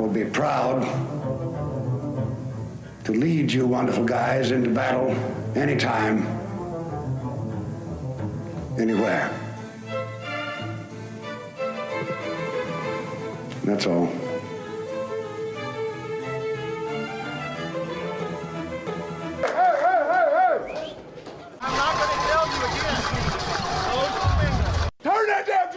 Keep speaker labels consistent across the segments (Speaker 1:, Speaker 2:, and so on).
Speaker 1: will be proud to lead you wonderful guys into battle anytime, anywhere. That's all.
Speaker 2: I'm not going to tell you again. Close the window.
Speaker 3: Turn that damn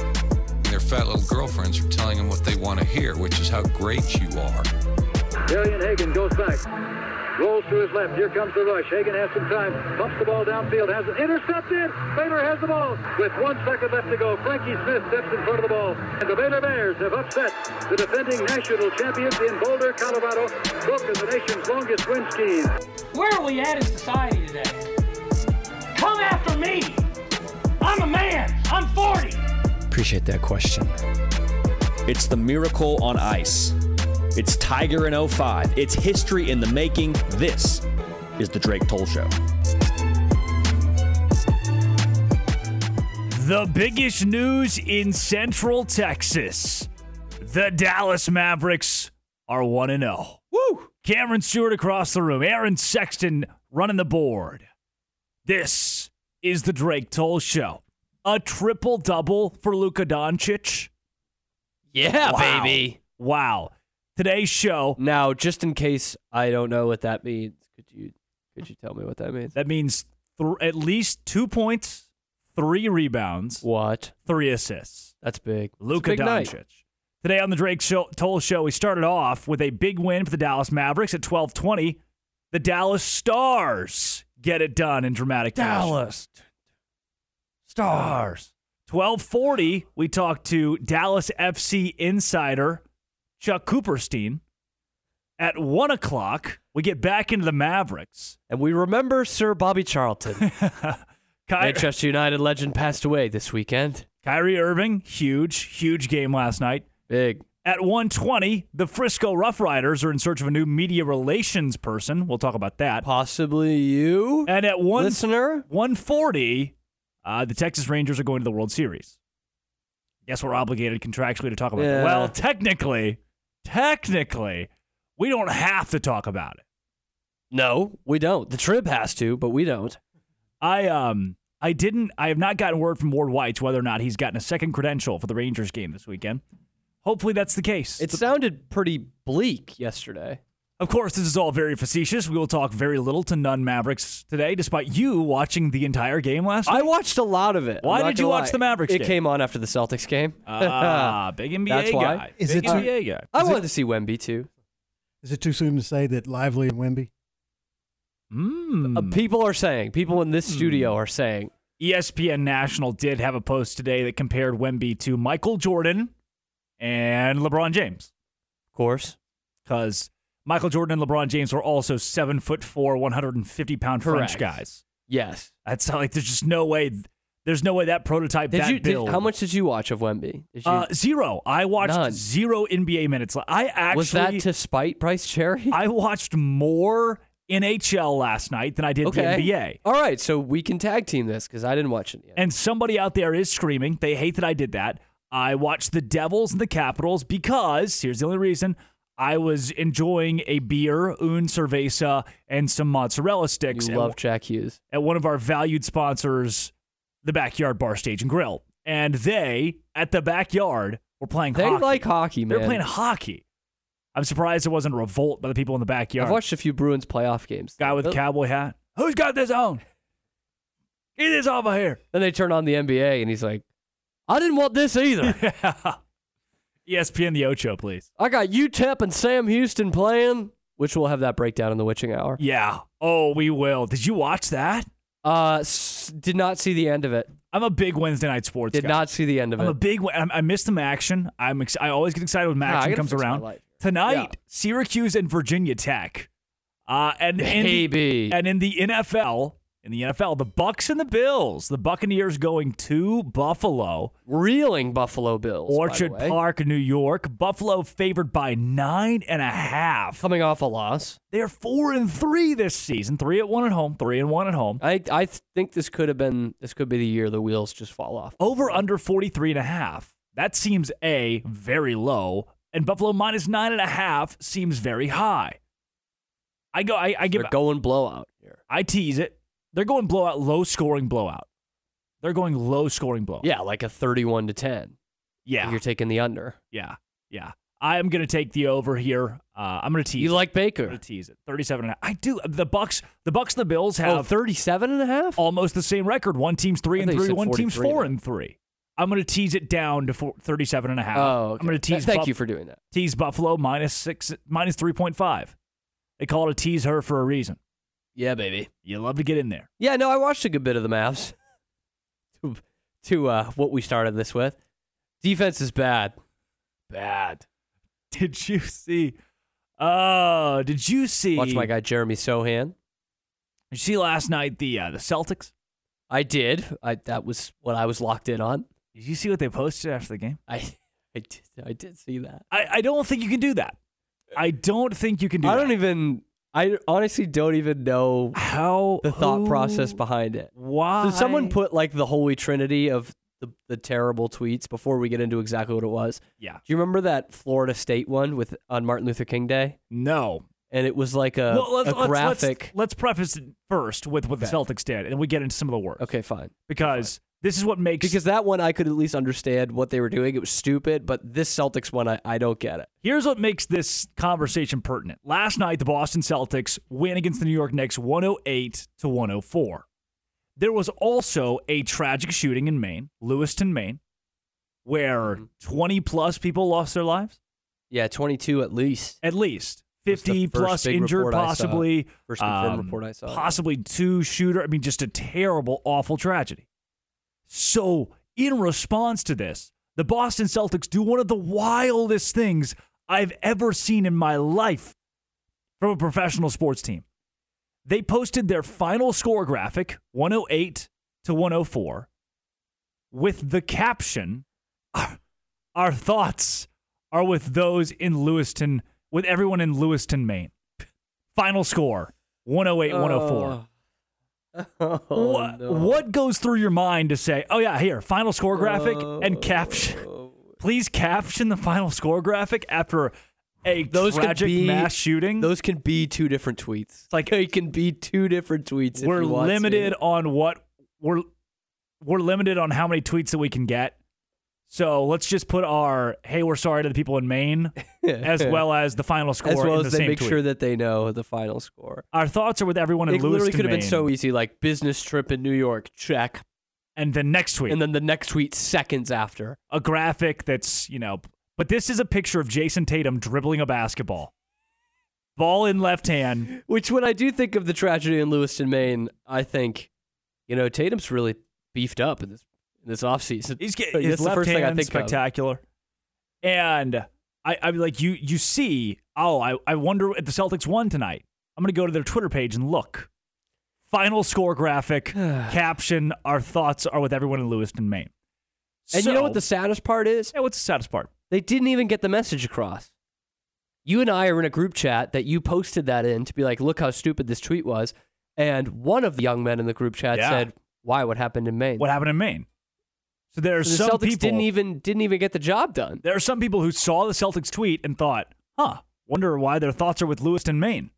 Speaker 3: jukebox
Speaker 4: And their fat little girlfriends are telling them what they want to hear, which is how great you are.
Speaker 5: Darian Hagan goes back. Rolls to his left. Here comes the rush. Hagan has some time. Pumps the ball downfield. Has it intercepted. Baylor has the ball. With one second left to go, Frankie Smith steps in front of the ball. And the Baylor Bears have upset the defending national champions in Boulder, Colorado, broken the nation's longest win scheme.
Speaker 6: Where are we at in society today? Come after me. I'm a man. I'm 40.
Speaker 7: Appreciate that question.
Speaker 8: It's the miracle on ice. It's Tiger in 05. It's history in the making. This is the Drake Toll Show.
Speaker 9: The biggest news in Central Texas. The Dallas Mavericks are 1 and 0. Woo! Cameron Stewart across the room, Aaron Sexton running the board. This is the Drake Toll Show. A triple double for Luka Doncic.
Speaker 7: Yeah,
Speaker 9: Wow.
Speaker 7: baby.
Speaker 9: Wow. Today's show,
Speaker 7: Now, just in case I don't know what that means, could you could you tell me what that means?
Speaker 9: that means th- at least two points, three rebounds,
Speaker 7: What?
Speaker 9: three assists.
Speaker 7: That's big. It's a
Speaker 9: Luka
Speaker 7: big night.
Speaker 9: Doncic. Today on the Drake show, Toll Show, we started off with a big win for the Dallas Mavericks at 12:20. The Dallas Stars get it done in dramatic
Speaker 7: Dallas.
Speaker 9: Stars. 12:40, we talked to Dallas FC insider Chuck Cooperstein. At one o'clock, we get back into the Mavericks.
Speaker 7: And we remember Sir Bobby Charlton.
Speaker 9: Ky-
Speaker 7: Manchester United legend passed away this weekend.
Speaker 9: Kyrie Irving, huge, huge game last night.
Speaker 7: Big.
Speaker 9: At 120, the Frisco Rough Riders are in search of a new media relations person. We'll talk about that.
Speaker 7: Possibly you,
Speaker 9: And at one,
Speaker 7: listener.
Speaker 9: 140, uh, the Texas Rangers are going to the World Series. Guess we're obligated contractually to talk about
Speaker 7: Yeah.
Speaker 9: that. Well, technically, technically, we don't have to talk about it.
Speaker 7: No, we don't. The Trib has to, but we don't.
Speaker 9: I um I didn't I have not gotten word from Ward White whether or not he's gotten a second credential for the Rangers game this weekend. Hopefully that's the case.
Speaker 7: It sounded pretty bleak yesterday.
Speaker 9: Of course, this is all very facetious. We will talk very little to none Mavericks today, despite you watching the entire game last night.
Speaker 7: I watched a lot of it.
Speaker 9: Why
Speaker 7: I'm not
Speaker 9: did you
Speaker 7: gonna
Speaker 9: watch the Mavericks
Speaker 7: It
Speaker 9: game?
Speaker 7: came on after the Celtics game.
Speaker 9: Ah, big NBA
Speaker 7: That's
Speaker 9: guy.
Speaker 7: why.
Speaker 10: Is
Speaker 9: big
Speaker 10: it-
Speaker 9: NBA guy.
Speaker 7: I wanted to see Wemby too.
Speaker 10: Is it too soon to say that Lively and Wimby?
Speaker 9: Mm.
Speaker 7: Uh, people are saying, people in this studio
Speaker 9: Hmm.
Speaker 7: are saying,
Speaker 9: E ESPN National did have a post today that compared Wemby to Michael Jordan and LeBron James,
Speaker 7: of course,
Speaker 9: because Michael Jordan and LeBron James were also seven foot four, 150 pound French
Speaker 7: Correct.
Speaker 9: guys.
Speaker 7: yes.
Speaker 9: That's not like there's just no way. There's no way that prototype
Speaker 7: Did
Speaker 9: that
Speaker 7: you? did-
Speaker 9: build.
Speaker 7: how much did you watch of Wemby? Did you,
Speaker 9: Uh, zero. I watched
Speaker 7: None.
Speaker 9: zero NBA minutes. I actually
Speaker 7: was that to spite Bryce Cherry?
Speaker 9: I watched more NHL last night than I did
Speaker 7: okay.
Speaker 9: the NBA.
Speaker 7: All right, so we can tag team this because I didn't watch it. Yet.
Speaker 9: And somebody out there is screaming. They hate that I did that. I watched the Devils and the Capitals because here's the only reason I was enjoying a beer, un cerveza, and some mozzarella sticks
Speaker 7: You
Speaker 9: at,
Speaker 7: love Jack Hughes.
Speaker 9: at one of our valued sponsors, the Backyard Bar Stage and Grill. And they at the backyard were playing
Speaker 7: They
Speaker 9: hockey.
Speaker 7: like hockey, man.
Speaker 9: They're playing hockey. I'm surprised there wasn't a revolt by the people in the backyard.
Speaker 7: I've watched a few Bruins playoff games.
Speaker 9: Guy with
Speaker 7: Th-
Speaker 9: cowboy hat. Who's got this on? Get this off of here.
Speaker 7: Then they turn on the NBA and he's like, I didn't want this either.
Speaker 9: ESPN the Ocho, please.
Speaker 7: I got UTEP and Sam Houston playing, which we'll have that breakdown in the witching hour.
Speaker 9: Yeah. Oh, we will. Did you watch that?
Speaker 7: Uh, s- did not see the end of it.
Speaker 9: I'm a big Wednesday night sports
Speaker 7: Did
Speaker 9: guy.
Speaker 7: not see the end of
Speaker 9: I'm a
Speaker 7: it.
Speaker 9: big. I I miss the action. I'm. Ex- I always get excited when
Speaker 7: I
Speaker 9: action
Speaker 7: gotta
Speaker 9: comes
Speaker 7: fix my
Speaker 9: around.
Speaker 7: life.
Speaker 9: Tonight,
Speaker 7: Yeah.
Speaker 9: Syracuse and Virginia Tech. Uh, and in the-
Speaker 7: Baby.
Speaker 9: and in the NFL, in the NFL. The Bucks and the Bills. The Buccaneers going to Buffalo,
Speaker 7: Reeling Buffalo Bills. by the
Speaker 9: Orchard
Speaker 7: way.
Speaker 9: Park, New York. Buffalo favored by nine and a half.
Speaker 7: Coming off a loss.
Speaker 9: They're four and three this season. Three at one at home. Three and one at home.
Speaker 7: I I th- think this could have been this could be the year the wheels just fall off.
Speaker 9: Over under 43 and a half. That seems a very low. And Buffalo minus nine and a half seems very high. I go I, I give
Speaker 7: They're going blowout here.
Speaker 9: I tease it. They're going blowout, low scoring blowout. They're going low scoring blowout.
Speaker 7: Yeah, like a 31 to 10.
Speaker 9: Yeah.
Speaker 7: You're taking the under.
Speaker 9: Yeah. Yeah. I am going to take the over here. Uh, I'm going to tease.
Speaker 7: You
Speaker 9: it.
Speaker 7: like
Speaker 9: I'm
Speaker 7: Baker?
Speaker 9: going to tease it. 37 and a half. I do. The Bucks, the Bucks, and the Bills
Speaker 7: Oh,
Speaker 9: have
Speaker 7: 37 and a half?
Speaker 9: almost the same record. One team's 3
Speaker 7: I
Speaker 9: and
Speaker 7: thought you
Speaker 9: 3,
Speaker 7: said
Speaker 9: one team's
Speaker 7: 43
Speaker 9: 4
Speaker 7: then.
Speaker 9: and 3. I'm going to tease it down to four, 37 and a half.
Speaker 7: Oh, okay.
Speaker 9: I'm going to tease
Speaker 7: Th- thank
Speaker 9: Buff-
Speaker 7: you for doing that.
Speaker 9: tease Buffalo minus 6 minus 3.5. They call it a tease her for a reason.
Speaker 7: Yeah, baby.
Speaker 9: You love to get in there.
Speaker 7: Yeah, no, I watched a good bit of the Mavs. to to uh, what we started this with. Defense is bad. Bad.
Speaker 9: Did you see? Oh, did you see?
Speaker 7: Watch my guy Jeremy Sohan.
Speaker 9: Did you see last night the uh, the Celtics?
Speaker 7: I did. I that was what I was locked in on.
Speaker 9: Did you see what they posted after the game?
Speaker 7: I I did I did see that.
Speaker 9: I, I don't think you can do that. I don't think you can do.
Speaker 7: I
Speaker 9: that.
Speaker 7: don't even I honestly don't even know
Speaker 9: how
Speaker 7: the thought
Speaker 9: who-
Speaker 7: process behind it.
Speaker 9: Why
Speaker 7: So someone put like the holy trinity of the, the terrible tweets before we get into exactly what it was.
Speaker 9: Yeah.
Speaker 7: Do you remember that Florida State one with on Martin Luther King Day?
Speaker 9: No.
Speaker 7: And it was like a,
Speaker 9: well, let's,
Speaker 7: a
Speaker 9: let's- let's-
Speaker 7: graphic.
Speaker 9: Let's, preface it first with what the Celtics did, and then we get into some of the work.
Speaker 7: okay, fine.
Speaker 9: Because this is what makes.
Speaker 7: Because that one I could at least understand what they were doing. It was stupid, but this Celtics one I, I don't get it.
Speaker 9: here's what makes this conversation pertinent. Last night, the Boston Celtics win against the New York Knicks, 108 to 104. There was also a tragic shooting in Maine, Lewiston, Maine, where
Speaker 7: Mm-hmm.
Speaker 9: 20 plus people lost their lives.
Speaker 7: Yeah, 22 at least.
Speaker 9: at least
Speaker 7: That's the
Speaker 9: 50
Speaker 7: first
Speaker 9: plus
Speaker 7: big
Speaker 9: injured
Speaker 7: report I saw.
Speaker 9: possibly um,
Speaker 7: First confirmed report I saw, yeah.
Speaker 9: possibly two shooter i mean just a terrible awful tragedy so in response to this the boston celtics do one of the wildest things i've ever seen in my life from a professional sports team they posted their final score graphic 108 to 104 with the caption our thoughts are with those in Lewiston, with everyone in Lewiston, Maine. Final score 108 104.
Speaker 7: Oh,
Speaker 9: what,
Speaker 7: no.
Speaker 9: oh what goes through your mind to say, oh, yeah, here, final score graphic
Speaker 7: Oh.
Speaker 9: and caption? Please caption the final score graphic after a
Speaker 7: Those could
Speaker 9: tragic
Speaker 7: be-
Speaker 9: mass shooting.
Speaker 7: Those can be two different tweets. It's
Speaker 9: like-
Speaker 7: it can be two different tweets. if
Speaker 9: we're
Speaker 7: you want to.
Speaker 9: limited on what we're we're limited on how many tweets that we can get. So let's just put our hey, we're sorry to the people in Maine, as well as the final score.
Speaker 7: as well
Speaker 9: in the
Speaker 7: as they
Speaker 9: same
Speaker 7: make
Speaker 9: tweet.
Speaker 7: sure that they know the final score.
Speaker 9: Our thoughts are with everyone in
Speaker 7: It literally
Speaker 9: Lewiston,
Speaker 7: could have been
Speaker 9: Maine.
Speaker 7: so easy, like business trip in New York, check,
Speaker 9: And then next tweet,
Speaker 7: and then the next tweet seconds after.
Speaker 9: a graphic that's you know, but this is a picture of Jason Tatum dribbling a basketball, ball in left hand.
Speaker 7: Which, when I do think of the tragedy in Lewiston, Maine, I think, you know, Tatum's really beefed up in this in this offseason.
Speaker 9: He's getting
Speaker 7: Like, that's
Speaker 9: his
Speaker 7: the
Speaker 9: left
Speaker 7: first thing I
Speaker 9: hand
Speaker 7: think of.
Speaker 9: spectacular. And I, I'm like, you, you see, oh, I, I wonder if the Celtics won tonight. I'm gonna go to their Twitter page and look. Final score graphic caption: Our thoughts are with everyone in Lewiston, Maine.
Speaker 7: And you know
Speaker 9: So-
Speaker 7: what the saddest part is?
Speaker 9: yeah, what's the saddest part?
Speaker 7: They didn't even get the message across. You and I are in a group chat that you posted that in to be like, look how stupid this tweet was. And one of the young men in the group chat
Speaker 9: Yeah.
Speaker 7: said, why? What happened in Maine?
Speaker 9: What happened in Maine? So there are
Speaker 7: So the
Speaker 9: some
Speaker 7: Celtics
Speaker 9: people
Speaker 7: didn't even didn't even get the job done.
Speaker 9: There are some people who saw the Celtics tweet and thought, huh, wonder why their thoughts are with Lewiston, Maine.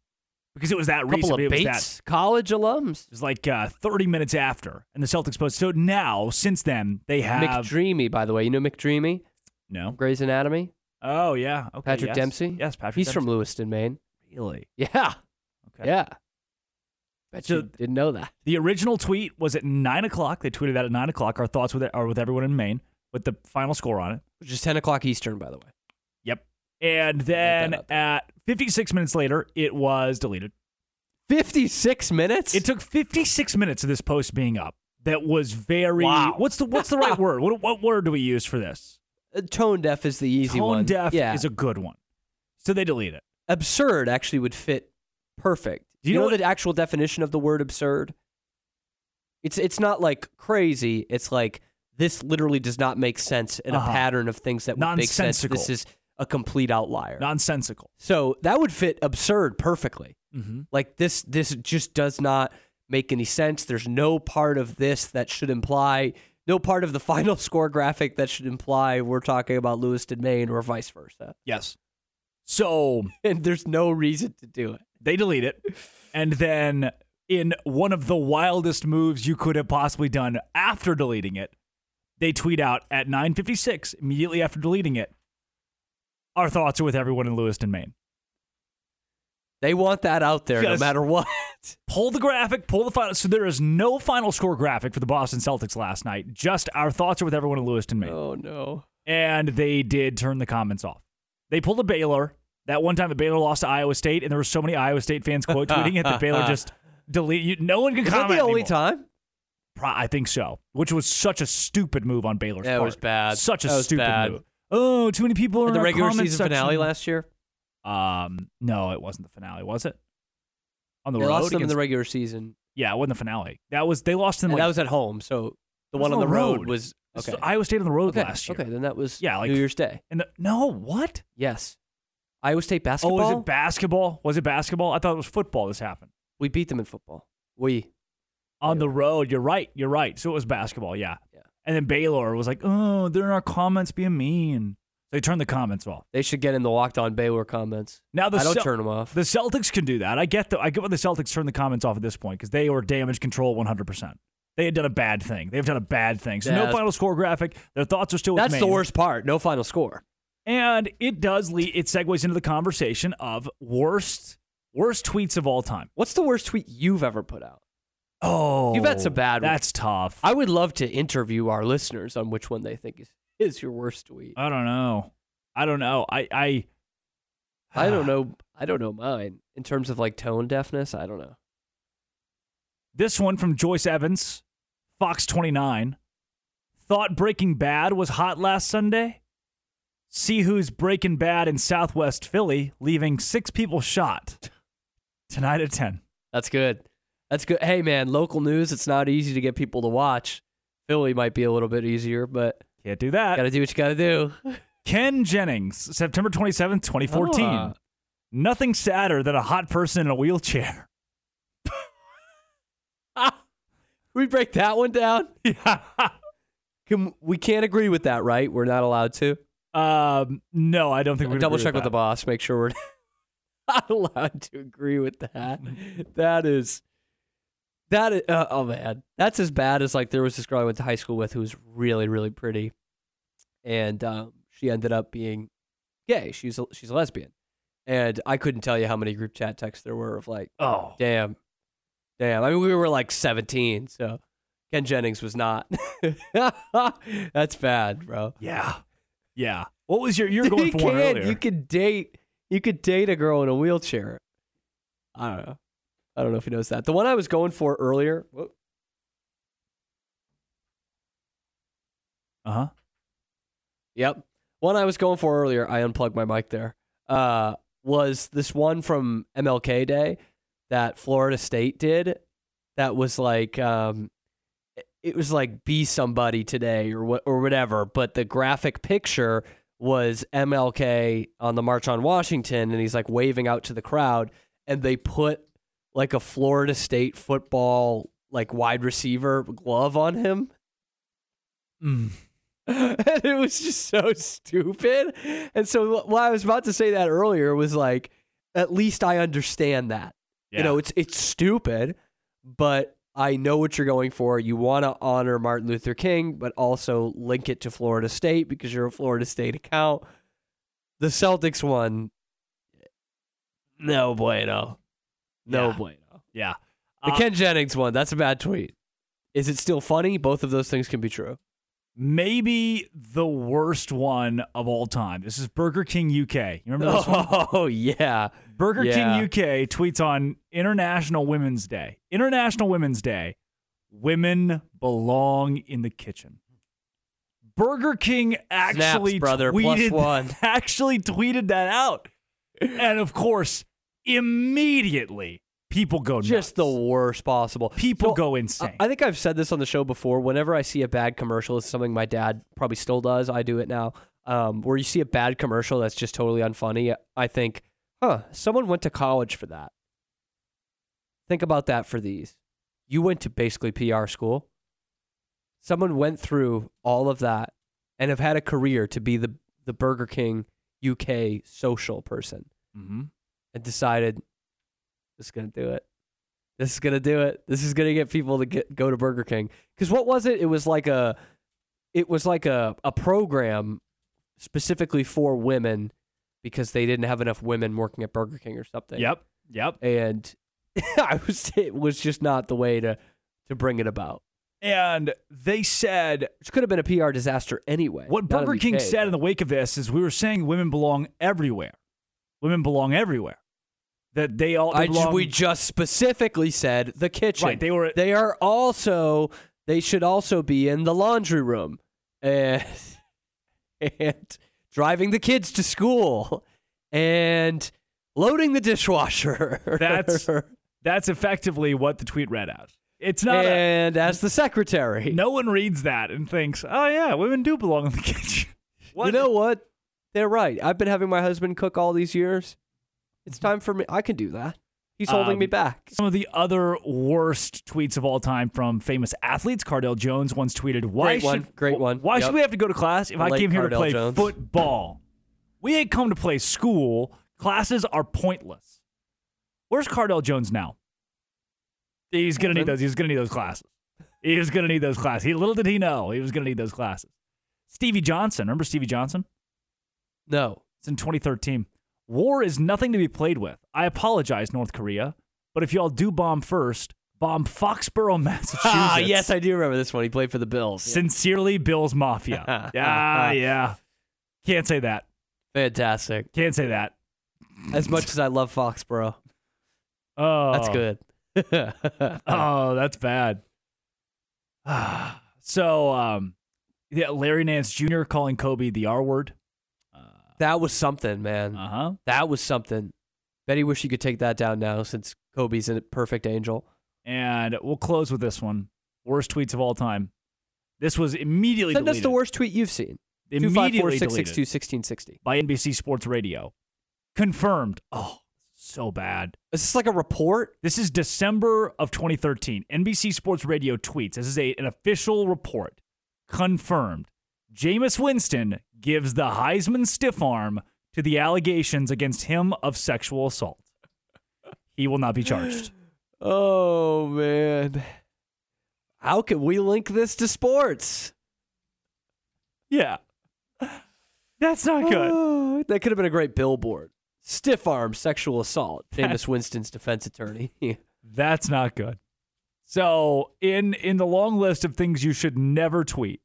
Speaker 9: Because it was that
Speaker 7: A couple
Speaker 9: recently.
Speaker 7: of
Speaker 9: It was, that,
Speaker 7: Bates college alums,
Speaker 9: it was like uh, 30 minutes after, and the Celtics posted. So now, since then, they have.
Speaker 7: McDreamy, by the way. You know McDreamy,
Speaker 9: no.
Speaker 7: Grey's Anatomy.
Speaker 9: Oh, yeah. Okay.
Speaker 7: Patrick
Speaker 9: yes.
Speaker 7: Dempsey.
Speaker 9: Yes, Patrick
Speaker 7: He's
Speaker 9: Dempsey.
Speaker 7: from Lewiston, Maine.
Speaker 9: Really?
Speaker 7: Yeah,
Speaker 9: Okay.
Speaker 7: yeah. Bet
Speaker 9: So-
Speaker 7: you didn't know that.
Speaker 9: The original tweet was at 9 o'clock. They tweeted that at 9 o'clock. Our thoughts with are with everyone in Maine with the final score on it.
Speaker 7: Which is ten o'clock Eastern, by the way.
Speaker 9: Yep. And then
Speaker 7: up.
Speaker 9: at 56 minutes later, it was deleted.
Speaker 7: Fifty-six minutes.
Speaker 9: It took 56 minutes of this post being up. That was very.
Speaker 7: Wow.
Speaker 9: What's the What's the right word? What What word do we use for this?
Speaker 7: Uh, tone deaf is the easy
Speaker 9: Tone
Speaker 7: one.
Speaker 9: deaf
Speaker 7: yeah.
Speaker 9: is a good one. So they delete it.
Speaker 7: absurd actually would fit perfect.
Speaker 9: Do
Speaker 7: Do
Speaker 9: you
Speaker 7: you,
Speaker 9: know
Speaker 7: know,
Speaker 9: what-
Speaker 7: the actual definition of the word absurd? It's it's not like crazy. It's like this literally does not make sense in
Speaker 9: Uh-huh.
Speaker 7: a pattern of things that would make sense.
Speaker 9: Nonsensical.
Speaker 7: This is a complete outlier.
Speaker 9: Nonsensical.
Speaker 7: so that would fit absurd perfectly.
Speaker 9: Mhm.
Speaker 7: Like this this just does not make any sense. There's no part of this that should imply no part of the final score graphic that should imply we're talking about Lewiston, Maine or vice versa.
Speaker 9: Yes. So
Speaker 7: And there's no reason to do it.
Speaker 9: they delete it. And then, in one of the wildest moves you could have possibly done after deleting it, they tweet out at 9:56 immediately after deleting it. Our thoughts are with everyone in Lewiston, Maine.
Speaker 7: They want that out there
Speaker 9: Yes.
Speaker 7: no matter what.
Speaker 9: Pull the graphic, pull the final. So there is no final score graphic for the Boston Celtics last night. Just our thoughts are with everyone in Lewiston, Maine.
Speaker 7: oh no.
Speaker 9: and they did turn the comments off. They pulled a Baylor. That one time the Baylor lost to Iowa State, and there were so many Iowa State fans quote tweeting it that Baylor just delete. You, no one can
Speaker 7: Is that
Speaker 9: comment.
Speaker 7: the only
Speaker 9: anymore.
Speaker 7: time?
Speaker 9: Pro- I think so. Which was such a stupid move on Baylor's
Speaker 7: That
Speaker 9: part.
Speaker 7: was bad.
Speaker 9: Such a
Speaker 7: That was
Speaker 9: stupid
Speaker 7: bad.
Speaker 9: move. Oh, too many people are in
Speaker 7: the
Speaker 9: our
Speaker 7: regular
Speaker 9: comment
Speaker 7: season finale
Speaker 9: section.
Speaker 7: last year?
Speaker 9: Um, no, it wasn't the finale, was it? On the
Speaker 7: they
Speaker 9: road.
Speaker 7: lost them in
Speaker 9: against-
Speaker 7: the regular season.
Speaker 9: yeah, it wasn't the finale. That was they lost in
Speaker 7: And
Speaker 9: like
Speaker 7: that was at home, so the
Speaker 9: It
Speaker 7: one
Speaker 9: was
Speaker 7: on the road, was
Speaker 9: It was
Speaker 7: okay.
Speaker 9: Iowa State on the road
Speaker 7: okay.
Speaker 9: last year.
Speaker 7: Okay, then that was
Speaker 9: Yeah, like-
Speaker 7: New Year's Day.
Speaker 9: And the, no, what?
Speaker 7: Yes. Iowa State
Speaker 9: Oh,
Speaker 7: basketball.
Speaker 9: was it basketball? Was it basketball? I thought it was football. This happened
Speaker 7: we beat them in football. We.
Speaker 9: on the road. You're right. You're right. So it was basketball. Yeah.
Speaker 7: Yeah.
Speaker 9: And then Baylor was like, "Oh, they're in our comments being mean." They turned the comments off.
Speaker 7: They should get in the locked on Baylor comments.
Speaker 9: Now the
Speaker 7: I don't
Speaker 9: Cel-
Speaker 7: turn them off.
Speaker 9: The Celtics can do that. I get the I get why the Celtics turn the comments off at this point because they were damage control 100. percent They had done a bad thing. They've done a bad thing. So
Speaker 7: Yeah,
Speaker 9: no
Speaker 7: that's-
Speaker 9: final score graphic. Their thoughts are still. with
Speaker 7: That's the
Speaker 9: Maine.
Speaker 7: worst part. No final score.
Speaker 9: And it does lead. It segues into the conversation of worst worst tweets of all time.
Speaker 7: What's the worst tweet you've ever put out?
Speaker 9: Oh,
Speaker 7: You've had some bad ones.
Speaker 9: That's tough.
Speaker 7: I would love to interview our listeners on which one they think is, is your worst tweet.
Speaker 9: I don't know. I don't know. I I
Speaker 7: I don't know. I don't know mine in terms of like tone deafness. I don't know.
Speaker 9: This one from Joyce Evans, Fox 29. Thought Breaking Bad was hot last Sunday. See who's Breaking Bad in Southwest Philly, leaving six people shot tonight at 10.
Speaker 7: That's good. That's good. Hey man, local news. It's not easy to get people to watch. Philly might be a little bit easier, but
Speaker 9: Can't do that.
Speaker 7: gotta do what you gotta do.
Speaker 9: Ken Jennings, September 27th, 2014.
Speaker 7: Ah.
Speaker 9: Nothing sadder than a hot person in a wheelchair.
Speaker 7: we break that one down.
Speaker 9: Yeah.
Speaker 7: Can, we can't agree with that, right? We're not allowed to.
Speaker 9: um, no, I don't think we
Speaker 7: Double check with the boss. Make sure we're not allowed to agree with that. That is. That is, uh, oh man, that's as bad as like there was this girl I went to high school with who was really really pretty, and um, she ended up being gay. She's a, she's a lesbian, and I couldn't tell you how many group chat texts there were of like,
Speaker 9: Oh.
Speaker 7: damn, damn. I mean, we were like seventeen, so Ken Jennings was not. that's bad, bro.
Speaker 9: Yeah. Yeah. What was your you're going
Speaker 7: you
Speaker 9: for
Speaker 7: can,
Speaker 9: one earlier?
Speaker 7: You could date. You could date a girl in a wheelchair. I don't know. I don't know if he knows that. The one I was going for earlier. whoop,
Speaker 9: uh-huh.
Speaker 7: Yep. One I was going for earlier. I unplugged my mic there. Uh, was this one from MLK Day that Florida State did? That was like, um, it- it was like be somebody today or what or whatever. But the graphic picture was MLK on the March on Washington, and he's like waving out to the crowd, and they put like a Florida State football like wide receiver glove on him.
Speaker 9: Mm.
Speaker 7: and it was just so stupid. And so, what I was about to say that earlier was like, at least I understand that. You know, it's it's stupid, but I know what you're going for. You want to honor Martin Luther King, but also link it to Florida State because you're a Florida State account. The Celtics won. No bueno, no
Speaker 9: Yeah.
Speaker 7: bueno.
Speaker 9: yeah.
Speaker 7: The
Speaker 9: Uh,
Speaker 7: Ken Jennings one. That's a bad tweet. Is it still funny? Both of those things can be true.
Speaker 9: Maybe the worst one of all time. This is Burger King UK. You remember this one?
Speaker 7: Oh yeah.
Speaker 9: Burger
Speaker 7: yeah.
Speaker 9: King UK tweets on International Women's Day. International Women's Day. Women belong in the kitchen. Burger King actually
Speaker 7: brother, plus
Speaker 9: tweeted
Speaker 7: one.
Speaker 9: actually tweeted that out. And of course, immediately People go nuts.
Speaker 7: just the worst possible.
Speaker 9: People
Speaker 7: No,
Speaker 9: go
Speaker 7: I
Speaker 9: insane.
Speaker 7: I think I've said this on the show before. Whenever I see a bad commercial, it's something my dad probably still does. I do it now. Um, where you see a bad commercial that's just totally unfunny, I think, huh, someone went to college for that. Think about that for these. You went to basically PR school. Someone went through all of that and have had a career to be the, the Burger King UK social person
Speaker 9: mm-hmm.
Speaker 7: and decided this is gonna do it. This is gonna do it. This is gonna get people to get go to Burger King. Because what was it? It was like a, it was like a a program specifically for women because they didn't have enough women working at Burger King or something.
Speaker 9: Yep. Yep.
Speaker 7: And I was it was just not the way to to bring it about.
Speaker 9: And they said
Speaker 7: Which could have been a PR disaster anyway.
Speaker 9: What
Speaker 7: not in
Speaker 9: Burger
Speaker 7: the
Speaker 9: King
Speaker 7: UK,
Speaker 9: said in the wake of this is we were saying women belong everywhere. Women belong everywhere. That they all they
Speaker 7: I ju-
Speaker 9: belong,
Speaker 7: we just specifically said the kitchen.
Speaker 9: Right, they were-
Speaker 7: They are also. They should also be in the laundry room, and and driving the kids to school, and loading the dishwasher.
Speaker 9: That's- that's effectively what the tweet read out. It's not a,
Speaker 7: and as the secretary.
Speaker 9: no one reads that and thinks, "Oh yeah, women do belong in the kitchen." What?
Speaker 7: you know what? They're right. I've been having my husband cook all these years. It's time for me. I can do that. He's holding
Speaker 9: Um,
Speaker 7: me back.
Speaker 9: Some of the other worst tweets of all time from famous athletes. Cardell Jones once tweeted, "Why
Speaker 7: Great one,
Speaker 9: should
Speaker 7: great one.
Speaker 9: Why
Speaker 7: Yep.
Speaker 9: should we have to go to class if
Speaker 7: I
Speaker 9: I,
Speaker 7: like
Speaker 9: came here
Speaker 7: Cardell
Speaker 9: to play
Speaker 7: Jones.
Speaker 9: football? We ain't come to play school. Classes are pointless." Where's Cardell Jones now? He's gonna need
Speaker 7: Open.
Speaker 9: those. He's gonna need those classes. He was gonna need those classes. He little did he know he was gonna need those classes. Stevie Johnson, remember Stevie Johnson?
Speaker 7: No.
Speaker 9: It's in 2013. War is nothing to be played with. I apologize, North Korea, but if y'all do bomb first, bomb Foxborough, Massachusetts.
Speaker 7: Ah, yes, I do remember this one. He played for the Bills.
Speaker 9: Sincerely, Bill's Mafia. ah, yeah. Can't say that.
Speaker 7: Fantastic.
Speaker 9: Can't say that.
Speaker 7: As much as I love Foxborough,
Speaker 9: Oh,
Speaker 7: that's good.
Speaker 9: Oh, that's bad. Ah, so, um, yeah, Larry Nance Jr. calling Kobe the R word.
Speaker 7: Uh, that was something, man.
Speaker 9: Uh huh.
Speaker 7: That was something. Betty wish you could take that down now since Kobe's a perfect angel.
Speaker 9: And we'll close with this one. Worst tweets of all time. This was immediately
Speaker 7: Send us
Speaker 9: deleted.
Speaker 7: the worst tweet you've seen.
Speaker 9: immediately
Speaker 7: 662
Speaker 9: deleted
Speaker 7: 1660.
Speaker 9: by NBC Sports Radio. Confirmed. Oh, so bad.
Speaker 7: Is this like a report?
Speaker 9: This is December of 2013. NBC Sports Radio tweets. This is a, an official report. Confirmed. Jameis Winston gives the Heisman stiff arm to the allegations against him of sexual assault. He will not be charged.
Speaker 7: Oh, man. How can we link this to sports?
Speaker 9: Yeah. That's not good.
Speaker 7: Oh, that could have been a great billboard. Stiff arm sexual assault. Famous Winston's defense attorney.
Speaker 9: That's not good. So, in in the long list of things you should never tweet,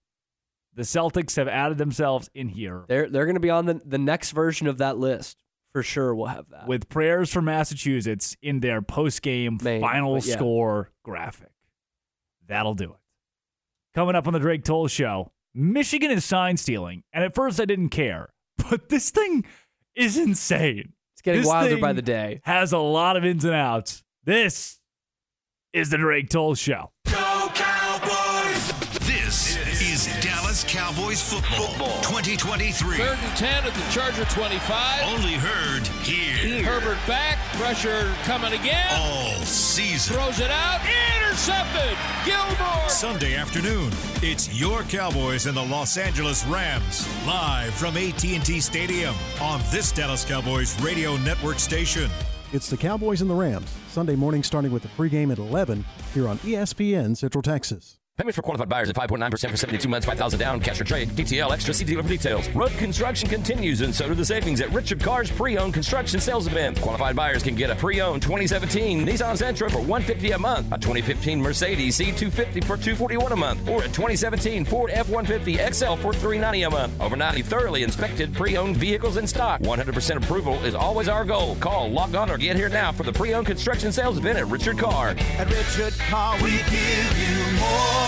Speaker 9: the Celtics have added themselves in here
Speaker 7: They're they're going to be on the, the next version of that list for sure. We'll have that.
Speaker 9: with prayers for Massachusetts in their post game
Speaker 7: Maine,
Speaker 9: final
Speaker 7: but yeah.
Speaker 9: score graphic. That'll do it. Coming up on the Drake Toll Show, Michigan is sign stealing, and at first I didn't care, but this thing is insane.
Speaker 7: it's getting
Speaker 9: this
Speaker 7: wilder by
Speaker 9: thing
Speaker 7: the day.
Speaker 9: Has a lot of ins and outs. This is the Drake Toll Show.
Speaker 11: This is Dallas Cowboys football, 2023.
Speaker 2: and 10 at the Charger 25.
Speaker 11: Only heard here.
Speaker 2: Herbert back. Pressure coming again.
Speaker 11: All season.
Speaker 2: Throws it out. Intercepted. Gilmore.
Speaker 11: Sunday afternoon, it's your Cowboys and the Los Angeles Rams live from AT&T Stadium on this Dallas Cowboys radio network station.
Speaker 10: It's the Cowboys and the Rams, Sunday morning starting with the pregame at 11 here on E ESPN Central Texas.
Speaker 12: Payments for qualified buyers at 5.9% for 72 months, 5,000 down, cash or trade, DTL extra, see dealer for details. Road construction continues, and so do the savings at Richard Carr's pre-owned construction sales event. Qualified buyers can get a pre-owned 2017 Nissan Sentra for 150 a month, a 2015 Mercedes C250 for 241 a month, or a 2017 Ford F-150 XL for 390 a month. Over 90 thoroughly inspected pre-owned vehicles in stock. 100% approval is always our goal. Call, log on, or get here now for the pre-owned construction sales event at Richard Carr.
Speaker 11: At Richard Carr, we give you more.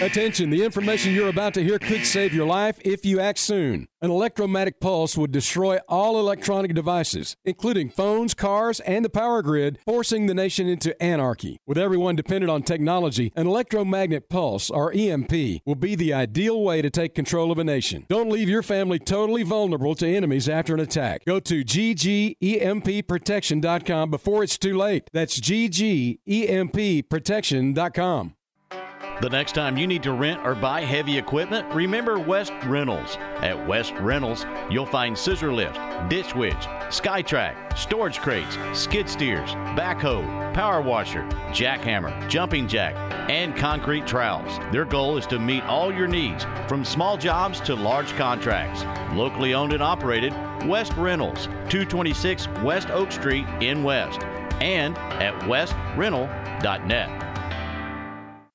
Speaker 13: Attention, the information you're about to hear could save your life if you act soon. An electromagnetic pulse would destroy all electronic devices, including phones, cars, and the power grid, forcing the nation into anarchy. With everyone dependent on technology, an electromagnet pulse, or EMP, will be the ideal way to take control of a nation. Don't leave your family totally vulnerable to enemies after an attack. Go to E ggempprotection.com before it's too late. That's E ggempprotection.com.
Speaker 14: The next time you need to rent or buy heavy equipment, remember West Rentals. At West Rentals, you'll find scissor lift, ditch witch, Skytrack, storage crates, skid steers, backhoe, power washer, jackhammer, jumping jack, and concrete trowels. Their goal is to meet all your needs, from small jobs to large contracts. Locally owned and operated, West Rentals, 226 West Oak Street in West, and at westrental.net.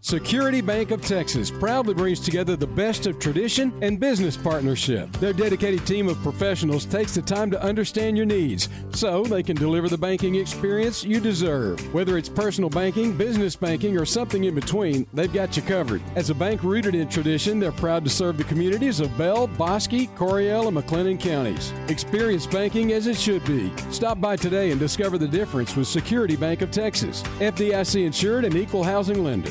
Speaker 13: Security Bank of Texas proudly brings together the best of tradition and business partnership. Their dedicated team of professionals takes the time to understand your needs so they can deliver the banking experience you deserve. Whether it's personal banking, business banking, or something in between, they've got you covered. As a bank rooted in tradition, they're proud to serve the communities of Bell, Bosque, Coriel, and McLennan counties. Experience banking as it should be. Stop by today and discover the difference with Security Bank of Texas, FDIC insured and equal housing lender.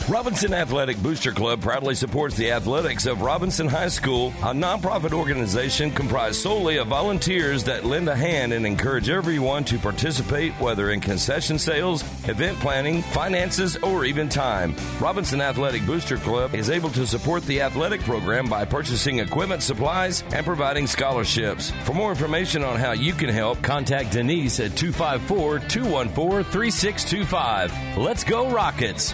Speaker 12: Robinson Athletic Booster Club proudly supports the athletics of Robinson High School, a nonprofit organization comprised solely of volunteers that lend a hand and encourage everyone to participate, whether in concession sales, event planning, finances, or even time. Robinson Athletic Booster Club is able to support the athletic program by purchasing equipment, supplies, and providing scholarships. For more information on how you can help, contact Denise at 254 214 3625. Let's go, Rockets!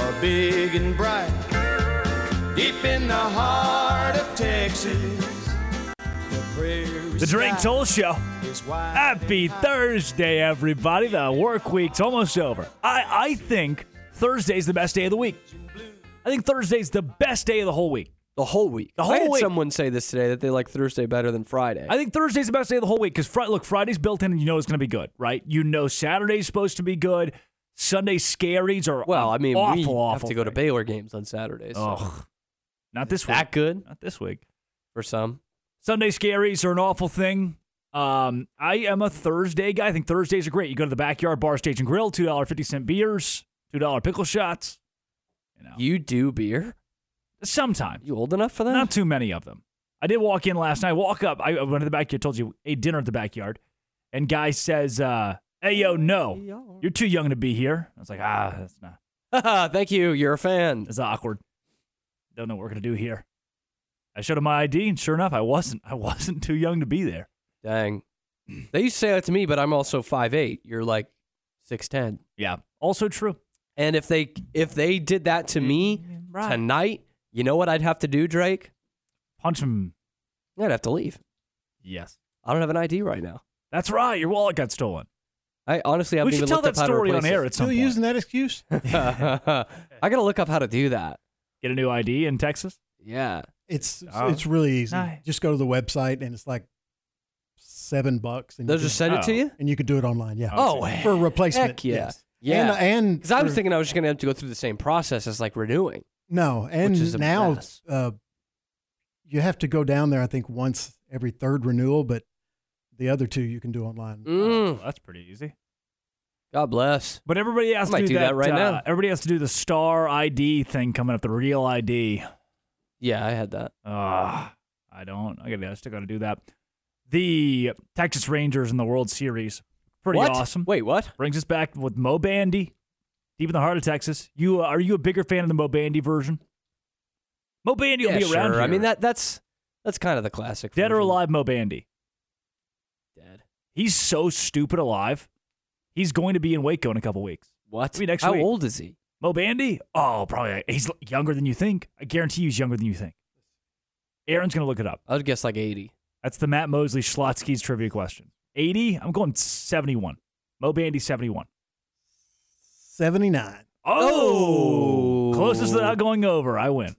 Speaker 15: are big and bright. Deep in the heart of Texas, the prairie
Speaker 9: The Drake
Speaker 15: sky
Speaker 9: Toll Show.
Speaker 15: is wide
Speaker 9: Happy Thursday, everybody. The work week's almost over. I, I think Thursday's the best day of the week. I think Thursday's the best day of the whole week.
Speaker 7: The whole week.
Speaker 9: The whole
Speaker 7: I had
Speaker 9: week.
Speaker 7: someone say this today that they like Thursday better than Friday.
Speaker 9: I think Thursday's the best day of the whole week because Fri look, Friday's built in, and you know it's going to be good, right? You know Saturday's supposed to be good. Sunday scaries are
Speaker 7: well, I mean,
Speaker 9: awful,
Speaker 7: we
Speaker 9: awful.
Speaker 7: have to go to Baylor games on Saturdays. so-
Speaker 9: Ugh. Not this week.
Speaker 7: That good?
Speaker 9: Not this week.
Speaker 7: For some.
Speaker 9: Sunday scaries are an awful thing. Um, I am a Thursday guy. I think Thursdays are great. You go to the backyard bar, stage, and grill. Two dollar fifty cent beers. Two dollar pickle shots.
Speaker 7: You do beer?
Speaker 9: Sometime.
Speaker 7: You old enough for that?
Speaker 9: Not too many of them. I did walk in last night. Walk up. I I went to the backyard. Told you, ate dinner at the backyard. And guy says, uh, "Hey yo, no, you're too young to be here." I was like, "Ah, that's not."
Speaker 7: Thank you. You're a fan.
Speaker 9: It's awkward. Don't know what we're gonna do here. I showed him my ID, and sure enough, I wasn't. I wasn't too young to be there.
Speaker 7: Dang. They used to say that to me, but I'm also 5'8". You're like 6'10".
Speaker 9: Yeah. Also true.
Speaker 7: And if they if they did that to me
Speaker 9: Right.
Speaker 7: tonight, you know what I'd have to do, Drake?
Speaker 9: Punch him.
Speaker 7: I'd have to leave.
Speaker 9: Yes.
Speaker 7: I don't have an ID right now.
Speaker 9: That's right. Your wallet got stolen.
Speaker 7: I honestly
Speaker 9: We
Speaker 7: haven't
Speaker 9: should
Speaker 7: even
Speaker 9: tell that
Speaker 7: looked up how to
Speaker 9: story on
Speaker 7: replace
Speaker 9: air
Speaker 7: it.
Speaker 9: at some Still point. using
Speaker 7: that excuse? I gotta look up how to do that.
Speaker 9: Get a new ID in Texas.
Speaker 7: Yeah.
Speaker 10: It's
Speaker 7: Ah.
Speaker 9: Oh.
Speaker 10: it's really easy.
Speaker 9: Nice.
Speaker 10: Just go to the website and it's like seven bucks. And
Speaker 7: They'll
Speaker 10: you
Speaker 7: just
Speaker 10: can- Oh.
Speaker 7: send it to you?
Speaker 10: and you could do it online. Yeah.
Speaker 7: Oh,
Speaker 10: for a replacement.
Speaker 7: Heck yeah.
Speaker 10: Yes.
Speaker 7: Yeah.
Speaker 10: And and
Speaker 7: because I was
Speaker 10: for-
Speaker 7: thinking I was just gonna have to go through the same process as like renewing.
Speaker 10: no,
Speaker 7: which is a
Speaker 10: and now
Speaker 7: mess.
Speaker 10: uh, you have to go down there. I think once every third renewal, but the other two you can do online.
Speaker 7: Mm.
Speaker 9: Well, Oh, that's pretty easy.
Speaker 7: God bless.
Speaker 9: But everybody has
Speaker 7: I might
Speaker 9: to do,
Speaker 7: do that right
Speaker 9: uh,
Speaker 7: now.
Speaker 9: Everybody has to do the star ID thing coming up, the real ID.
Speaker 7: Yeah, I had that.
Speaker 9: Ah, I don't. I gotta. I still gotta do that. The Texas Rangers in the World Series, pretty
Speaker 7: What?
Speaker 9: awesome.
Speaker 7: Wait, what?
Speaker 9: Brings us back with Mo Bandy, deep in the heart of Texas. You uh, are you a bigger fan of the Mo Bandy version? Mo Bandy will
Speaker 7: Yeah,
Speaker 9: be around.
Speaker 7: sure. I
Speaker 9: here.
Speaker 7: mean that that's that's kind of the classic.
Speaker 9: Dead or
Speaker 7: version.
Speaker 9: alive, Mo Bandy.
Speaker 7: Dead.
Speaker 9: He's so stupid alive. He's going to be in Waco in a couple weeks.
Speaker 7: What?
Speaker 9: I mean, next
Speaker 7: How
Speaker 9: week.
Speaker 7: old is he?
Speaker 9: Mo Bandy? Oh, probably. He's younger than you think. I guarantee you he's younger than you think. Aaron's going to look it up.
Speaker 7: I'd guess like 80.
Speaker 9: That's the Matt Mosley Schlotsky's trivia question. 80? I'm going 71. Mo Bandy, 71.
Speaker 10: Seventy nine.
Speaker 9: Oh! Closest without going over. I win.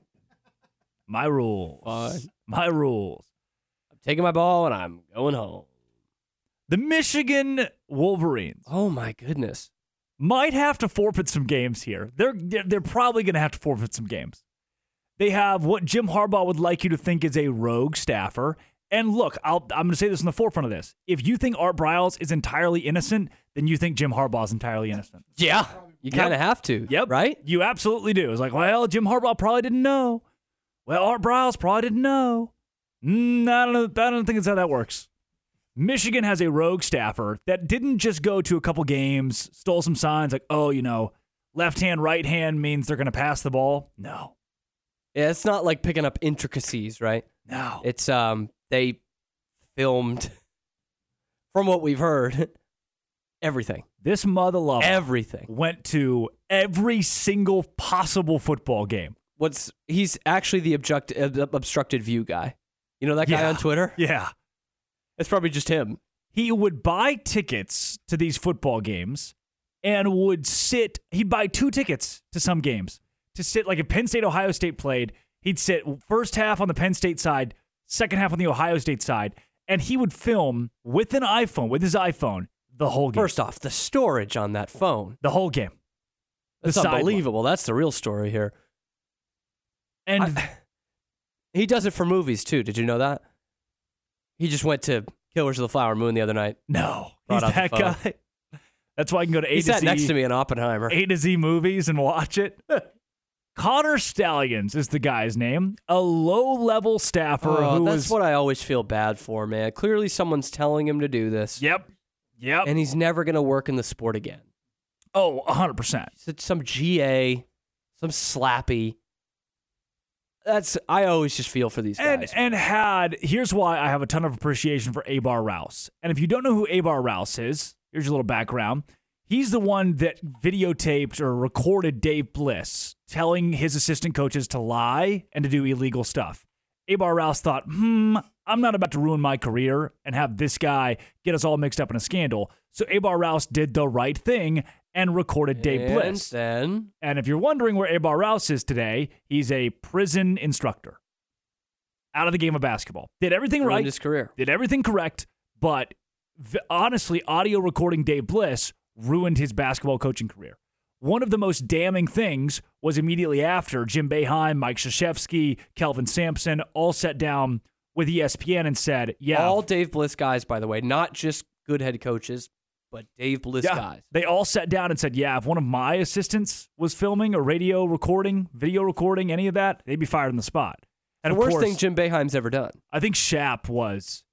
Speaker 9: My rules. My rules.
Speaker 7: I'm taking my ball and I'm going home.
Speaker 9: The Michigan Wolverines.
Speaker 7: Oh my goodness.
Speaker 9: Might have to forfeit some games here. They're they're, they're probably going to have to forfeit some games. They have what Jim Harbaugh would like you to think is a rogue staffer. And look, I'll, I'm going to say this in the forefront of this. If you think Art Briles is entirely innocent, then you think Jim Harbaugh is entirely innocent.
Speaker 7: Yeah. You kind of
Speaker 9: Yep.
Speaker 7: have to.
Speaker 9: Yep. Right? You absolutely do. It's like, well, Jim Harbaugh probably didn't know. Well, Art Briles probably didn't know. Mm, I don't know. I don't think that's how that works. Michigan has a rogue staffer that didn't just go to a couple games, stole some signs like, oh, you know, left hand, right hand means they're going to pass the ball. No.
Speaker 7: Yeah, it's not like picking up intricacies, right?
Speaker 9: No.
Speaker 7: It's um they filmed from what we've heard everything.
Speaker 9: This mother lover
Speaker 7: everything.
Speaker 9: Went to every single possible football game.
Speaker 7: What's he's actually the object, ob- obstructed view guy. You know that guy
Speaker 9: Yeah.
Speaker 7: on Twitter?
Speaker 9: Yeah.
Speaker 7: It's probably just him.
Speaker 9: He would buy tickets to these football games and would sit, he'd buy two tickets to some games to sit, like if Penn State, Ohio State played, he'd sit first half on the Penn State side, second half on the Ohio State side, and he would film with an iPhone, with his iPhone, the whole game.
Speaker 7: First off, the storage on that phone.
Speaker 9: The whole game. The
Speaker 7: That's
Speaker 9: sideline.
Speaker 7: unbelievable. That's the real story here.
Speaker 9: And
Speaker 7: He does it for movies too. Did you know that? He just went to Killers of the Flower Moon the other night.
Speaker 9: No,
Speaker 7: Brought
Speaker 9: he's
Speaker 7: out the
Speaker 9: that
Speaker 7: phone.
Speaker 9: guy. That's why I can go to A
Speaker 7: He
Speaker 9: to
Speaker 7: sat
Speaker 9: Z,
Speaker 7: next to me in Oppenheimer.
Speaker 9: A to Z movies and watch it. Connor Stallions is the guy's name, a low-level staffer
Speaker 7: Oh,
Speaker 9: who
Speaker 7: that's
Speaker 9: was.
Speaker 7: what I always feel bad for, man. Clearly, someone's telling him to do this.
Speaker 9: Yep. Yep.
Speaker 7: And he's never going to work in the sport again.
Speaker 9: Oh, 100 percent.
Speaker 7: It's some GA, some slappy. That's I always just feel for these
Speaker 9: And
Speaker 7: guys.
Speaker 9: and had here's why I have a ton of appreciation for Abar Rouse. And if you don't know who Abar Rouse is, here's your little background. He's the one that videotaped or recorded Dave Bliss telling his assistant coaches to lie and to do illegal stuff. Abar Rouse thought, hmm, I'm not about to ruin my career and have this guy get us all mixed up in a scandal. So Abar Rouse did the right thing and recorded Dave
Speaker 7: And
Speaker 9: Bliss.
Speaker 7: Then
Speaker 9: And if you're wondering where Abar Rouse is today, he's a prison instructor. Out of the game of basketball. Did everything
Speaker 7: ruined
Speaker 9: right.
Speaker 7: his career.
Speaker 9: Did everything correct, but v- honestly, audio recording Dave Bliss ruined his basketball coaching career. One of the most damning things was immediately after Jim Beheim, Mike Krzyzewski, Kelvin Sampson all sat down E with ESPN and said, "Yeah,
Speaker 7: All Dave Bliss guys, by the way, not just good head coaches, but Dave Bliss
Speaker 9: yeah.
Speaker 7: guys.
Speaker 9: They all sat down and said, "Yeah, if one of my assistants was filming a radio recording, video recording, any of that, they'd be fired on the spot." And
Speaker 7: The
Speaker 9: of
Speaker 7: worst
Speaker 9: course,
Speaker 7: thing Jim Beheim's ever done.
Speaker 9: I think Shap was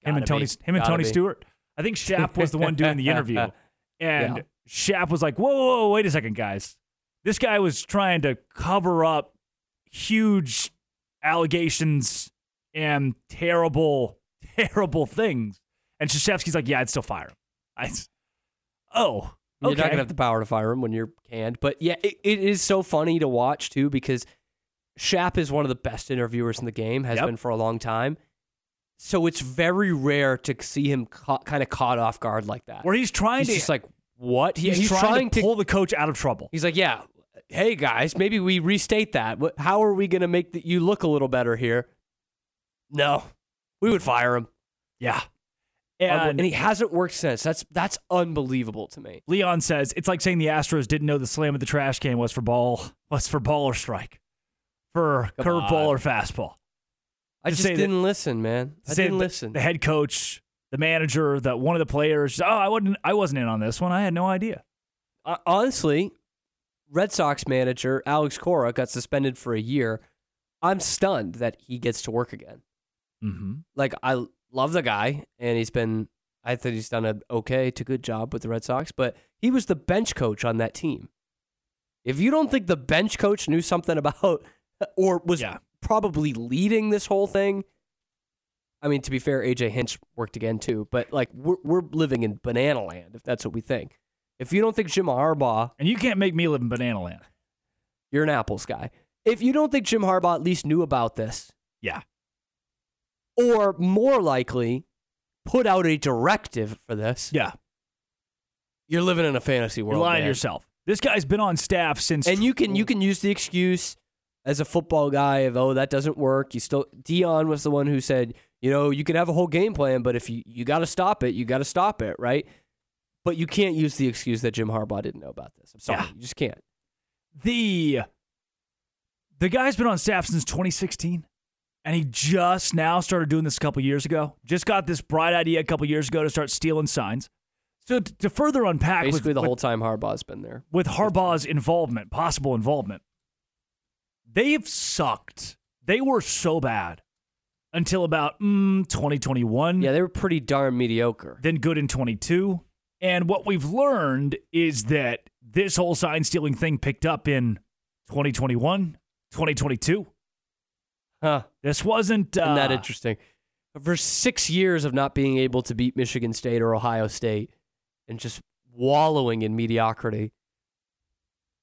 Speaker 9: him
Speaker 7: Gotta
Speaker 9: and Tony.
Speaker 7: be.
Speaker 9: Him and
Speaker 7: Gotta
Speaker 9: Tony
Speaker 7: be.
Speaker 9: Stewart. I think Shap was the one doing the interview, and
Speaker 7: Yeah.
Speaker 9: Shap was like, "Whoa, whoa, whoa, wait a second, guys! This guy was trying to cover up huge allegations and terrible, terrible things." And Shashevsky's like, "Yeah, I'd still fire him." I, oh,
Speaker 7: You're not
Speaker 9: okay.
Speaker 7: gonna have the power to fire him when you're canned. But yeah, it, it is so funny to watch too because Shap is one of the best interviewers in the game, has
Speaker 9: Yep.
Speaker 7: been for a long time. So it's very rare to see him ca- kind of caught off guard like that.
Speaker 9: where he's trying
Speaker 7: he's
Speaker 9: to
Speaker 7: just like what? He-
Speaker 9: he's, trying, to pull the coach out of trouble.
Speaker 7: He's like, yeah, hey guys, maybe we restate that. What- How are we going to make that you look a little better here? No, we would fire him.
Speaker 9: Yeah,
Speaker 7: Unbe-
Speaker 9: and,
Speaker 7: and he hasn't worked since. That's that's unbelievable to me.
Speaker 9: Leon says it's like saying the Astros didn't know the slam of the trash can was for ball was for ball or strike, for
Speaker 7: Come
Speaker 9: curveball
Speaker 7: on.
Speaker 9: or fastball.
Speaker 7: I
Speaker 9: To
Speaker 7: just
Speaker 9: say that-
Speaker 7: didn't listen, man. I
Speaker 9: say
Speaker 7: didn't
Speaker 9: the-
Speaker 7: listen.
Speaker 9: The head coach, the manager, that one of the players. Oh, I wasn't. I wasn't in on this one. I had no idea.
Speaker 7: Uh, honestly, Red Sox manager Alex Cora got suspended for a year. I'm stunned that he gets to work again.
Speaker 9: Mm-hmm.
Speaker 7: Like I love the guy, and he's been. I think he's done a okay to good job with the Red Sox, but he was the bench coach on that team. If you don't think the bench coach knew something about or was probably leading this whole thing, I mean, to be fair, AJ Hinch worked again too, but like we're, we're living in banana land if that's what we think. If you don't think Jim Harbaugh,
Speaker 9: and you can't make me live in banana land,
Speaker 7: you're an apples guy. If you don't think Jim Harbaugh at least knew about this,
Speaker 9: Yeah.
Speaker 7: or more likely, put out a directive for this,
Speaker 9: yeah,
Speaker 7: you're living in a fantasy world.
Speaker 9: You're lying to
Speaker 7: man.
Speaker 9: yourself. This guy's been on staff since.
Speaker 7: And you can you can use the excuse as a football guy of oh that doesn't work. You still Dion was the one who said you know you can have a whole game plan, but if you you got to stop it, you got to stop it, right? But you can't use the excuse that Jim Harbaugh didn't know about this. I'm sorry, you just can't.
Speaker 9: the the guy's been on staff since 2016 and he just now started doing this a couple years ago just got this bright idea a couple years ago to start stealing signs so t- to further unpack with-
Speaker 7: Basically, the
Speaker 9: with,
Speaker 7: whole time Harbaugh's been there.
Speaker 9: with harbaugh's involvement possible involvement they've sucked they were so bad until about mm, 2021 yeah
Speaker 7: they were pretty darn mediocre
Speaker 9: then good in 22 and what we've learned is that this whole sign stealing thing picked up in 2021 2022
Speaker 7: Huh.
Speaker 9: This wasn't uh,
Speaker 7: Isn't that interesting? For six years of not being able to beat Michigan State or Ohio State and just wallowing in mediocrity.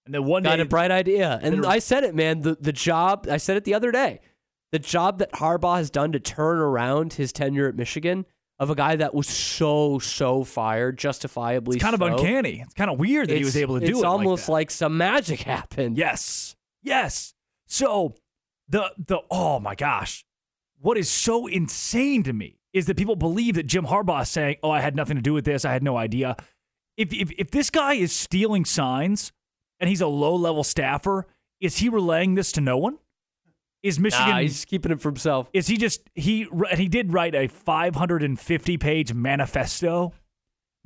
Speaker 9: And then one
Speaker 7: got
Speaker 9: day-
Speaker 7: a bright idea.
Speaker 9: then
Speaker 7: And
Speaker 9: it-
Speaker 7: I said it, man. The the job I said it the other day. The job that Harbaugh has done to turn around his tenure at Michigan of a guy that was so, so fired, justifiably
Speaker 9: It's kind of
Speaker 7: so.
Speaker 9: uncanny. It's kind of weird that he
Speaker 7: It's-
Speaker 9: was able to do it
Speaker 7: It's
Speaker 9: like
Speaker 7: almost
Speaker 9: that.
Speaker 7: like some magic happened.
Speaker 9: Yes. Yes. So the the oh my gosh, what is so insane to me is that people believe that Jim Harbaugh is saying, "Oh, I had nothing to do with this. I had no idea." If if if this guy is stealing signs and he's a low level staffer, is he relaying this to no one? Is Michigan?
Speaker 7: Nah, he's keeping it for himself.
Speaker 9: Is he just he? And he did write a 550 page manifesto,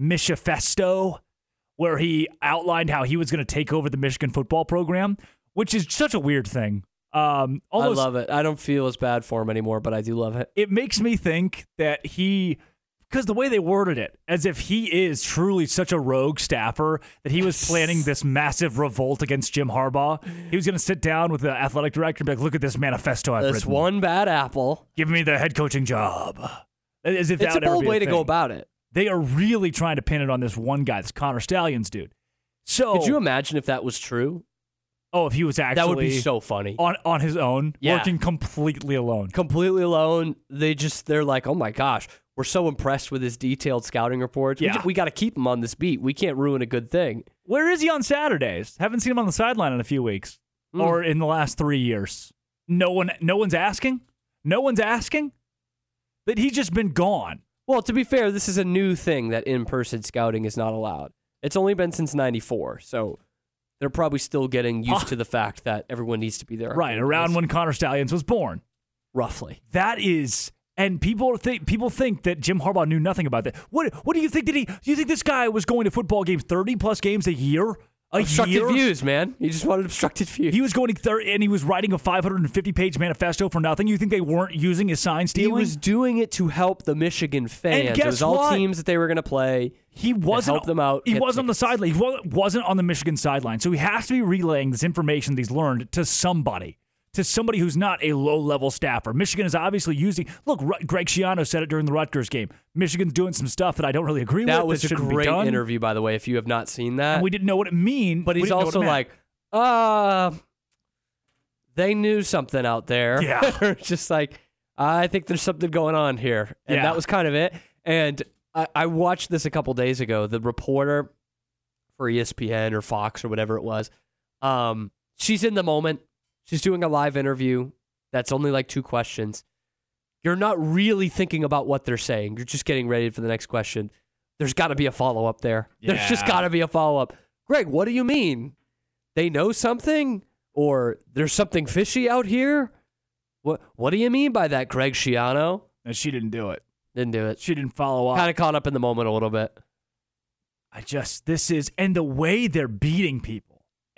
Speaker 9: Michifesto, where he outlined how he was going to take over the Michigan football program, which is such a weird thing. Um, almost,
Speaker 7: I love it. I don't feel as bad for him anymore, but I do love it.
Speaker 9: it makes me think that he because the way they worded it as if he is truly such a rogue staffer that he was planning this massive revolt against jim harbaugh he was going to sit down with the athletic director and be like look at this manifesto i've
Speaker 7: This
Speaker 9: written.
Speaker 7: one bad apple
Speaker 9: give me the head coaching job as if that
Speaker 7: It's a
Speaker 9: would ever
Speaker 7: bold
Speaker 9: be
Speaker 7: way to go
Speaker 9: thing.
Speaker 7: about it.
Speaker 9: they are really trying to pin it on this one guy this connor stallions dude so
Speaker 7: Could you imagine if that was true?
Speaker 9: oh if he was actually
Speaker 7: That would be so funny.
Speaker 9: on on his own
Speaker 7: Yeah.
Speaker 9: working completely alone
Speaker 7: Completely alone. They just they're like, oh my gosh, we're so impressed with his detailed scouting reports.
Speaker 9: Yeah.
Speaker 7: We, got to keep him on this beat. We can't ruin a good thing.
Speaker 9: Where is he on Saturdays? Haven't seen him on the sideline in a few weeks
Speaker 7: Hmm.
Speaker 9: or in the last three years. No one, no one's asking. No one's asking that he's just been gone.
Speaker 7: Well, to be fair, this is a new thing that in-person scouting is not allowed. It's only been since '94, so they're probably still getting used to the fact that everyone needs to be there.
Speaker 9: Right around when Connor Stallions was born,
Speaker 7: roughly.
Speaker 9: That is And people think people think that Jim Harbaugh knew nothing about that. What what do you think? Did he? Do you think this guy was going to football games thirty plus games a year? A
Speaker 7: Obstructed
Speaker 9: year?
Speaker 7: views, man. He just wanted obstructed views.
Speaker 9: He was going to thirty, and he was writing a five hundred and fifty page manifesto for nothing. You think they weren't using his sign stealing?
Speaker 7: He was doing it to help the Michigan fans.
Speaker 9: And
Speaker 7: it
Speaker 9: guess
Speaker 7: was all
Speaker 9: what?
Speaker 7: teams that they were going to play.
Speaker 9: He wasn't
Speaker 7: help them out.
Speaker 9: He
Speaker 7: get
Speaker 9: wasn't on the sideline. He wa- wasn't on the Michigan sideline. So he has to be relaying this information that he's learned to somebody, to somebody who's not a low-level staffer. Michigan is obviously using. Look, Ru- Greg Schiano said it during the Rutgers game. Michigan's doing some stuff that I don't really agree
Speaker 7: That
Speaker 9: with.
Speaker 7: was a
Speaker 9: shouldn't be
Speaker 7: great
Speaker 9: done.
Speaker 7: interview, by the way. If you have not seen that,
Speaker 9: And we didn't know what it mean.
Speaker 7: But
Speaker 9: we
Speaker 7: he's
Speaker 9: didn't know what it
Speaker 7: also
Speaker 9: meant.
Speaker 7: like, uh, they knew something out there.
Speaker 9: Yeah.
Speaker 7: Or just like, I think there's something going on here. And
Speaker 9: Yeah.
Speaker 7: that was kind of it. And I, I watched this a couple days ago. The reporter for E ESPN or Fox or whatever it was, um, she's in the moment. She's doing a live interview that's only like two questions. You're not really thinking about what they're saying. You're just getting ready for the next question. There's got to be a follow up there. There's just
Speaker 9: Yeah.
Speaker 7: got to be a follow up. Greg, what do you mean? They know something, or there's something fishy out here? What What do you mean by that, Greg Schiano?
Speaker 9: And she didn't do it.
Speaker 7: Didn't do it.
Speaker 9: She didn't follow up.
Speaker 7: Kind of caught up in the moment a little bit.
Speaker 9: I just this is and the way they're beating people.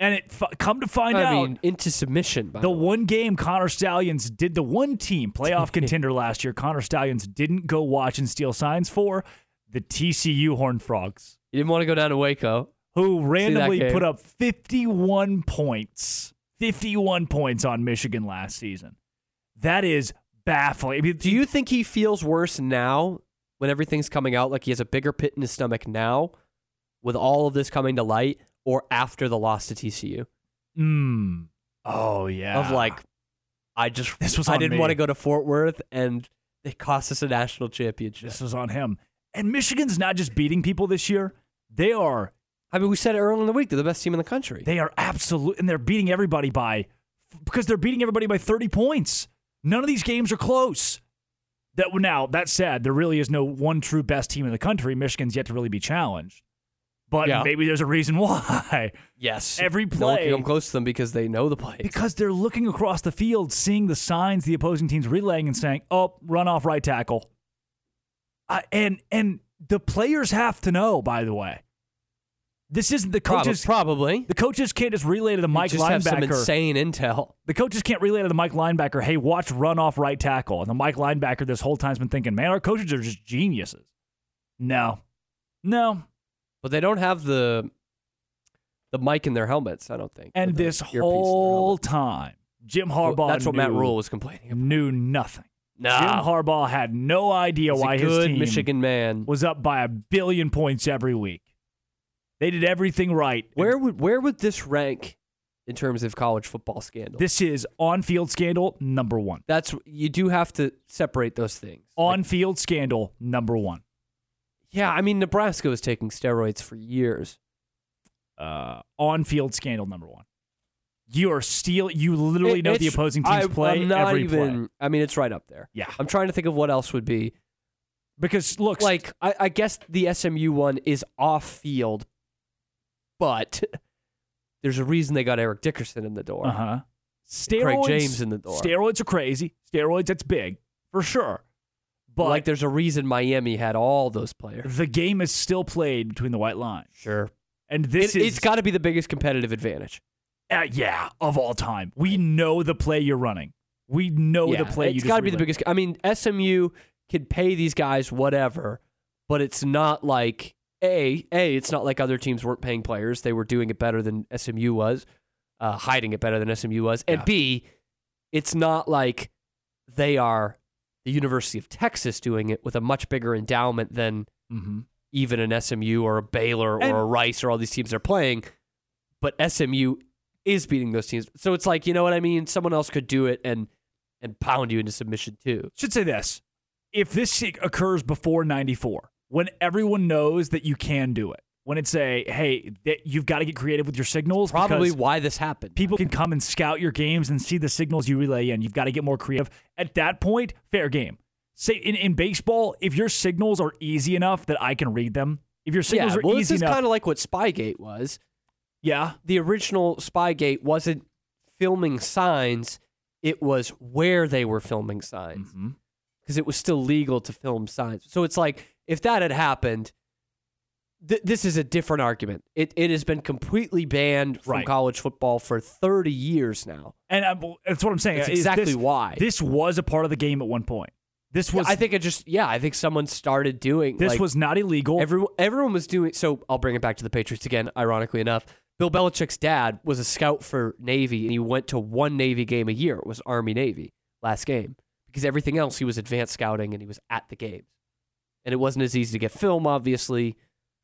Speaker 9: And it fu- come to find
Speaker 7: I
Speaker 9: out
Speaker 7: mean, into submission. By
Speaker 9: the one game Connor Stallions did the one team playoff contender last year Connor Stallions didn't go watch and steal signs for the TCU Horned Frogs
Speaker 7: You didn't want to go down to Waco.
Speaker 9: who randomly
Speaker 7: game.
Speaker 9: put up 51 points 51 points on Michigan last season that is baffling I mean,
Speaker 7: Do you think he feels worse now when everything's coming out? Like he has a bigger pit in his stomach now with all of this coming to light or after the loss to TCU?
Speaker 16: Hmm.
Speaker 9: mm, oh yeah
Speaker 7: Of like, I just,
Speaker 9: This was
Speaker 7: I
Speaker 9: on
Speaker 7: didn't
Speaker 9: me.
Speaker 7: want to go to Fort Worth and it cost us a national championship.
Speaker 9: this was on him and Michigan's not just beating people this year they are
Speaker 7: I mean, we said it earlier in the week, they're the best team in the country.
Speaker 9: They are absolute, and they're beating everybody by because they're beating everybody by 30 points. None of these games are close. That now that said, there really is no one true best team in the country. Michigan's yet to really be challenged, but
Speaker 7: Yeah.
Speaker 9: maybe there's a reason why.
Speaker 7: Yes.
Speaker 9: every
Speaker 7: No one
Speaker 9: play
Speaker 7: can come close to them because they know the play.
Speaker 9: because they're looking across the field, seeing the signs the opposing team's relaying, and saying, "Oh, run off right tackle." I and and the players have to know. By the way, this isn't the
Speaker 7: Prob-
Speaker 9: coaches.
Speaker 7: probably
Speaker 9: the coaches can't just relay to the Mike
Speaker 7: just
Speaker 9: linebacker.
Speaker 7: have some insane intel.
Speaker 9: The coaches can't relay to the Mike linebacker, hey, watch run off right tackle. And the Mike linebacker this whole time's been thinking, man, our coaches are just geniuses. No. No.
Speaker 7: But they don't have the the mic in their helmets, I don't think.
Speaker 9: And this whole time, Jim Harbaugh.
Speaker 7: Well, that's what Matt
Speaker 9: knew-
Speaker 7: Rule was complaining
Speaker 9: Knew nothing.
Speaker 7: No.
Speaker 9: Jim Harbaugh had no idea
Speaker 7: He's a
Speaker 9: why his
Speaker 7: good
Speaker 9: team
Speaker 7: Michigan man
Speaker 9: was up by a billion points every week. They did everything right.
Speaker 7: Where would where would this rank in terms of college football scandal?
Speaker 9: This is on field scandal number one.
Speaker 7: That's you do have to separate those things.
Speaker 9: On field scandal number one.
Speaker 7: Yeah, I mean Nebraska was taking steroids for years.
Speaker 9: uh, on field scandal number one. You are steal. You literally
Speaker 7: It-
Speaker 9: know the
Speaker 7: it's-
Speaker 9: opposing team's
Speaker 7: I-
Speaker 9: play
Speaker 7: I'm not
Speaker 9: every play.
Speaker 7: even- I mean, it's right up there.
Speaker 9: Yeah.
Speaker 7: I'm trying to think of what else would be
Speaker 9: because looks
Speaker 7: like I, I guess the SMU one is off field, but there's a reason they got Eric Dickerson in the door.
Speaker 9: Uh huh.
Speaker 7: Craig
Speaker 9: Steroids.
Speaker 7: James in the door.
Speaker 9: Steroids are crazy. Steroids. That's big for sure. But
Speaker 7: like there's a reason Miami had all those players.
Speaker 9: the game is still played between the white lines.
Speaker 7: Sure.
Speaker 9: And this
Speaker 7: it,
Speaker 9: is
Speaker 7: it's got to be the biggest competitive advantage.
Speaker 9: uh, yeah of all time. We know the play you're running. We know the play. you
Speaker 7: It's
Speaker 9: just
Speaker 7: got to be the
Speaker 9: relayed.
Speaker 7: biggest. I mean, SMU can pay these guys whatever, but it's not like a a. It's not like other teams weren't paying players; they were doing it better than SMU was, uh, hiding it better than SMU was, and b, it's not like they are the University of Texas doing it with a much bigger endowment than
Speaker 9: Mhm.
Speaker 7: even an SMU or a Baylor
Speaker 9: And-
Speaker 7: or a Rice or all these teams they're playing. But SMU is beating those teams. So it's like, you know what I mean? Someone else could do it and and pound you into submission too.
Speaker 9: should say this if this shit occurs before 94 when everyone knows that you can do it when it's a hey that you've got to get creative with your signals
Speaker 7: Probably
Speaker 9: because
Speaker 7: why this happened.
Speaker 9: people can come and scout your games and see the signals you relay in you've got to get more creative at that point fair game say in, in baseball if your signals are easy enough that i can read them if your signals
Speaker 7: yeah,
Speaker 9: are
Speaker 7: well,
Speaker 9: easy
Speaker 7: this is
Speaker 9: enough
Speaker 7: kind of like what Spygate was.
Speaker 9: yeah
Speaker 7: The original Spygate wasn't
Speaker 9: Mm-hmm.
Speaker 7: filming signs; it was where they were filming signs. because it was still legal to film signs. So it's like if that had happened, th- this is a different argument. It it has been completely banned from
Speaker 9: Right.
Speaker 7: college football for 30 years now.
Speaker 9: And I'm, that's what I'm saying.
Speaker 7: That's
Speaker 9: is
Speaker 7: exactly
Speaker 9: this-
Speaker 7: why.
Speaker 9: this was a part of the game at one point. This
Speaker 7: Yeah,
Speaker 9: was
Speaker 7: I think it just yeah, I think someone started doing
Speaker 9: This
Speaker 7: like-
Speaker 9: was not illegal.
Speaker 7: Everyone everyone was doing so I'll bring it back to the Patriots again, ironically enough. Bill Belichick's dad was a scout for Navy and he went to one Navy game a year. It was Army Navy last game. Because everything else he was advanced scouting and he was at the games. And it wasn't as easy to get film, obviously,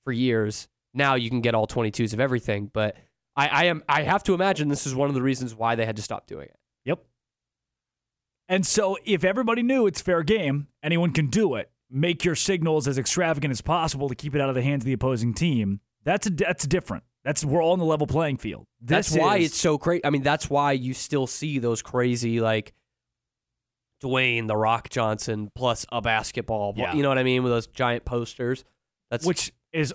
Speaker 7: for years. Now you can get all twenty twos of everything, but I, I am I have to imagine this is one of the reasons why they had to stop doing it.
Speaker 9: Yep. And so, if everybody knew it's fair game, anyone can do it. Make your signals as extravagant as possible to keep it out of the hands of the opposing team. That's a, that's different. That's we're all on the level playing field.
Speaker 7: That's
Speaker 9: This
Speaker 7: why
Speaker 9: is-
Speaker 7: it's so crazy. I mean, that's why you still see those crazy like Dwayne the Rock Johnson plus a basketball. ball.
Speaker 9: Yeah.
Speaker 7: You know what I mean with those giant posters. That's
Speaker 9: which is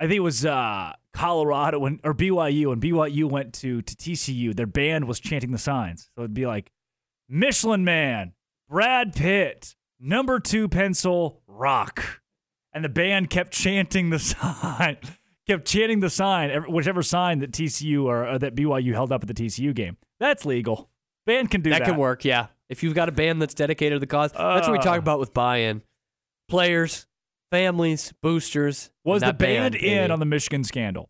Speaker 9: I think it was uh, Colorado when or BYU when BYU went to to TCU. Their band was chanting the signs, so it'd be like Michelin Man, Brad Pitt, number two pencil rock, and the band kept chanting the sign, kept chanting the sign, ev- whichever sign that TCU or, or that BYU held up at the TCU game. That's legal. Band can do that.
Speaker 7: that can work. Yeah, if you've got a band that's dedicated to the cause, that's what we talk
Speaker 9: Uh.
Speaker 7: about with buy-in. Players, families, boosters.
Speaker 9: Was
Speaker 7: and
Speaker 9: the
Speaker 7: that
Speaker 9: band, in
Speaker 7: baby.
Speaker 9: on the Michigan scandal?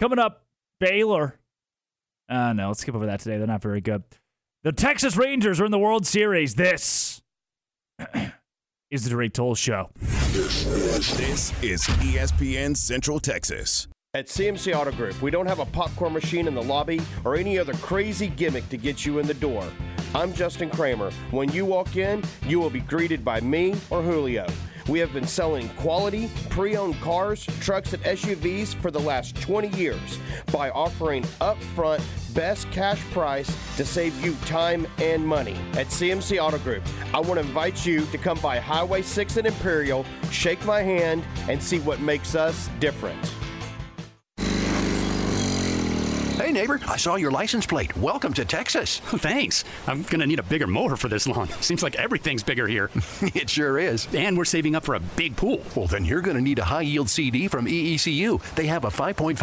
Speaker 9: Coming up, Baylor. Uh, no, let's skip over that today. They're not very good. The Texas Rangers are in the World Series. This is the Drake Toll Show.
Speaker 17: This is E ESPN Central Texas.
Speaker 18: At CMC Auto Group, we don't have a popcorn machine in the lobby or any other crazy gimmick to get you in the door. I'm Justin Kramer. When you walk in, you will be greeted by me or Julio. We have been selling quality, pre owned cars, trucks, and SUVs for the last 20 years by offering upfront best cash price to save you time and money. At CMC Auto Group, I want to invite you to come by Highway 6 in Imperial, shake my hand, and see what makes us different.
Speaker 19: Hey, neighbor, I saw your license plate. Welcome to Texas. Thanks. I'm going to need a bigger mower for this lawn. Seems like everything's bigger here. it sure is. And we're saving up for a big pool. Well, then you're going to need a high yield CD from E EECU. They have a 5.5%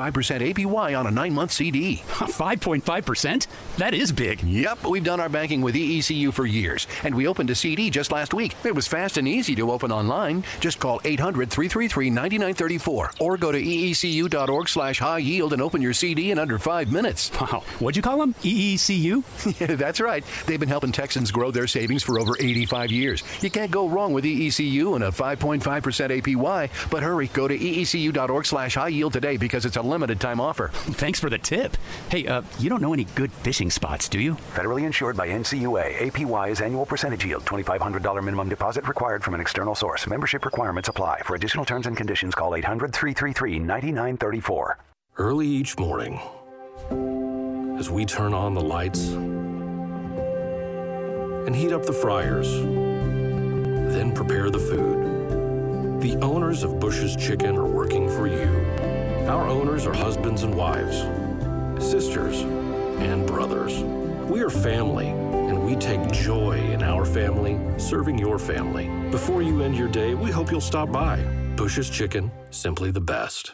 Speaker 19: APY on a nine month CD. 5.5%? That is big. Yep, we've done our banking with E EECU for years, and we opened a CD just last week. It was fast and easy to open online. Just call 800 333 9934 or go to E eecu.org slash high yield and open your CD in under five minutes. Wow. What'd you call E them? EECU? yeah, that's right. They've been helping Texans grow their savings for over 85 years. You can't go wrong with E EECU and a 5.5% APY, but hurry, go to E eecu.org slash high yield today because it's a limited time offer.
Speaker 18: Thanks for the tip.
Speaker 19: Hey, uh, you don't know any good fishing spots, do you?
Speaker 20: Federally insured by NCUA. APY is annual percentage yield. $2,500 minimum deposit required from an external source. Membership requirements apply. For additional terms and conditions, call 800 333 9934.
Speaker 21: Early each morning, as we turn on the lights and heat up the fryers, then prepare the food. The owners of Bush's Chicken are working for you. Our owners are husbands and wives, sisters and brothers. We are family, and we take joy in our family, serving your family. Before you end your day, we hope you'll stop by. Bush's Chicken, simply the best.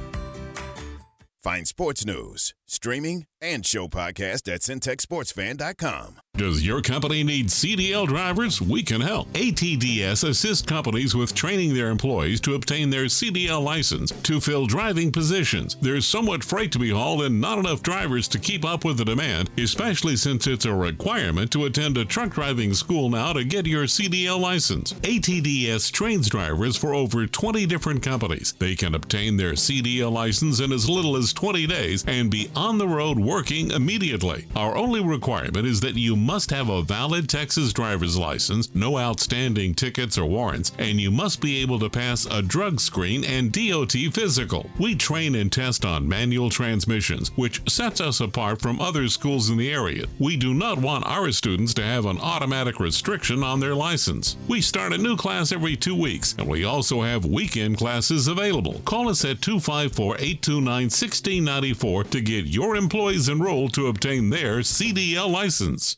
Speaker 17: Find sports news, streaming, and show podcast at syntechsportsfan.com.
Speaker 22: Does your company need CDL drivers? We can help. ATDS assists companies with training their employees to obtain their CDL license to fill driving positions. There's so much freight to be hauled and not enough drivers to keep up with the demand, especially since it's a requirement to attend a truck driving school now to get your CDL license. ATDS trains drivers for over 20 different companies. They can obtain their CDL license in as little as 20 days and be on on the road working immediately. Our only requirement is that you must have a valid Texas driver's license, no outstanding tickets or warrants, and you must be able to pass a drug screen and DOT physical. We train and test on manual transmissions, which sets us apart from other schools in the area. We do not want our students to have an automatic restriction on their license. We start a new class every two weeks, and we also have weekend classes available. Call us at 254 829 1694 to get your employees enrolled to obtain their CDL license.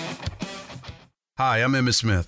Speaker 1: Hi, I'm Emmett Smith,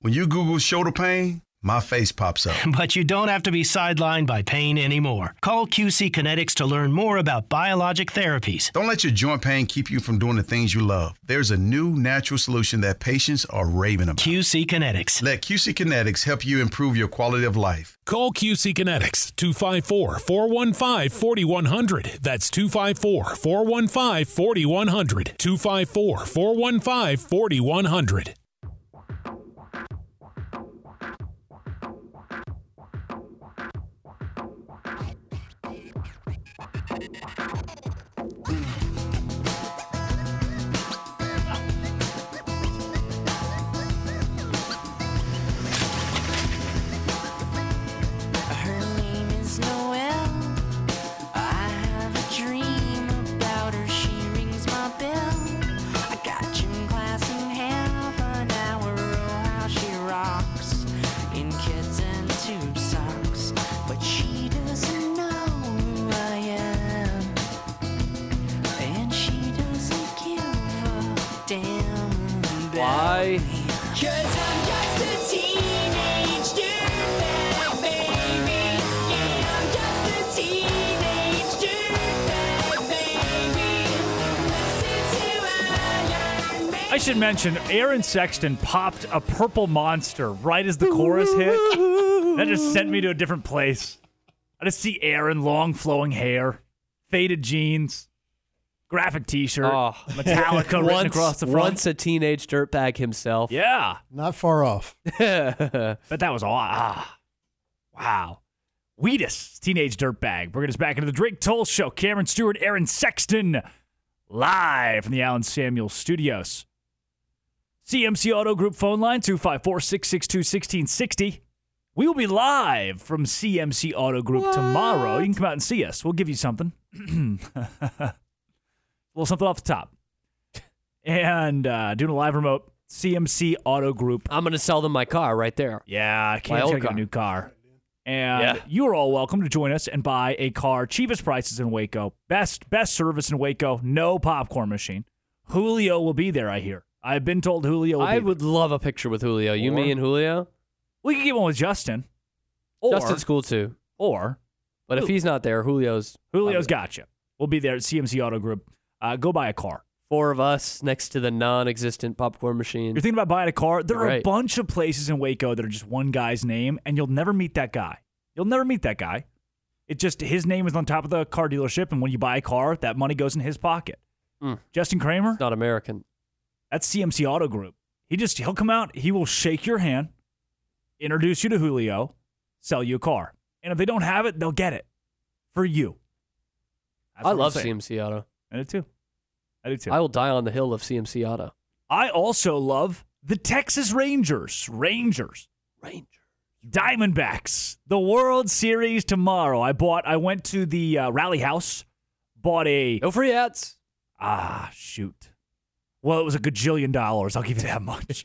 Speaker 1: When you Google shoulder pain, my face pops up.
Speaker 3: But you don't have to be sidelined by pain anymore. Call QC Kinetics to learn more about biologic therapies.
Speaker 1: Don't let your joint pain keep you from doing the things you love. There's a new natural solution that patients are raving about.
Speaker 3: QC Kinetics.
Speaker 1: Let QC Kinetics help you improve your quality of life.
Speaker 16: Call QC Kinetics 254 415 4100. That's 254 415 4100. 254 415 4100.
Speaker 23: Her name is Noelle. I have a dream about her. She rings my bell. I got gym class in half an hour. Oh, how she rocks in kids and tube socks. But she doesn't know who I am. And she doesn't give a damn.
Speaker 7: Why?
Speaker 23: Cause I'm just a teenage dirtbag, baby. Yeah, I'm just a teenage dirtbag, baby.
Speaker 9: I should mention Aaron Sexton popped a purple monster right as the chorus hit. That just sent me to a different place. I just see Aaron, long flowing hair, faded jeans, graphic t shirt, Metallica written
Speaker 7: Oh. once,
Speaker 9: across the front.
Speaker 7: Once a teenage dirtbag himself.
Speaker 9: Yeah.
Speaker 10: Not far off.
Speaker 9: but that was all. Ah, wow. Wheatus, teenage dirtbag, bringing us back into the Drake Toll Show. Cameron Stewart, Aaron Sexton, live from the Allen Samuel Studios. CMC Auto Group phone line 254 662 1660. We will be live from CMC Auto Group tomorrow. You can come out and see us. We'll give you something. a little something off the top. And uh, doing a live remote CMC Auto Group.
Speaker 7: I'm going to sell them my car right there.
Speaker 9: Yeah, I
Speaker 7: My
Speaker 9: can't
Speaker 7: old
Speaker 9: take
Speaker 7: car.
Speaker 9: a new car. And
Speaker 7: Yeah.
Speaker 9: you are all welcome to join us and buy a car. Cheapest prices in Waco. Best best service in Waco. No popcorn machine. Julio will be there, I hear. I've been told Julio will
Speaker 7: I
Speaker 9: be
Speaker 7: would love a picture with Julio. You, me,
Speaker 9: Or-
Speaker 7: and Julio.
Speaker 9: We could get one with Justin. Or-
Speaker 7: Justin's cool too.
Speaker 9: Or,
Speaker 7: but if
Speaker 9: Ju-
Speaker 7: he's not there, Julio's
Speaker 9: Julio's got you. We'll be there at CMC Auto Group. Uh, go buy a car.
Speaker 7: four of us next to the non-existent popcorn machine.
Speaker 9: You're thinking about buying a car. There
Speaker 7: You're
Speaker 9: are a
Speaker 7: right.
Speaker 9: bunch of places in Waco that are just one guy's name, and you'll never meet that guy. You'll never meet that guy. It just his name is on top of the car dealership, and when you buy a car, that money goes in his pocket.
Speaker 7: Mm.
Speaker 9: Justin Kramer,
Speaker 7: not American.
Speaker 9: That's CMC Auto Group. He just he'll come out. He will shake your hand, introduce you to Julio, sell you a car, and if they don't have it, they'll get it for you. That's
Speaker 7: I
Speaker 9: what I'm
Speaker 7: love
Speaker 9: saying.
Speaker 7: CMC Auto.
Speaker 9: I do too. I do too.
Speaker 7: I will die on the hill of CMC Auto.
Speaker 9: I also love the Texas Rangers. Rangers. Rangers. Diamondbacks. The World Series tomorrow. I bought, I went to the uh, Rally House, bought a.
Speaker 7: No free ads.
Speaker 9: Ah, shoot. Well, it was a gajillion dollars. I'll give you that much.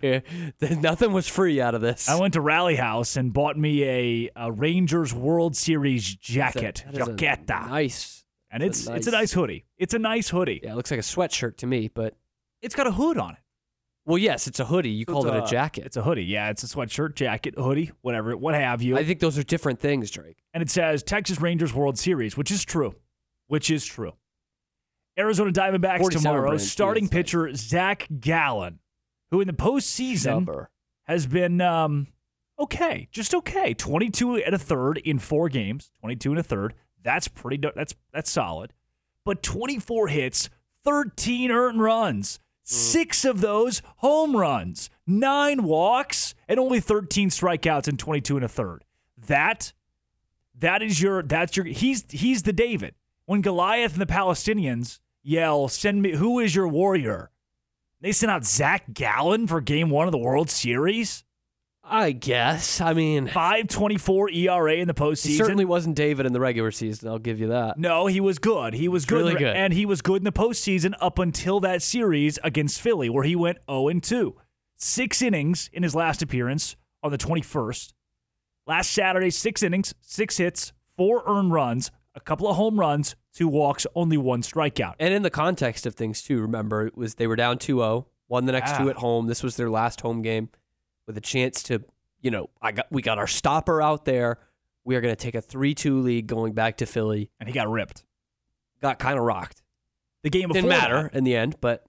Speaker 7: Nothing was free out of this.
Speaker 9: I went to Rally House and bought me a, a Rangers World Series jacket.
Speaker 7: that is a
Speaker 9: Jaqueta.
Speaker 7: Nice.
Speaker 9: And it's it's a nice hoodie. It's a nice hoodie.
Speaker 7: Yeah, it looks like a sweatshirt to me, but
Speaker 9: It's got a hood on it.
Speaker 7: well, yes, it's a hoodie. You
Speaker 9: So
Speaker 7: called
Speaker 9: it's
Speaker 7: it a jacket.
Speaker 9: It's a hoodie. Yeah, it's a sweatshirt, jacket, hoodie, whatever, what have you.
Speaker 7: I think those are different things, Drake.
Speaker 9: and it says Texas Rangers World Series, which is true, which is true. Arizona Diamondbacks
Speaker 7: 47
Speaker 9: tomorrow.
Speaker 7: brand, too,
Speaker 9: starting
Speaker 7: it's
Speaker 9: pitcher Zach Gallen, who in the postseason has been um, okay, just okay. Twenty-two and a third in four games. Twenty-two and a third. That's pretty. do- That's that's solid. But twenty-four hits, thirteen earned runs, six of those home runs, nine walks, and only thirteen strikeouts in twenty-two and a third. That that is your that's your he's he's the David. When Goliath and the Palestinians yell, send me who is your warrior? They sent out Zach Gallen for game one of the World Series?
Speaker 7: I guess. I mean
Speaker 9: five twenty four ERA in the postseason.
Speaker 7: He certainly wasn't David in the regular season. I'll give you that.
Speaker 9: No, he was good. He was good,
Speaker 7: Really good.
Speaker 9: and he was good in the postseason up until that series against Philly, where he went zero and two, six innings in his last appearance on the twenty first. Last Saturday, six innings, six hits, four earned runs, a couple of home runs, two walks, only one strikeout.
Speaker 7: And in the context of things too, remember it was they were down 2-0, won the next two
Speaker 9: Yeah.
Speaker 7: at home. This was their last home game with a chance to, you know, I got we got our stopper out there. We are going to take a 3-2 lead going back to Philly.
Speaker 9: And he got ripped.
Speaker 7: Got kind of rocked.
Speaker 9: The game
Speaker 7: didn't
Speaker 9: before
Speaker 7: matter
Speaker 9: that.
Speaker 7: in the end, but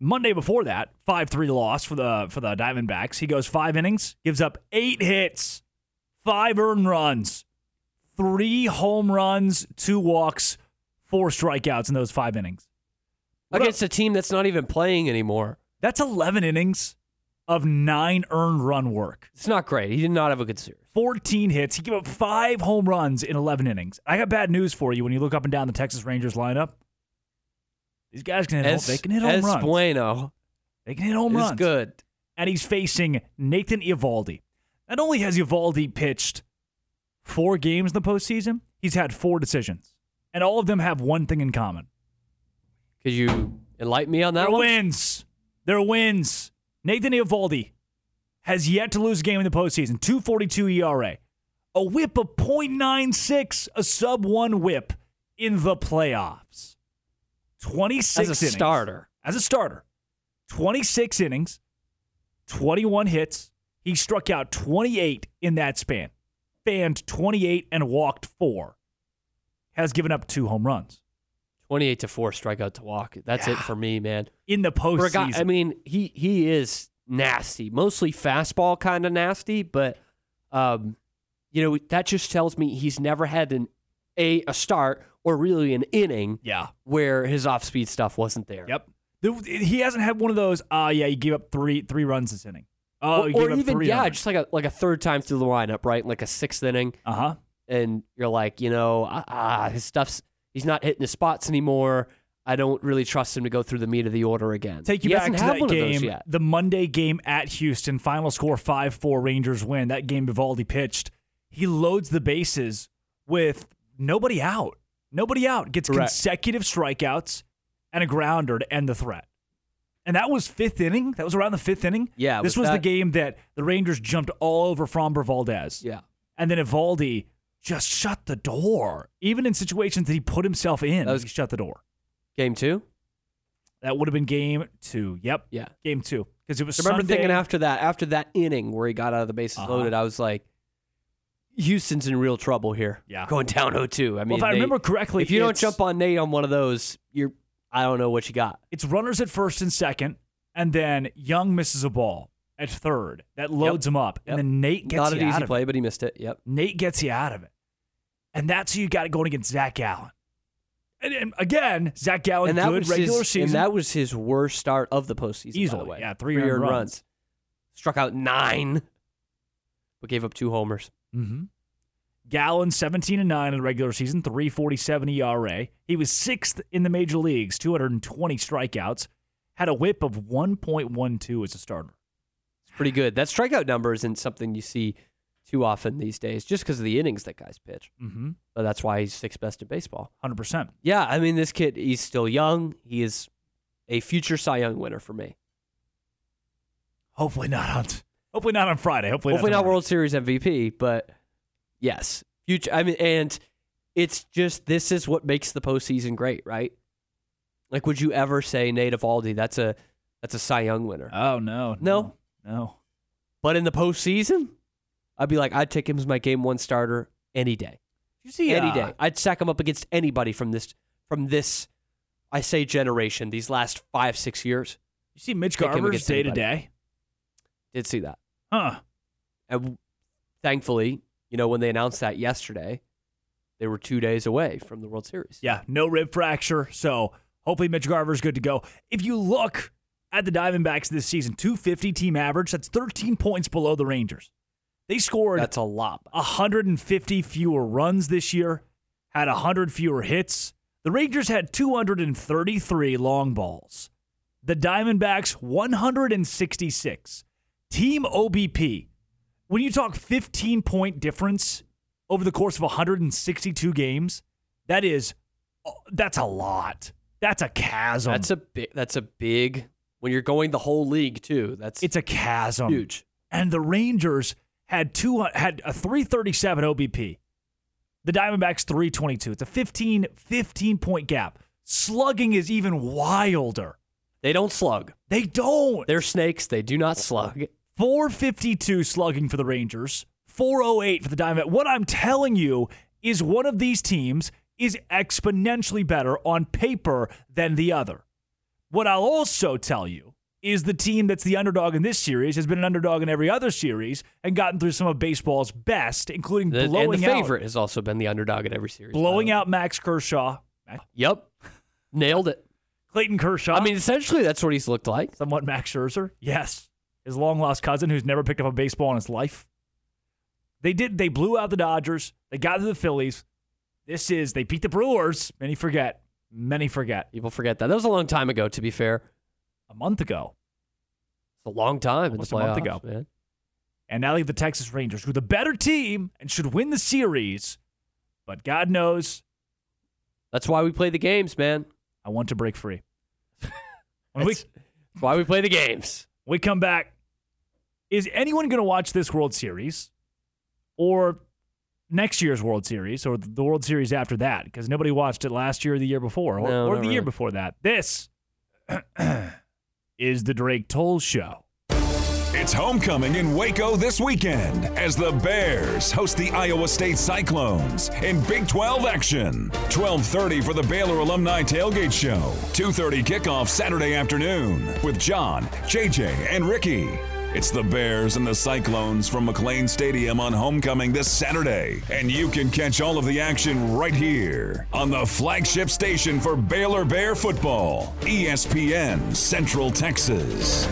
Speaker 9: Monday before that, five three loss for the for the Diamondbacks. He goes five innings, gives up eight hits, five earned runs, three home runs, two walks, four strikeouts in those five innings.
Speaker 7: against a team that's not even playing anymore.
Speaker 9: That's eleven innings of nine earned run work.
Speaker 7: It's not great. He did not have a good series.
Speaker 9: Fourteen hits. He gave up five home runs in eleven innings. I got bad news for you when you look up and down the Texas Rangers lineup. These guys can hit home,
Speaker 7: Es-
Speaker 9: they can hit home
Speaker 7: Es
Speaker 9: runs.
Speaker 7: Bueno.
Speaker 9: They can hit home
Speaker 7: It's
Speaker 9: runs.
Speaker 7: good.
Speaker 9: And he's facing Nathan Ivaldi. Not only has Ivaldi pitched four games in the postseason, he's had four decisions. And all of them have one thing in common.
Speaker 7: Could you enlighten me on that
Speaker 9: Their
Speaker 7: one?
Speaker 9: wins. Their wins. Nathan Ivaldi has yet to lose a game in the postseason. 242 ERA. A whip of .96, a sub one whip in the playoffs. 26
Speaker 7: As a
Speaker 9: innings.
Speaker 7: starter.
Speaker 9: As a starter. 26 innings, 21 hits. He struck out 28 in that span, fanned 28 and walked four. Has given up two home runs
Speaker 7: 28 to 4 strikeout to walk. That's it for me, man.
Speaker 9: in the
Speaker 7: For a
Speaker 9: postseason.
Speaker 7: guy- I mean, he he is nasty, mostly fastball kind of nasty, but um, you know that just tells me he's never had an a a start or really an inning,
Speaker 9: yeah,
Speaker 7: where his off speed stuff wasn't there.
Speaker 9: Yep. The- he hasn't had one of those. Ah, yeah, you gave up three three runs this inning. Oh,
Speaker 7: or,
Speaker 9: you
Speaker 7: or
Speaker 9: gave up
Speaker 7: even
Speaker 9: three
Speaker 7: yeah,
Speaker 9: runs.
Speaker 7: just like a like a third time through the lineup, right? Like a sixth inning.
Speaker 9: Uh huh.
Speaker 7: And you're like, you know, ah, ah, his stuff's he's not hitting his spots anymore. I don't really trust him to go through the meat of the order again.
Speaker 9: Take you
Speaker 7: he
Speaker 9: back
Speaker 7: hasn't
Speaker 9: to
Speaker 7: had
Speaker 9: that
Speaker 7: one of those
Speaker 9: game,
Speaker 7: yet.
Speaker 9: the Monday game at Houston. Final score five four Rangers win. That game Vivaldi pitched. He loads the bases with nobody out. Nobody out gets
Speaker 4: Correct.
Speaker 9: consecutive strikeouts and a grounder to end the threat. And that was fifth inning. That was around the fifth inning.
Speaker 7: Yeah,
Speaker 9: this
Speaker 7: was
Speaker 9: was the
Speaker 7: that-
Speaker 9: game that the Rangers jumped all over Fromber Valdez.
Speaker 7: Yeah,
Speaker 9: and then Evaldi just shut the door. Even in situations that he put himself in,
Speaker 7: That was-
Speaker 9: he shut the door.
Speaker 7: Game two.
Speaker 9: That would have been game two. Yep.
Speaker 7: Yeah.
Speaker 9: Game two. Because it was
Speaker 7: I remember
Speaker 9: Sunday.
Speaker 7: thinking after that, after that inning where he got out of the bases
Speaker 9: Uh-huh.
Speaker 7: loaded, I was like, Houston's in real trouble here.
Speaker 9: Yeah.
Speaker 7: Going down 0-2. I mean,
Speaker 9: Well, if I
Speaker 7: they-
Speaker 9: remember correctly,
Speaker 7: if you don't
Speaker 9: it's-
Speaker 7: jump on Nate on one of those, you're I don't know what you got.
Speaker 9: It's runners at first and second, and then Young misses a ball at third. That loads him up.
Speaker 7: Yep.
Speaker 9: And then Nate gets
Speaker 7: Not
Speaker 9: you
Speaker 7: an
Speaker 9: out
Speaker 7: easy
Speaker 9: of
Speaker 7: play,
Speaker 9: it.
Speaker 7: but he missed it. Yep.
Speaker 9: Nate gets you out of it. And that's who you got going against Zach Allen. And, and again, Zach Allen,
Speaker 7: and that
Speaker 9: good
Speaker 7: was
Speaker 9: regular
Speaker 7: his,
Speaker 9: season.
Speaker 7: And that was his worst start of the postseason. by
Speaker 9: Easily,
Speaker 7: the way.
Speaker 9: yeah, three earned runs.
Speaker 7: Struck out nine, but gave up two homers.
Speaker 9: Mm-hmm. Gallon, 17 and 9 in the regular season, 347 ERA. He was sixth in the major leagues, 220 strikeouts, had a whip of 1.12 as a starter.
Speaker 7: It's pretty good. That strikeout number isn't something you see too often these days, just because of the innings that guys pitch.
Speaker 9: Mhm.
Speaker 7: But that's why he's sixth best in baseball.
Speaker 9: 100%.
Speaker 7: Yeah, I mean, this kid, he's still young. He is a future Cy Young winner for me.
Speaker 9: Hopefully not on. Hopefully not on Friday. Hopefully,
Speaker 7: Hopefully
Speaker 9: not.
Speaker 7: not World Series MVP, but yes, future. I mean, and it's just this is what makes the postseason great, right? Like, would you ever say Nate Evaldi? That's a that's a Cy Young winner.
Speaker 9: Oh no,
Speaker 7: no,
Speaker 9: no.
Speaker 7: But in the postseason, I'd be like, I'd take him as my game one starter any day.
Speaker 9: You see,
Speaker 7: any
Speaker 9: uh,
Speaker 7: day, I'd stack him up against anybody from this from this. I say generation. These last five six years.
Speaker 9: You see Mitch
Speaker 7: Pick him
Speaker 9: Garver's
Speaker 7: against
Speaker 9: day to
Speaker 7: anybody.
Speaker 9: day.
Speaker 7: Did see that.
Speaker 9: Huh.
Speaker 7: And w- thankfully, you know, when they announced that yesterday, they were two days away from the World Series.
Speaker 9: Yeah, no rib fracture. So hopefully Mitch Garver's good to go. If you look at the Diamondbacks this season, 250 team average, that's 13 points below the Rangers. They scored
Speaker 7: That's a lot.
Speaker 9: 150 fewer runs this year, had 100 fewer hits. The Rangers had 233 long balls. The Diamondbacks 166. Team OBP. When you talk 15 point difference over the course of 162 games, that is that's a lot. That's a chasm.
Speaker 7: That's a big. That's a big. When you're going the whole league too, that's
Speaker 9: it's a chasm.
Speaker 7: Huge.
Speaker 9: And the Rangers had two had a 337 OBP. The Diamondbacks 322. It's a 15 15 point gap. Slugging is even wilder.
Speaker 7: They don't slug.
Speaker 9: They don't.
Speaker 7: They're snakes. They do not slug.
Speaker 9: 452 slugging for the Rangers, 408 for the Diamondbacks. What I'm telling you is one of these teams is exponentially better on paper than the other. What I'll also tell you is the team that's the underdog in this series has been an underdog in every other series and gotten through some of baseball's best, including
Speaker 7: The, and
Speaker 9: blowing
Speaker 7: the
Speaker 9: out
Speaker 7: favorite has also been the underdog in every series.
Speaker 9: blowing out Max Kershaw. Max-
Speaker 7: Yep, nailed it.
Speaker 9: Clayton Kershaw.
Speaker 7: I mean, essentially, that's what he's looked like.
Speaker 9: Somewhat Max Scherzer. Yes, his long lost cousin who's never picked up a baseball in his life. They did. They blew out the Dodgers. They got to the Phillies. This is they beat the Brewers. Many forget. Many forget.
Speaker 7: People forget that. That was a long time ago. To be fair,
Speaker 9: a month ago.
Speaker 7: It's a long time.
Speaker 9: Almost
Speaker 7: in
Speaker 9: a
Speaker 7: the playoffs,
Speaker 9: month ago.
Speaker 7: man.
Speaker 9: And now they have the Texas Rangers, who are the better team and should win the series. But God knows,
Speaker 7: That's why we play the games, man.
Speaker 9: I want to break free. When we-
Speaker 7: That's why we play the games.
Speaker 9: We come back. Is anyone going to watch this World Series or next year's World Series or the World Series after that? Because nobody watched it last year or the year before or,
Speaker 7: No,
Speaker 9: or
Speaker 7: not
Speaker 9: the year
Speaker 7: really.
Speaker 9: before that. This is the Drake Toll Show.
Speaker 4: It's homecoming in Waco this weekend as the Bears host the Iowa State Cyclones in Big 12 action. 12:30 for the Baylor Alumni Tailgate Show. 2:30 kickoff Saturday afternoon with John, JJ, and Ricky. It's the Bears and the Cyclones from McLean Stadium on homecoming this Saturday, and you can catch all of the action right here on the flagship station for Baylor Bear football, E ESPN Central Texas.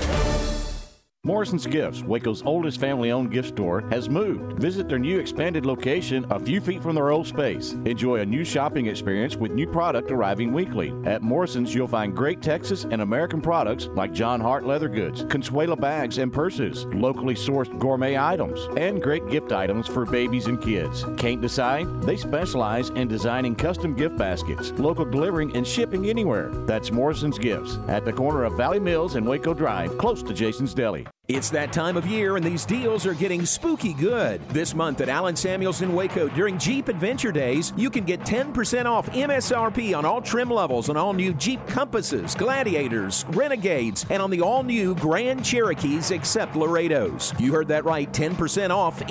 Speaker 14: Morrison's Gifts, Waco's oldest family owned gift store, has moved. Visit their new expanded location a few feet from their old space. Enjoy a new shopping experience with new product arriving weekly. At Morrison's, you'll find great Texas and American products like John Hart leather goods, Consuela bags and purses, locally sourced gourmet items, and great gift items for babies and kids. Can't decide? They specialize in designing custom gift baskets, local delivering, and shipping anywhere. That's Morrison's Gifts at the corner of Valley Mills and Waco Drive, close to Jason's Deli.
Speaker 5: It's that time of year, and these deals are getting spooky good. This month at Allen Samuels in Waco during Jeep Adventure Days, you can get 10% off MSRP on all trim levels on all new Jeep Compasses, Gladiators, Renegades, and on the all new Grand Cherokees except Laredos. You heard that right 10% off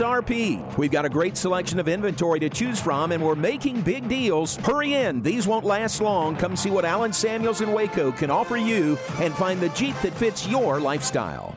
Speaker 5: MSRP. We've got a great selection of inventory to choose from, and we're making big deals. Hurry in, these won't last long. Come see what Allen Samuels in Waco can offer you and find the Jeep that fits your lifestyle.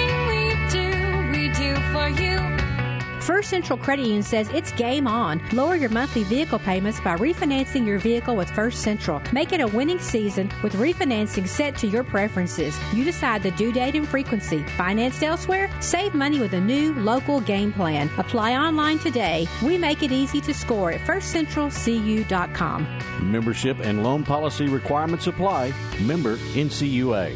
Speaker 6: we do, we do for you.
Speaker 2: First Central Credit Union says it's game on. Lower your monthly vehicle payments by refinancing your vehicle with First Central. Make it a winning season with refinancing set to your preferences. You decide the due date and frequency. Financed elsewhere? Save money with a new local game plan. Apply online today. We make it easy to score at firstcentralcu.com.
Speaker 14: Membership and loan policy requirements apply. Member NCUA.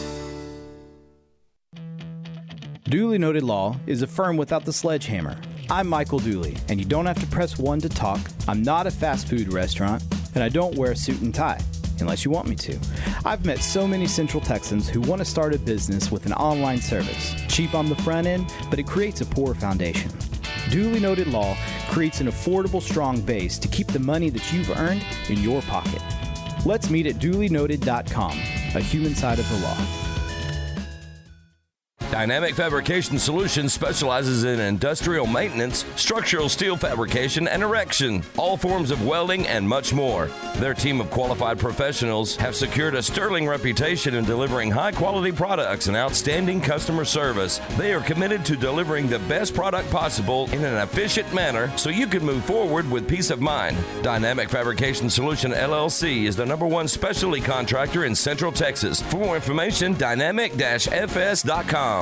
Speaker 6: Dooley Noted Law is a firm without the sledgehammer. I'm Michael Dooley, and you don't have to press one to talk. I'm not a fast food restaurant, and I don't wear a suit and tie, unless you want me to. I've met so many Central Texans who want to start a business with an online service. Cheap on the front end, but it creates a poor foundation. Dooley Noted Law creates an affordable, strong base to keep the money that you've earned in your pocket. Let's meet at dooleynoted.com, a human side of the law.
Speaker 12: Dynamic Fabrication Solutions specializes in industrial maintenance, structural steel fabrication, and erection, all forms of welding, and much more. Their team of qualified professionals have secured a sterling reputation in delivering high quality products and outstanding customer service. They are committed to delivering the best product possible in an efficient manner so you can move forward with peace of mind. Dynamic Fabrication Solution LLC is the number one specialty contractor in Central Texas. For more information, dynamic-fs.com.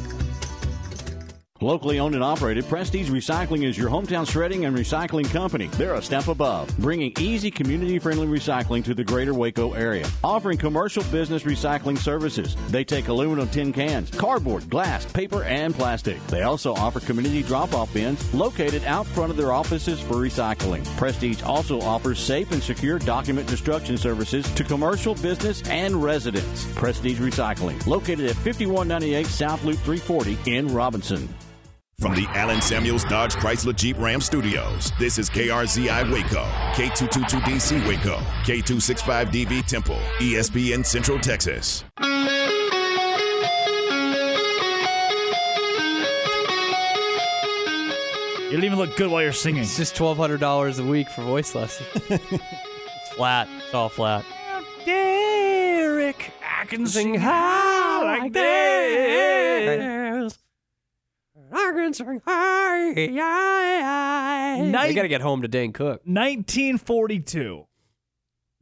Speaker 14: Locally owned and operated, Prestige Recycling is your hometown shredding and recycling company. They're a step above, bringing easy, community friendly recycling to the greater Waco area. Offering commercial business recycling services, they take aluminum tin cans, cardboard, glass, paper, and plastic. They also offer community drop off bins located out front of their offices for recycling. Prestige also offers safe and secure document destruction services to commercial, business, and residents. Prestige Recycling, located at 5198 South Loop 340 in Robinson.
Speaker 17: From the Alan Samuels Dodge Chrysler Jeep Ram Studios, this is KRZI Waco, K222DC Waco, K265DV Temple, E ESPN Central Texas.
Speaker 9: You don't even look good while you're singing.
Speaker 7: It's just twelve hundred dollars a week for voice lessons. it's flat. It's all flat.
Speaker 9: Derek Atkinson, how like this?
Speaker 7: You gotta get home to Dane Cook.
Speaker 9: 1942.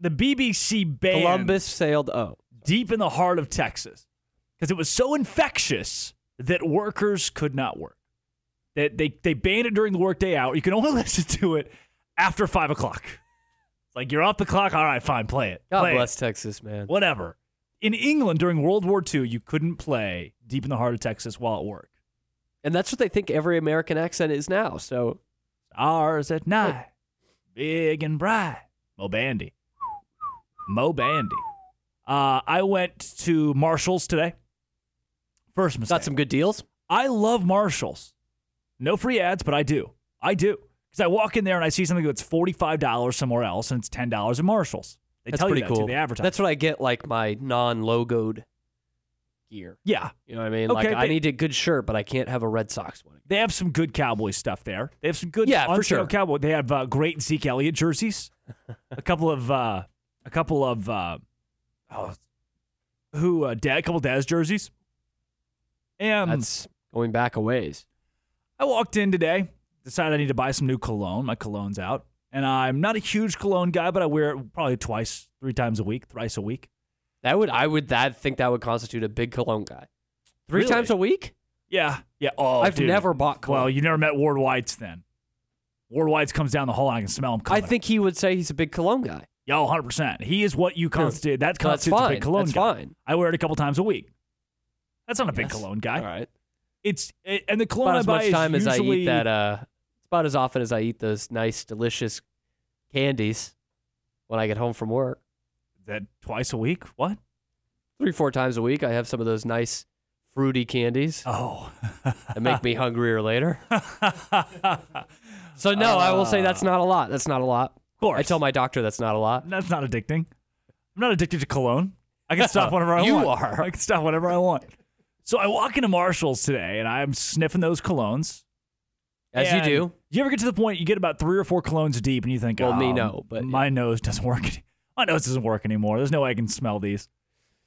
Speaker 9: The BBC banned
Speaker 7: Columbus sailed oh
Speaker 9: deep in the heart of Texas because it was so infectious that workers could not work. They, they they banned it during the workday hour. You can only listen to it after five o'clock. It's like you're off the clock. All right, fine, play it.
Speaker 7: God
Speaker 9: Play it.
Speaker 7: bless Texas, man.
Speaker 9: Whatever. In England during World War II, you couldn't play deep in the heart of Texas while at work.
Speaker 7: And that's what they think every American accent is now. So
Speaker 9: ours at night, big and bright. Mo Bandy. Mo Bandy. Uh, I went to Marshall's today. First mistake. Got some
Speaker 7: good deals.
Speaker 9: I love Marshalls. No free ads, but I do. I do. Because I walk in there and I see something that's $45 somewhere else and it's $10 at Marshalls. They
Speaker 7: that's
Speaker 9: tell
Speaker 7: pretty
Speaker 9: you that
Speaker 7: cool.
Speaker 9: too. They advertise.
Speaker 7: That's what I get like my non-logoed gear.
Speaker 9: Yeah.
Speaker 7: You know what I mean?
Speaker 9: Okay,
Speaker 7: like I
Speaker 9: they-
Speaker 7: need a good shirt, but I can't have a Red Sox one.
Speaker 9: They have some good Cowboy stuff there. They have some good
Speaker 7: Yeah,
Speaker 9: on
Speaker 7: for sure.
Speaker 9: Cowboy. They have uh, great Zeke Elliott jerseys. a couple of uh, a couple of uh, oh, who uh, dad, a couple Daz jerseys. And
Speaker 7: That's going back a ways.
Speaker 9: I walked in today, decided I need to buy some new cologne. My cologne's out, and I'm not a huge cologne guy, but I wear it probably twice, three times a week, thrice a week.
Speaker 7: That would I would that think that would constitute a big cologne guy. Three
Speaker 9: Really?
Speaker 7: times a week?
Speaker 9: Yeah. Yeah. Oh,
Speaker 7: I've
Speaker 9: dude.
Speaker 7: never bought cologne.
Speaker 9: Well, you never met Ward White's then. Ward White's comes down the hall and I can smell him. Coming.
Speaker 7: I think he would say he's a big cologne guy.
Speaker 9: Yo, hundred percent. He is what you
Speaker 7: Dude,
Speaker 9: constitute.
Speaker 7: that's
Speaker 9: That constitutes a
Speaker 7: fine.
Speaker 9: big cologne
Speaker 7: That's
Speaker 9: guy.
Speaker 7: fine.
Speaker 9: I wear it a couple times a week. That's not a big
Speaker 7: Yes.
Speaker 9: cologne guy. All
Speaker 7: right.
Speaker 9: It's it, and the cologne
Speaker 7: About as
Speaker 9: I buy
Speaker 7: much
Speaker 9: is
Speaker 7: time as I
Speaker 9: usually-
Speaker 7: eat that. Uh, it's about as often as I eat those nice, delicious candies when I get home from work.
Speaker 9: That twice a week? What?
Speaker 7: Three, four times a week. I have some of those nice fruity candies.
Speaker 9: Oh,
Speaker 7: that make me hungrier later. so no, I will say that's not a lot. That's not a lot. Of
Speaker 9: Ah. course.
Speaker 7: I tell my doctor that's not a lot.
Speaker 9: That's not addicting. I'm not addicted to cologne. I can stop whenever I
Speaker 7: You
Speaker 9: want.
Speaker 7: are.
Speaker 9: I can stop whenever I want. So I walk into Marshalls today and I'm sniffing those colognes.
Speaker 7: As you
Speaker 9: And
Speaker 7: do.
Speaker 9: You ever get to the point you get about three or four colognes deep and you think,
Speaker 7: Well, me
Speaker 9: "Um,
Speaker 7: no, but
Speaker 9: my nose doesn't work. any- My nose doesn't work anymore. There's no way I can smell these.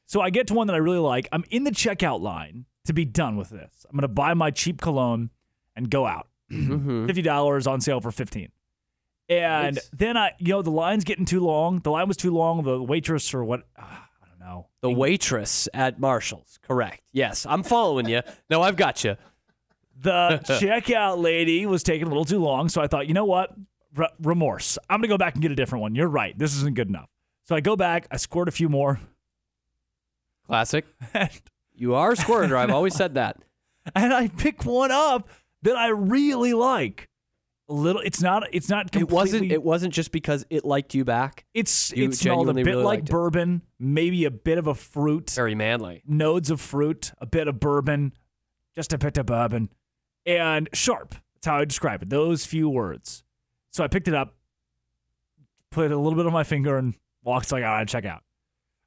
Speaker 9: So I get to one that I really like. I'm in the checkout line to be done with this. I'm going to buy my cheap cologne and go out.
Speaker 7: Mm-hmm.
Speaker 9: Fifty dollars on sale for fifteen. And
Speaker 7: Nice.
Speaker 9: then I, you know, the line's getting too long. The line was too long. The waitress or what? ah, I don't know.
Speaker 7: The waitress at Marshalls, correct? Yes, I'm following you. No, I've got you.
Speaker 9: The checkout lady was taking a little too long, so I thought, you know what? R- remorse. I'm gonna go back and get a different one. You're right. This isn't good enough. So I go back. I squirt a few more.
Speaker 7: Classic. you are a squirter. I've always said that.
Speaker 9: and I pick one up that I really like. A little. It's not. It's not. Completely,
Speaker 7: It wasn't. It wasn't just because it liked you back.
Speaker 9: It's
Speaker 7: You
Speaker 9: it smelled a
Speaker 7: genuinely
Speaker 9: bit
Speaker 7: really
Speaker 9: like
Speaker 7: liked it.
Speaker 9: bourbon, maybe a bit of a fruit.
Speaker 7: Very manly.
Speaker 9: Nodes of fruit, a bit of bourbon, just a bit of bourbon, and sharp. That's how I describe it. Those few words. So I picked it up, put a little bit on my finger, and walked like, all right, check out.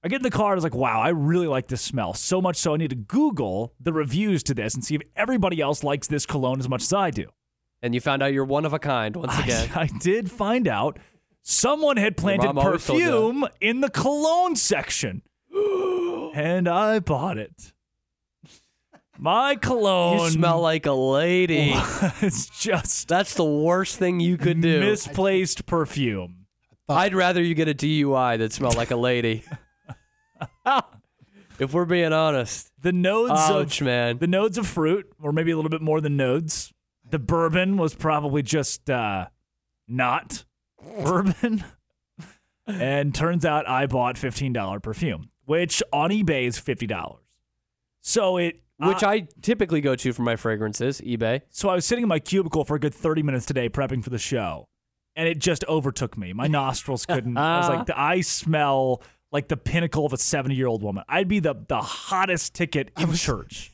Speaker 9: I get in the car. I was like, wow, I really like this smell so much so I need to Google the reviews to this and see if everybody else likes this cologne as much as I do.
Speaker 7: And you found out you're one of a kind once again.
Speaker 9: I did find out someone had planted
Speaker 7: mom always told you.
Speaker 9: perfume in the cologne section. and I bought it. My cologne.
Speaker 7: You smell like a lady.
Speaker 9: it's just
Speaker 7: that's the worst thing you could do.
Speaker 9: Misplaced perfume.
Speaker 7: I'd rather you get a DUI that smelled like a lady. if we're being honest,
Speaker 9: the nodes
Speaker 7: Ouch,
Speaker 9: of
Speaker 7: man.
Speaker 9: the nodes of fruit, or maybe a little bit more than nodes. The bourbon was probably just uh, not bourbon. and turns out I bought fifteen dollar perfume, which on eBay is fifty dollars. So it, uh,
Speaker 7: which I typically go to for my fragrances, eBay.
Speaker 9: So I was sitting in my cubicle for a good 30 minutes today prepping for the show, and it just overtook me. My nostrils couldn't. I was like,
Speaker 7: Ah.
Speaker 9: I smell like the pinnacle of a 70 year old woman. I'd be the, the hottest ticket in church.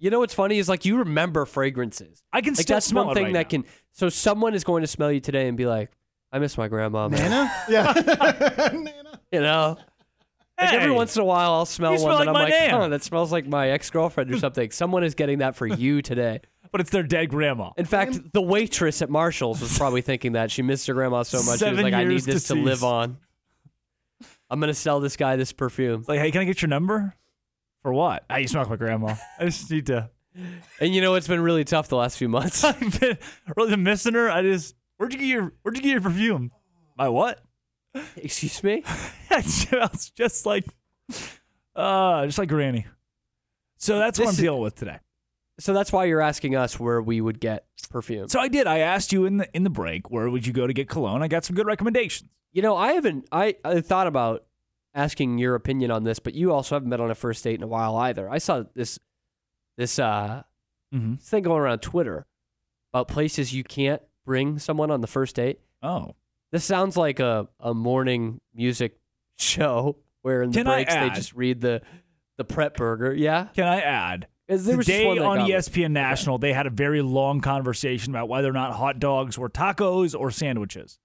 Speaker 7: You know what's funny is like you remember fragrances.
Speaker 9: I can
Speaker 7: like,
Speaker 9: still
Speaker 7: that's
Speaker 9: smell
Speaker 7: one
Speaker 9: it
Speaker 7: thing
Speaker 9: right
Speaker 7: that can. So someone is going to smell you today and be like, "I miss my grandma." Man. Nana, you know. Like every
Speaker 9: Hey.
Speaker 7: once in a while, I'll smell
Speaker 9: You
Speaker 7: one
Speaker 9: smell
Speaker 7: that
Speaker 9: like my
Speaker 7: I'm like,
Speaker 9: Nana.
Speaker 7: huh, that smells like my ex girlfriend or something. Someone is getting that for you today.
Speaker 9: But it's their dead grandma.
Speaker 7: In fact, the waitress at Marshall's was probably thinking that. She missed her grandma so much. she was
Speaker 9: Seven
Speaker 7: like, I need
Speaker 9: years
Speaker 7: this to
Speaker 9: deceased.
Speaker 7: live on. I'm going to sell this guy this perfume.
Speaker 9: Like, hey, can I get your number? For what? I you smell like my grandma. I just need to.
Speaker 7: And you know, it's been really tough the last few months.
Speaker 9: I've been really missing her. I just where'd you get your where'd you get your perfume? My what?
Speaker 7: Excuse me?
Speaker 9: that smells just like uh just like granny. So that's what I'm
Speaker 7: This is-
Speaker 9: dealing with today.
Speaker 7: So that's why you're asking us where we would get perfume.
Speaker 9: So I did. I asked you in the in the break where would you go to get cologne. I got some good recommendations.
Speaker 7: You know, I haven't. I, I thought about asking your opinion on this, but you also haven't been on a first date in a while either. I saw this this uh
Speaker 9: Mm-hmm.
Speaker 7: this thing going around Twitter about places you can't bring someone on the first date.
Speaker 9: Oh,
Speaker 7: this sounds like a a morning music show where in the
Speaker 9: Can I
Speaker 7: breaks they
Speaker 9: add-
Speaker 7: just read the the prep burger. Yeah.
Speaker 9: Can I add?
Speaker 7: Is there was just
Speaker 9: Today
Speaker 7: one that
Speaker 9: on E
Speaker 7: got me.
Speaker 9: ESPN National, they had a very long conversation about whether or not hot dogs were tacos or sandwiches.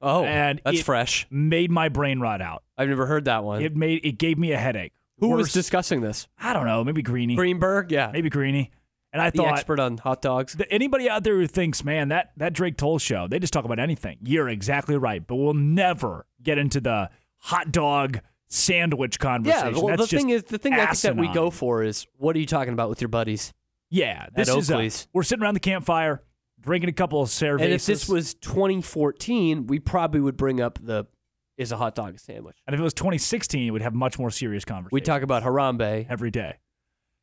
Speaker 7: Oh,
Speaker 9: and
Speaker 7: that's
Speaker 9: it
Speaker 7: fresh.
Speaker 9: Made my brain rot out.
Speaker 7: I've never heard that one.
Speaker 9: It made it gave me a headache.
Speaker 7: Who was
Speaker 9: Worse-
Speaker 7: discussing this?
Speaker 9: I don't know. Maybe Greeny.
Speaker 7: Greenberg. Yeah.
Speaker 9: Maybe Greeny. And I
Speaker 7: the
Speaker 9: thought
Speaker 7: expert on hot dogs.
Speaker 9: th- anybody out there who thinks, man, that that Drake Toll show, they just talk about anything. You're exactly right, but we'll never get into the hot dog sandwich
Speaker 7: Yeah.
Speaker 9: conversation.
Speaker 7: Well,
Speaker 9: That's
Speaker 7: the thing is,
Speaker 9: just
Speaker 7: the thing I think that we
Speaker 9: asinine.
Speaker 7: go for is, what are you talking about with your buddies?
Speaker 9: Yeah,
Speaker 7: at
Speaker 9: this is uh,
Speaker 7: Oakley's.
Speaker 9: we're sitting around the campfire drinking a couple of cervezas.
Speaker 7: And if this was 2014, we probably would bring up the is a hot dog a sandwich.
Speaker 9: And if it was 2016, we'd have much more serious conversation.
Speaker 7: We talk about Harambe
Speaker 9: every day.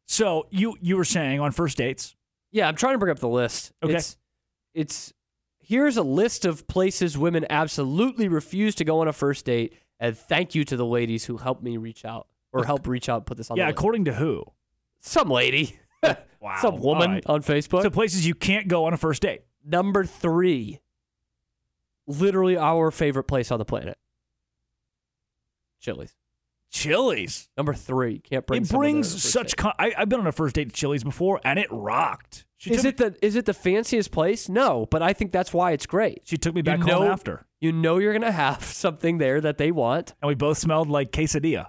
Speaker 9: So you you were saying on first dates?
Speaker 7: Yeah, I'm trying to bring up the list.
Speaker 9: Okay.
Speaker 7: It's, it's here's a list of places women absolutely refuse to go on a first date, and thank you to the ladies who helped me reach out or help reach out, put this on.
Speaker 9: yeah,
Speaker 7: the list.
Speaker 9: according to who?
Speaker 7: some lady,
Speaker 9: wow,
Speaker 7: some woman
Speaker 9: All right.
Speaker 7: on Facebook.
Speaker 9: So places you can't go on a first date.
Speaker 7: Number three, literally our favorite place on the planet, Chili's.
Speaker 9: Chili's
Speaker 7: number three. Can't bring
Speaker 9: It
Speaker 7: someone there
Speaker 9: brings
Speaker 7: on a first
Speaker 9: such.
Speaker 7: date.
Speaker 9: Con- I, I've been on a first date to Chili's before, and it rocked. She
Speaker 7: is
Speaker 9: took
Speaker 7: it the is it the fanciest place? No, but I think that's why it's great.
Speaker 9: She took me back
Speaker 7: you
Speaker 9: home
Speaker 7: know,
Speaker 9: after.
Speaker 7: You know you're gonna have something there that they want,
Speaker 9: and we both smelled like quesadilla.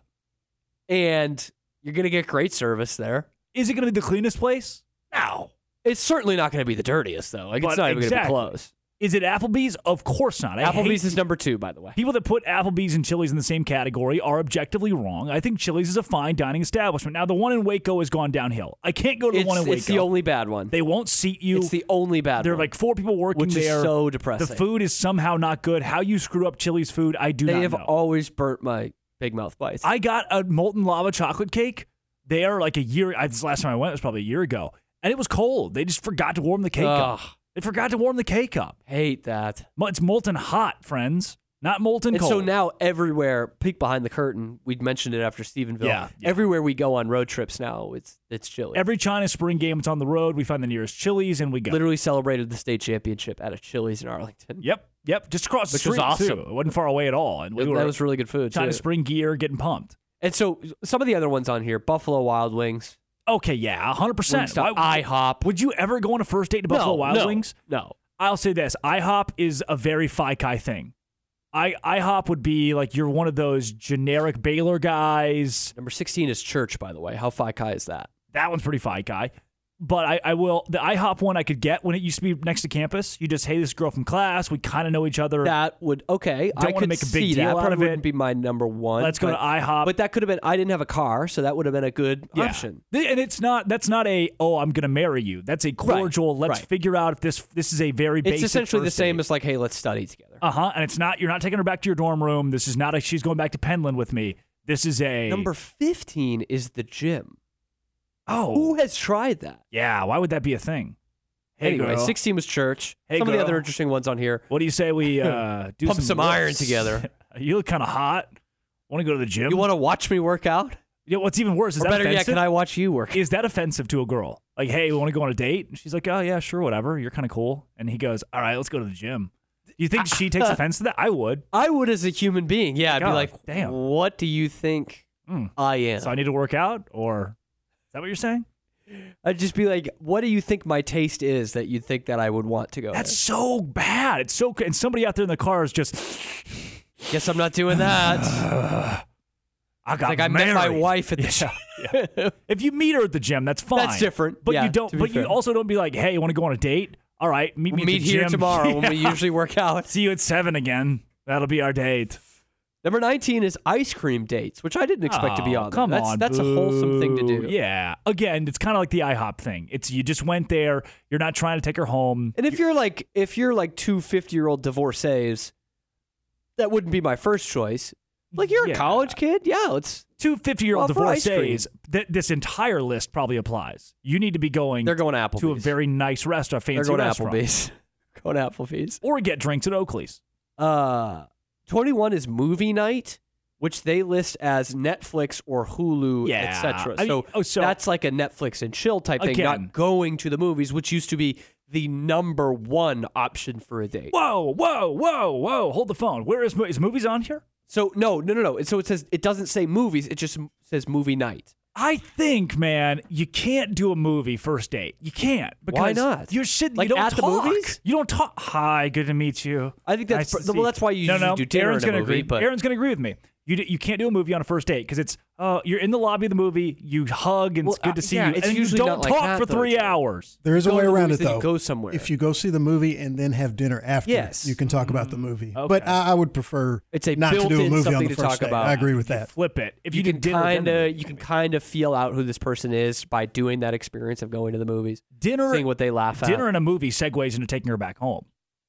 Speaker 7: And you're gonna get great service there.
Speaker 9: Is it gonna be the cleanest place? No,
Speaker 7: it's certainly not gonna be the dirtiest though. Like it's
Speaker 9: But
Speaker 7: not even gonna be
Speaker 9: exactly.
Speaker 7: close.
Speaker 9: Is it Applebee's? Of course not. I
Speaker 7: Applebee's
Speaker 9: hate-
Speaker 7: is number two, by the way.
Speaker 9: People that put Applebee's and Chili's in the same category are objectively wrong. I think Chili's is a fine dining establishment. Now, the one in Waco has gone downhill. I can't go to the
Speaker 7: It's,
Speaker 9: one in Waco.
Speaker 7: it's the only bad one.
Speaker 9: They won't seat you.
Speaker 7: It's the only bad
Speaker 9: there are
Speaker 7: one.
Speaker 9: like four people working
Speaker 7: Which is
Speaker 9: there.
Speaker 7: so depressing.
Speaker 9: The food is somehow not good. How you screw up Chili's food, I do
Speaker 7: They
Speaker 9: not
Speaker 7: have
Speaker 9: know.
Speaker 7: always burnt my big mouth bites.
Speaker 9: I got a molten lava chocolate cake there like a year. I, this last time I went was probably a year ago, and it was cold. They just forgot to warm the cake up.
Speaker 7: Ugh.
Speaker 9: They forgot to warm the cake up.
Speaker 7: Hate that.
Speaker 9: It's molten hot, friends, not molten
Speaker 7: and
Speaker 9: cold.
Speaker 7: so now everywhere, peek behind the curtain, we'd mentioned it after Stephenville.
Speaker 9: Yeah,
Speaker 7: Everywhere we go on road trips now, it's it's chilly.
Speaker 9: Every China spring game, it's on the road. We find the nearest Chili's and we go.
Speaker 7: Literally celebrated the state championship at a Chili's in Arlington.
Speaker 9: Yep, yep, just across the
Speaker 7: Which
Speaker 9: Oh, street.
Speaker 7: was awesome.
Speaker 9: too. It wasn't far away at all, and we
Speaker 7: That
Speaker 9: were
Speaker 7: was really good food.
Speaker 9: China
Speaker 7: too.
Speaker 9: spring gear, getting pumped.
Speaker 7: And so some of the other ones on here, Buffalo Wild Wings.
Speaker 9: Okay, yeah, hundred percent.
Speaker 7: Wingstop, IHOP.
Speaker 9: Would you ever go on a first date to Buffalo
Speaker 7: No,
Speaker 9: Wild
Speaker 7: no,
Speaker 9: Wings?
Speaker 7: No.
Speaker 9: I'll say this: IHOP is a very phi chi thing. I IHOP would be like you're one of those generic Baylor guys.
Speaker 7: Number sixteen is Church, by the way. How phi chi is that?
Speaker 9: That one's pretty phi chi. But I, I will the IHOP one I could get when it used to be next to campus. You just hey, this girl from class. We kind of know each other.
Speaker 7: That would okay.
Speaker 9: Don't
Speaker 7: I
Speaker 9: wanna
Speaker 7: could
Speaker 9: make a big
Speaker 7: see
Speaker 9: deal
Speaker 7: that.
Speaker 9: out
Speaker 7: Probably
Speaker 9: of it.
Speaker 7: Wouldn't be my number one.
Speaker 9: Let's go to
Speaker 7: but-
Speaker 9: IHOP.
Speaker 7: But that could have been. I didn't have a car, so that would have been a good
Speaker 9: Yeah.
Speaker 7: option.
Speaker 9: Th- And it's not that's not a oh I'm gonna marry you. That's a cordial. let's
Speaker 7: right.
Speaker 9: figure out if this this is a very
Speaker 7: It's
Speaker 9: basic
Speaker 7: essentially the
Speaker 9: first
Speaker 7: same as like, hey, let's study together.
Speaker 9: Uh huh. And it's not you're not taking her back to your dorm room. This is not a she's going back to Penland with me. This is a
Speaker 7: Number fifteen is the gym.
Speaker 9: Oh,
Speaker 7: who has tried that?
Speaker 9: yeah. Why would that be a thing? Hey,
Speaker 7: anyway,
Speaker 9: girl.
Speaker 7: sixteen was church.
Speaker 9: Hey,
Speaker 7: Some of the
Speaker 9: girl.
Speaker 7: other interesting ones on here.
Speaker 9: What do you say we uh, do
Speaker 7: Pump some iron
Speaker 9: lifts?
Speaker 7: together.
Speaker 9: you look kind of hot. Want to go to the gym?
Speaker 7: You want to watch me work out?
Speaker 9: Yeah. What's even worse is
Speaker 7: Or
Speaker 9: that
Speaker 7: better yet,
Speaker 9: offensive?
Speaker 7: can I watch you work?
Speaker 9: Is that offensive to a girl? Like, hey, we want to go on a date? And she's like, oh yeah, sure, whatever. You're kind of cool. And he goes, all right, let's go to the gym. Do you think she takes offense to that? I would.
Speaker 7: I would as a human being. Yeah, I'd be
Speaker 9: God,
Speaker 7: like,
Speaker 9: damn. Hmm.
Speaker 7: What do you think I am?
Speaker 9: So I need to work out, or is that what you're saying?
Speaker 7: I'd just be like, what do you think my taste is that you'd think that I would want to go?
Speaker 9: That's so bad. It's so. And somebody out there in the car is just.
Speaker 7: there? Guess I'm not doing that.
Speaker 9: I got
Speaker 7: like I met my
Speaker 9: married.
Speaker 7: wife at the shop.
Speaker 9: if you meet her at the gym, that's fine.
Speaker 7: different.
Speaker 9: But
Speaker 7: Yeah,
Speaker 9: you don't.
Speaker 7: to be
Speaker 9: But
Speaker 7: fair.
Speaker 9: you also don't be like, hey, you want to go on a date? All right, meet me
Speaker 7: Meet
Speaker 9: at the
Speaker 7: here
Speaker 9: gym."
Speaker 7: tomorrow when we
Speaker 9: Yeah.
Speaker 7: usually work out.
Speaker 9: See you at seven again. That'll be our date.
Speaker 7: Number 19 is ice cream dates, which I didn't expect to be
Speaker 9: Oh,
Speaker 7: on. there.
Speaker 9: Come
Speaker 7: that's,
Speaker 9: on,
Speaker 7: That's a wholesome thing to
Speaker 9: boo.
Speaker 7: do.
Speaker 9: Yeah. Again, it's kind of like the IHOP thing. It's you just went there. You're not trying to take her home.
Speaker 7: And if you're like if you're like two 50 year old divorcees, that wouldn't be my first choice. Like you're a college kid, yeah. Let's
Speaker 9: two 50 year old
Speaker 7: Well, for ice cream.
Speaker 9: divorcees, th- this entire list probably applies. You need to be going. They're
Speaker 7: going to
Speaker 9: to a very nice restaurant, fancy
Speaker 7: They're going to
Speaker 9: restaurant.
Speaker 7: Applebee's. going to Applebee's.
Speaker 9: Or get drinks at Oakley's.
Speaker 7: Uh, 21 is movie night, which they list as Netflix or Hulu,
Speaker 9: Yeah.
Speaker 7: etc.
Speaker 9: I mean-
Speaker 7: So,
Speaker 9: oh, so-
Speaker 7: that's like a Netflix and chill type thing,
Speaker 9: Again.
Speaker 7: not going to the movies, which used to be the number one option for a date.
Speaker 9: Whoa, whoa, whoa, whoa! Hold the phone. Where is mo- is movies on here?
Speaker 7: So no, no, no, no. So it says it doesn't say movies. It just m- says movie night.
Speaker 9: I think, man, you can't do a movie first date. You can't because
Speaker 7: Why not?
Speaker 9: You're sitting.
Speaker 7: Like
Speaker 9: you don't
Speaker 7: at the
Speaker 9: talk.
Speaker 7: movies?
Speaker 9: You don't talk. Hi, good to meet you.
Speaker 7: I think that's
Speaker 9: Nice to
Speaker 7: pr- well,
Speaker 9: see
Speaker 7: that's why you
Speaker 9: no,
Speaker 7: usually
Speaker 9: no.
Speaker 7: do dinner
Speaker 9: Aaron's
Speaker 7: in a
Speaker 9: gonna
Speaker 7: movie,
Speaker 9: agree.
Speaker 7: but-
Speaker 9: Aaron's going to agree with me. You d- you can't do a movie on a first date because it's uh you're in the lobby of the movie. You hug and
Speaker 7: Well,
Speaker 9: it's good to
Speaker 7: uh,
Speaker 9: see
Speaker 7: yeah,
Speaker 9: you.
Speaker 7: it's
Speaker 9: and
Speaker 7: usually
Speaker 9: you
Speaker 7: not
Speaker 9: don't
Speaker 7: like
Speaker 9: talk
Speaker 7: that,
Speaker 9: for
Speaker 7: though,
Speaker 9: three
Speaker 7: Joe.
Speaker 9: hours.
Speaker 10: There is
Speaker 7: Go
Speaker 10: a
Speaker 7: to
Speaker 10: way
Speaker 7: the
Speaker 10: around it
Speaker 7: movies, then
Speaker 10: though.
Speaker 7: you go somewhere.
Speaker 10: If you go see the movie and then have dinner after,
Speaker 7: Yes. Mm-hmm.
Speaker 10: you can talk about the movie. But I, I would prefer
Speaker 7: It's a
Speaker 10: not to do a
Speaker 7: built-in
Speaker 10: movie on
Speaker 7: something
Speaker 10: the
Speaker 7: to
Speaker 10: first
Speaker 7: talk
Speaker 10: date.
Speaker 7: about.
Speaker 10: I agree with that.
Speaker 9: Flip it. If you,
Speaker 7: can
Speaker 9: did dinner,
Speaker 7: kind
Speaker 9: then-
Speaker 7: of you can kind of feel out who this person is by doing that experience of going to the movies,
Speaker 9: Dinner-
Speaker 7: seeing what they laugh at.
Speaker 9: dinner in a movie segues into taking her back home.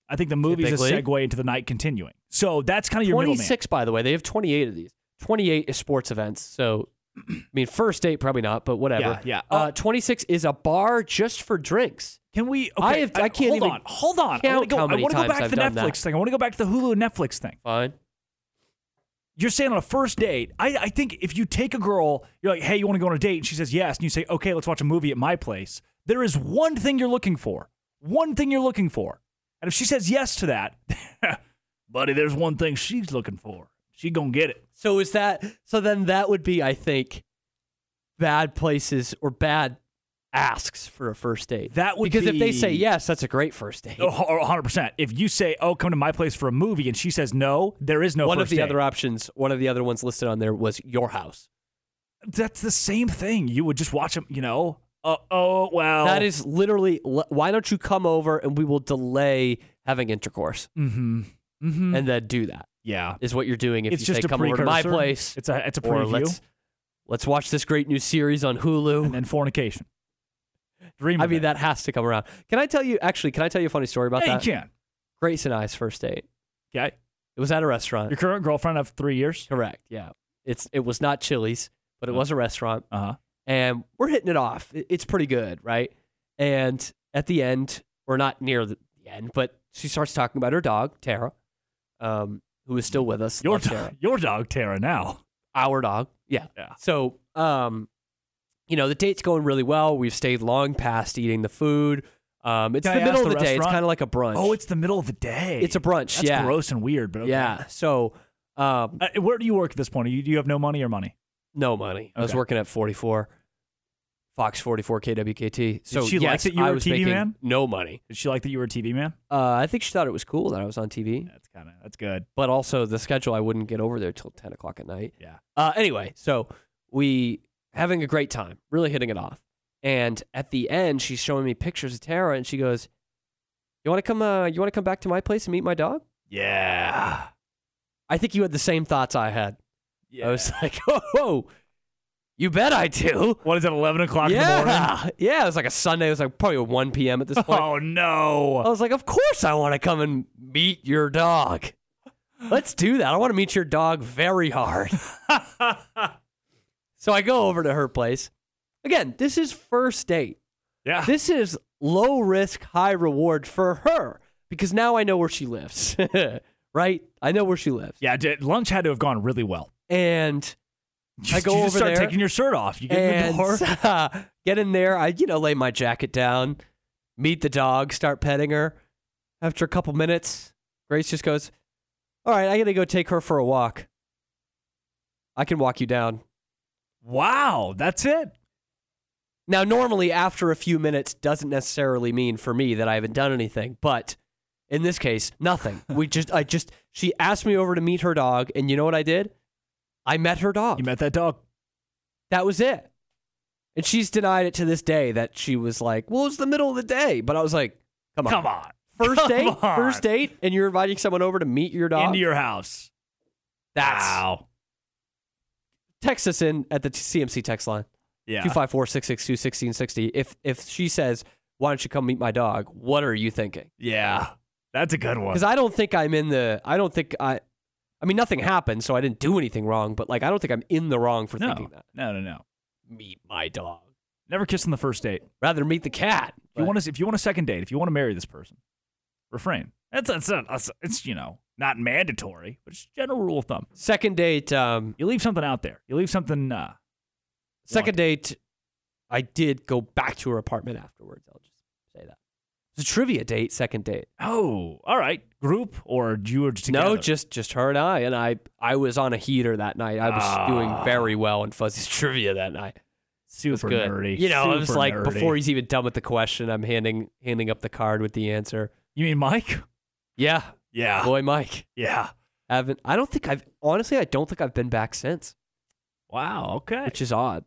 Speaker 9: I think the movie's a
Speaker 7: Typically.
Speaker 9: segue into the night continuing. So that's kind of your middleman.
Speaker 7: 26, by the way. They have 28 of these. 28 is sports events. So I mean, first date probably not, but whatever.
Speaker 9: Yeah, yeah.
Speaker 7: Uh, 26 is a bar just for drinks.
Speaker 9: Can we?
Speaker 7: I,
Speaker 9: okay,
Speaker 7: have, I can't
Speaker 9: hold
Speaker 7: even
Speaker 9: on. Hold on. I want
Speaker 7: count
Speaker 9: to go,
Speaker 7: how
Speaker 9: I
Speaker 7: many
Speaker 9: wanna go
Speaker 7: times
Speaker 9: back to
Speaker 7: I've
Speaker 9: the
Speaker 7: done
Speaker 9: Netflix
Speaker 7: that.
Speaker 9: thing. I want to go back to the Hulu Netflix thing.
Speaker 7: Fine.
Speaker 9: You're saying on a first date, I, I think if you take a girl, you're like, hey, you want to go on a date? And she says yes. And you say, okay, let's watch a movie at my place. There is one thing you're looking for. One thing you're looking for. And if she says yes to that, buddy, there's one thing she's looking for. She gonna get it.
Speaker 7: So is that so then that would be I think bad places or bad asks for a first date.
Speaker 9: That would
Speaker 7: because if they
Speaker 9: be-
Speaker 7: say yes, that's a great first date.
Speaker 9: Oh, 100%. If you say, oh, come to my place for a movie, and she says no, there is no
Speaker 7: one of
Speaker 9: first
Speaker 7: the
Speaker 9: date.
Speaker 7: other options, one of the other ones listed on there was your house.
Speaker 9: That's the same thing. You would just watch them, you know? Uh, oh, well.
Speaker 7: That is literally le- why don't you come over and we will delay having intercourse
Speaker 9: Mm-hmm. Mm-hmm.
Speaker 7: and then do that.
Speaker 9: Yeah.
Speaker 7: Is what you're doing if
Speaker 9: It's
Speaker 7: you
Speaker 9: just
Speaker 7: say
Speaker 9: a
Speaker 7: come over to my
Speaker 9: precursor.
Speaker 7: place.
Speaker 9: It's a- it's a
Speaker 7: or
Speaker 9: preview.
Speaker 7: let's, let's watch this great new series on Hulu. And
Speaker 9: then fornication.
Speaker 7: I mean, that has to come around. Can I tell you, actually, can I tell you a funny story about
Speaker 9: Yeah, you
Speaker 7: that?
Speaker 9: can.
Speaker 7: Grace and I's first date.
Speaker 9: Okay.
Speaker 7: It was at a restaurant.
Speaker 9: Your current girlfriend of three years?
Speaker 7: Correct. Yeah. It's it was not Chili's, but it
Speaker 9: Uh-huh.
Speaker 7: was a restaurant.
Speaker 9: Uh huh.
Speaker 7: And we're hitting it off. It- It's pretty good, right? And at the end, or not near the end, but she starts talking about her dog Tara, um, who is still with us.
Speaker 9: Your
Speaker 7: Love
Speaker 9: dog-
Speaker 7: Tara.
Speaker 9: your dog Tara now.
Speaker 7: Our dog. Yeah.
Speaker 9: Yeah.
Speaker 7: So, um, you know, the date's going really well. We've stayed long past eating the food. Um, it's
Speaker 9: Can
Speaker 7: the
Speaker 9: I
Speaker 7: middle
Speaker 9: ask
Speaker 7: of the, day. It's
Speaker 9: restaurant?
Speaker 7: kind of like a brunch.
Speaker 9: Oh, it's the middle of the day.
Speaker 7: It's a brunch,
Speaker 9: That's
Speaker 7: yeah.
Speaker 9: gross and weird, but okay.
Speaker 7: Yeah. So, um,
Speaker 9: Uh, where do you work at this point? Are you, do you have no money or money?
Speaker 7: No money. I was
Speaker 9: Okay.
Speaker 7: working at 44, Fox 44 KWKT. So
Speaker 9: Did she like
Speaker 7: yes,
Speaker 9: that you
Speaker 7: I
Speaker 9: were a
Speaker 7: was
Speaker 9: TV
Speaker 7: making
Speaker 9: man?
Speaker 7: No money.
Speaker 9: Did she like that you were a TV man?
Speaker 7: Uh, I think she thought it was cool that I was on TV.
Speaker 9: That's kind of that's good.
Speaker 7: But also the schedule, I wouldn't get over there till 10 o'clock at night.
Speaker 9: Yeah.
Speaker 7: Uh, anyway, so we having a great time, really hitting it off. And at the end, she's showing me pictures of Tara, and she goes, "You want to come? Uh, you want to come back to my place and meet my dog?"
Speaker 9: Yeah.
Speaker 7: I think you had the same thoughts I had. I was like, "Whoa, you bet I do."
Speaker 9: What is it? Eleven o'clock
Speaker 7: yeah.
Speaker 9: in the morning.
Speaker 7: Yeah, it was like a Sunday. It was like probably 1 p.m. at this point.
Speaker 9: Oh no!
Speaker 7: I was like, of course I want to come and meet your dog. Let's do that. I want to meet your dog very hard. so I go over to her place. Again, this is first date.
Speaker 9: Yeah.
Speaker 7: This is low risk, high reward for her because now I know where she lives. right? I know where she lives.
Speaker 9: Yeah, d- lunch had to have gone really well.
Speaker 7: And
Speaker 9: You,
Speaker 7: I go
Speaker 9: you
Speaker 7: over
Speaker 9: just start
Speaker 7: there
Speaker 9: taking your shirt off. You get in
Speaker 7: and
Speaker 9: the door.
Speaker 7: uh, get in there. I, you know, lay my jacket down, meet the dog, start petting her. After a couple minutes, Grace just goes, "All right, I gotta go take her for a walk. I can walk you down."
Speaker 9: Wow, that's it.
Speaker 7: Now, normally, after a few minutes doesn't necessarily mean for me that I haven't done anything, but in this case, nothing. we just, I just, she asked me over to meet her dog, and you know what I did? I met her dog. You
Speaker 9: met that dog.
Speaker 7: That was it. And she's denied it to this day that she was like, well, it's the middle of the day. But I was like, come on.
Speaker 9: Come on.
Speaker 7: First
Speaker 9: Come
Speaker 7: date,
Speaker 9: on.
Speaker 7: first date, and you're inviting someone over to meet your dog.
Speaker 9: Into your house.
Speaker 7: That's
Speaker 9: wow.
Speaker 7: Text us in at the CMC text line.
Speaker 9: Yeah.
Speaker 7: 254 662 1660. If, if she says, why don't you come meet my dog? What are you thinking?
Speaker 9: Yeah, that's a good one.
Speaker 7: Because I don't think I'm in the. I don't think I. I mean, nothing happened, so I didn't do anything wrong. But like, I don't think I'm in the wrong for
Speaker 9: no,
Speaker 7: thinking that.
Speaker 9: no, no, no.
Speaker 7: Meet my dog.
Speaker 9: Never kiss on the first date.
Speaker 7: Rather meet the cat.
Speaker 9: If you want to, if you want a second date, if you want to marry this person, refrain. That's that's not. That's, it's you know not mandatory, but it's general rule of thumb.
Speaker 7: Second date. Um,
Speaker 9: you leave something out there. You leave something. Uh,
Speaker 7: Second date, I did go back to her apartment afterwards. I'll just say that. It's a trivia date. Second date.
Speaker 9: oh, all right, group or you were just together.
Speaker 7: No, just just her and I. And I I was on a heater that night. I was
Speaker 9: Ah.
Speaker 7: doing very well in Fuzzy's trivia that night. It was
Speaker 9: Super
Speaker 7: good.
Speaker 9: nerdy.
Speaker 7: You know, I was
Speaker 9: Super
Speaker 7: like
Speaker 9: nerdy.
Speaker 7: before he's even done with the question, I'm handing handing up the card with the answer.
Speaker 9: You mean Mike?
Speaker 7: Yeah.
Speaker 9: Yeah.
Speaker 7: Boy, Mike.
Speaker 9: Yeah.
Speaker 7: Haven't. I don't think I've. Honestly, I don't think I've been back since.
Speaker 9: Wow. Okay.
Speaker 7: Which is odd.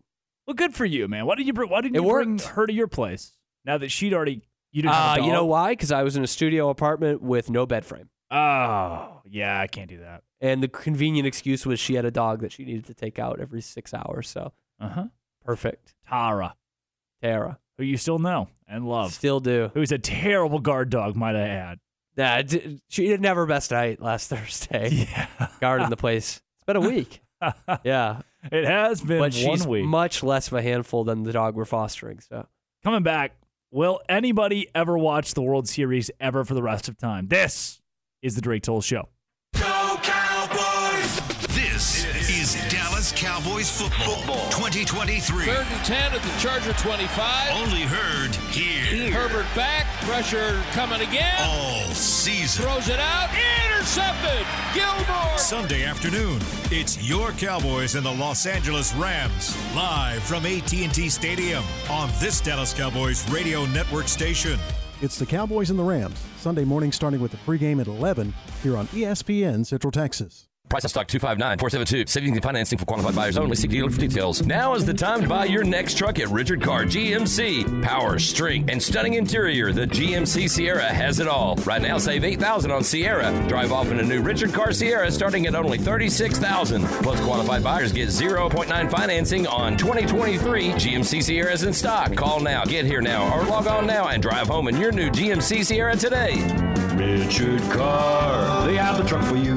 Speaker 9: Well, good for you, man. Why did you bring? Why didn't
Speaker 7: It
Speaker 9: you bring her to your place now that she'd already you didn't have
Speaker 7: Uh,
Speaker 9: a dog?
Speaker 7: you know why? Because I was in a studio apartment with no bed frame,
Speaker 9: Oh, yeah. I can't do that.
Speaker 7: and the convenient excuse was she had a dog that she needed to take out every six hours. So
Speaker 9: Uh huh.
Speaker 7: perfect.
Speaker 9: Tara.
Speaker 7: Tara.
Speaker 9: Who you still know and love.
Speaker 7: Still do.
Speaker 9: Who's a terrible guard dog, might I add.
Speaker 7: Nah, d- she didn't have her best night last Thursday. Yeah. Guarding the place. It's been a week. yeah.
Speaker 9: It has been one
Speaker 7: but she's
Speaker 9: week.
Speaker 7: much less of a handful than the dog we're fostering. So
Speaker 9: Coming back, will anybody ever watch the World Series ever for the rest of time? This is the Drake Toll Show.
Speaker 11: This is Dallas Cowboys football, 2023.
Speaker 24: Third and 10 at the Charger 25.
Speaker 11: Only heard here.
Speaker 24: Herbert back. Pressure coming again.
Speaker 11: All season.
Speaker 24: Throws it out. Intercepted. Gilmore.
Speaker 15: Sunday afternoon, it's your Cowboys and the Los Angeles Rams live from AT&T Stadium on this Dallas Cowboys radio network station.
Speaker 10: It's the Cowboys and the Rams, Sunday morning starting with the pregame at 11 here on E ESPN Central Texas.
Speaker 12: Price of stock 259-472. Savings and financing for qualified buyers only. See dealer for details. Now is the time to buy your next truck at Richard Carr GMC. Power, strength, and stunning interior. The GMC Sierra has it all. Right now, save 8000 on Sierra. Drive off in a new Richard Carr Sierra starting at only 36000 Plus, qualified buyers get 0.9 financing on 2023 GMC Sierras in stock. Call now, get here now, or log on now and drive home in your new GMC Sierra today.
Speaker 24: Richard Carr, they have the truck for you.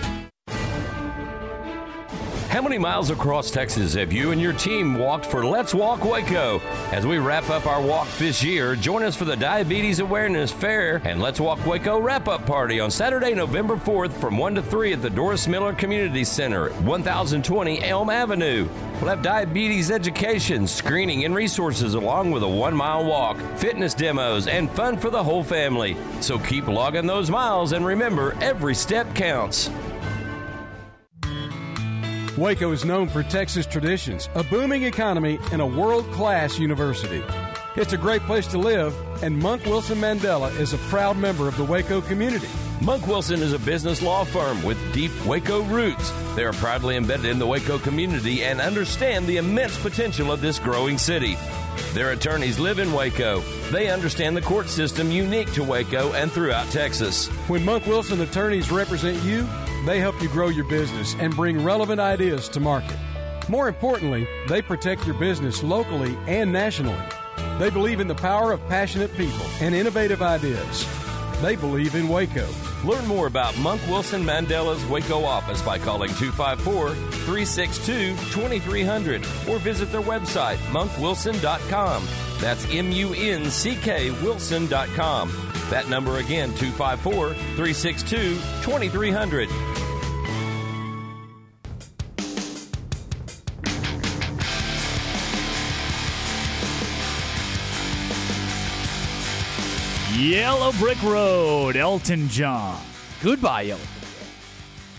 Speaker 12: How many miles across Texas have you and your team walked for Let's Walk Waco? As we wrap up our walk this year, join us for the Diabetes Awareness Fair and Let's Walk Waco wrap up party on Saturday, November 4th from 1 to 3 at the Doris Miller Community Center, 1020 Elm Avenue. We'll have diabetes education, screening, and resources along with a one mile walk, fitness demos, and fun for the whole family. So keep logging those miles and remember every step counts.
Speaker 13: Waco is known for Texas traditions, a booming economy, and a world class university. It's a great place to live, and Monk Wilson Mandela is a proud member of the Waco community.
Speaker 12: Monk Wilson is a business law firm with deep Waco roots. They are proudly embedded in the Waco community and understand the immense potential of this growing city. Their attorneys live in Waco. They understand the court system unique to Waco and throughout Texas.
Speaker 13: When Monk Wilson attorneys represent you, they help you grow your business and bring relevant ideas to market. More importantly, they protect your business locally and nationally. They believe in the power of passionate people and innovative ideas. They believe in Waco.
Speaker 12: Learn more about Monk Wilson Mandela's Waco office by calling 254 362 2300 or visit their website, monkwilson.com. That's M U N C K Wilson.com. That number again, 254 362 2300.
Speaker 9: Yellow Brick Road, Elton John. Goodbye, Yellow Brick Road.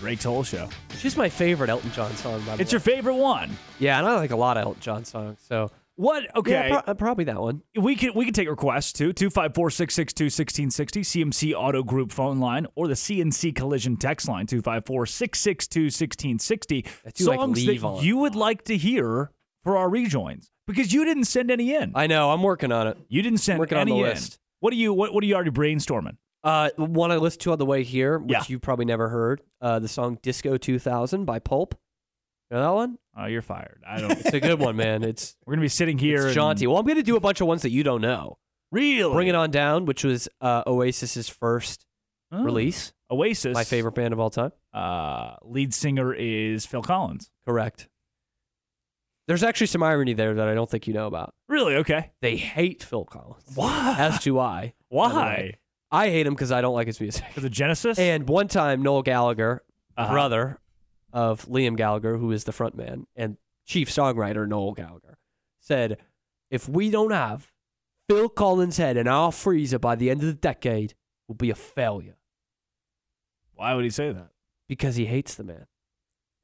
Speaker 9: Drake Toll Show.
Speaker 7: she's my favorite Elton John song. By the
Speaker 9: It's
Speaker 7: way.
Speaker 9: your favorite one.
Speaker 7: yeah, and I like a lot of Elton John songs. So
Speaker 9: What? Okay.
Speaker 7: Yeah, pro- probably that one.
Speaker 9: We can we can take requests too. 254 662 1660, CMC Auto Group phone line, or the CNC Collision text line, 254 662 1660.
Speaker 7: do, like,
Speaker 9: Songs
Speaker 7: leave
Speaker 9: that
Speaker 7: on.
Speaker 9: you would like to hear for our rejoins because you didn't send any in.
Speaker 7: I know. I'm working on it.
Speaker 9: You didn't send
Speaker 7: working on
Speaker 9: any
Speaker 7: the
Speaker 9: in.
Speaker 7: list.
Speaker 9: What are you what, what are you already brainstorming?
Speaker 7: Uh, one I listened to on the way here, which
Speaker 9: Yeah.
Speaker 7: you probably never heard, uh, the song "Disco 2000" by Pulp. You know that one?
Speaker 9: Oh, you're fired. I don't.
Speaker 7: it's a good one, man. It's
Speaker 9: we're gonna be sitting here and-
Speaker 7: It's jaunty. Well, I'm gonna do a bunch of ones that you don't know.
Speaker 9: Really?
Speaker 7: Bring It On Down, which was uh, Oasis's first
Speaker 9: Oh.
Speaker 7: release.
Speaker 9: Oasis,
Speaker 7: my favorite band of all time.
Speaker 9: Uh, lead singer is Phil Collins.
Speaker 7: Correct. There's actually some irony there that I don't think you know about.
Speaker 9: Really? Okay.
Speaker 7: They hate Phil Collins.
Speaker 9: Why?
Speaker 7: As do I.
Speaker 9: Why?
Speaker 7: by the way. I hate him because I don't like his music.
Speaker 9: Because of Genesis? Uh-huh.
Speaker 7: And one time, Noel Gallagher, brother of Liam Gallagher, who is the frontman and chief songwriter, Noel Gallagher, said, If we don't have Phil Collins' head in our freezer by the end of the decade, we'll be a failure.
Speaker 9: Why would he say that?
Speaker 7: Because he hates the man,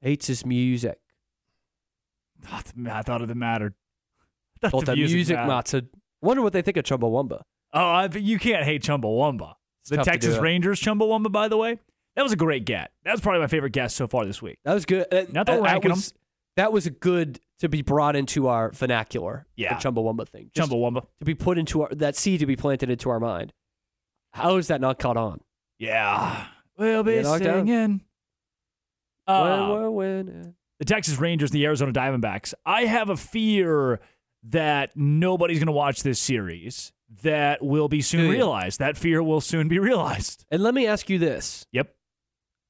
Speaker 7: hates his music.
Speaker 9: I thought it mattered. I
Speaker 7: Thought that music mattered. Wonder what they think of Chumbawamba.
Speaker 9: Oh, I, but you can't hate Chumbawamba.
Speaker 7: It's
Speaker 9: the
Speaker 7: tough to do
Speaker 9: Texas
Speaker 7: that.
Speaker 9: Rangers Chumbawamba, by the way. That was a great get. That was probably my favorite guest so far this week.
Speaker 7: That was good. Uh,
Speaker 9: Not that
Speaker 7: uh,
Speaker 9: we're ranking 'em.
Speaker 7: was, That was good to be brought into our vernacular.
Speaker 9: Yeah.
Speaker 7: The Chumbawamba thing. Just
Speaker 9: Chumbawamba.
Speaker 7: To be put into our, that seed to be planted into our mind. How is that not caught on?
Speaker 9: Yeah. We'll be
Speaker 7: Get knocked down.
Speaker 9: singing. Uh,
Speaker 7: When we're winning.
Speaker 9: the Texas Rangers, the Arizona Diamondbacks. I have a fear that nobody's going to watch this series. That will be soon
Speaker 7: you?
Speaker 9: realized. That fear will soon be realized.
Speaker 7: And let me ask you this.
Speaker 9: Yep.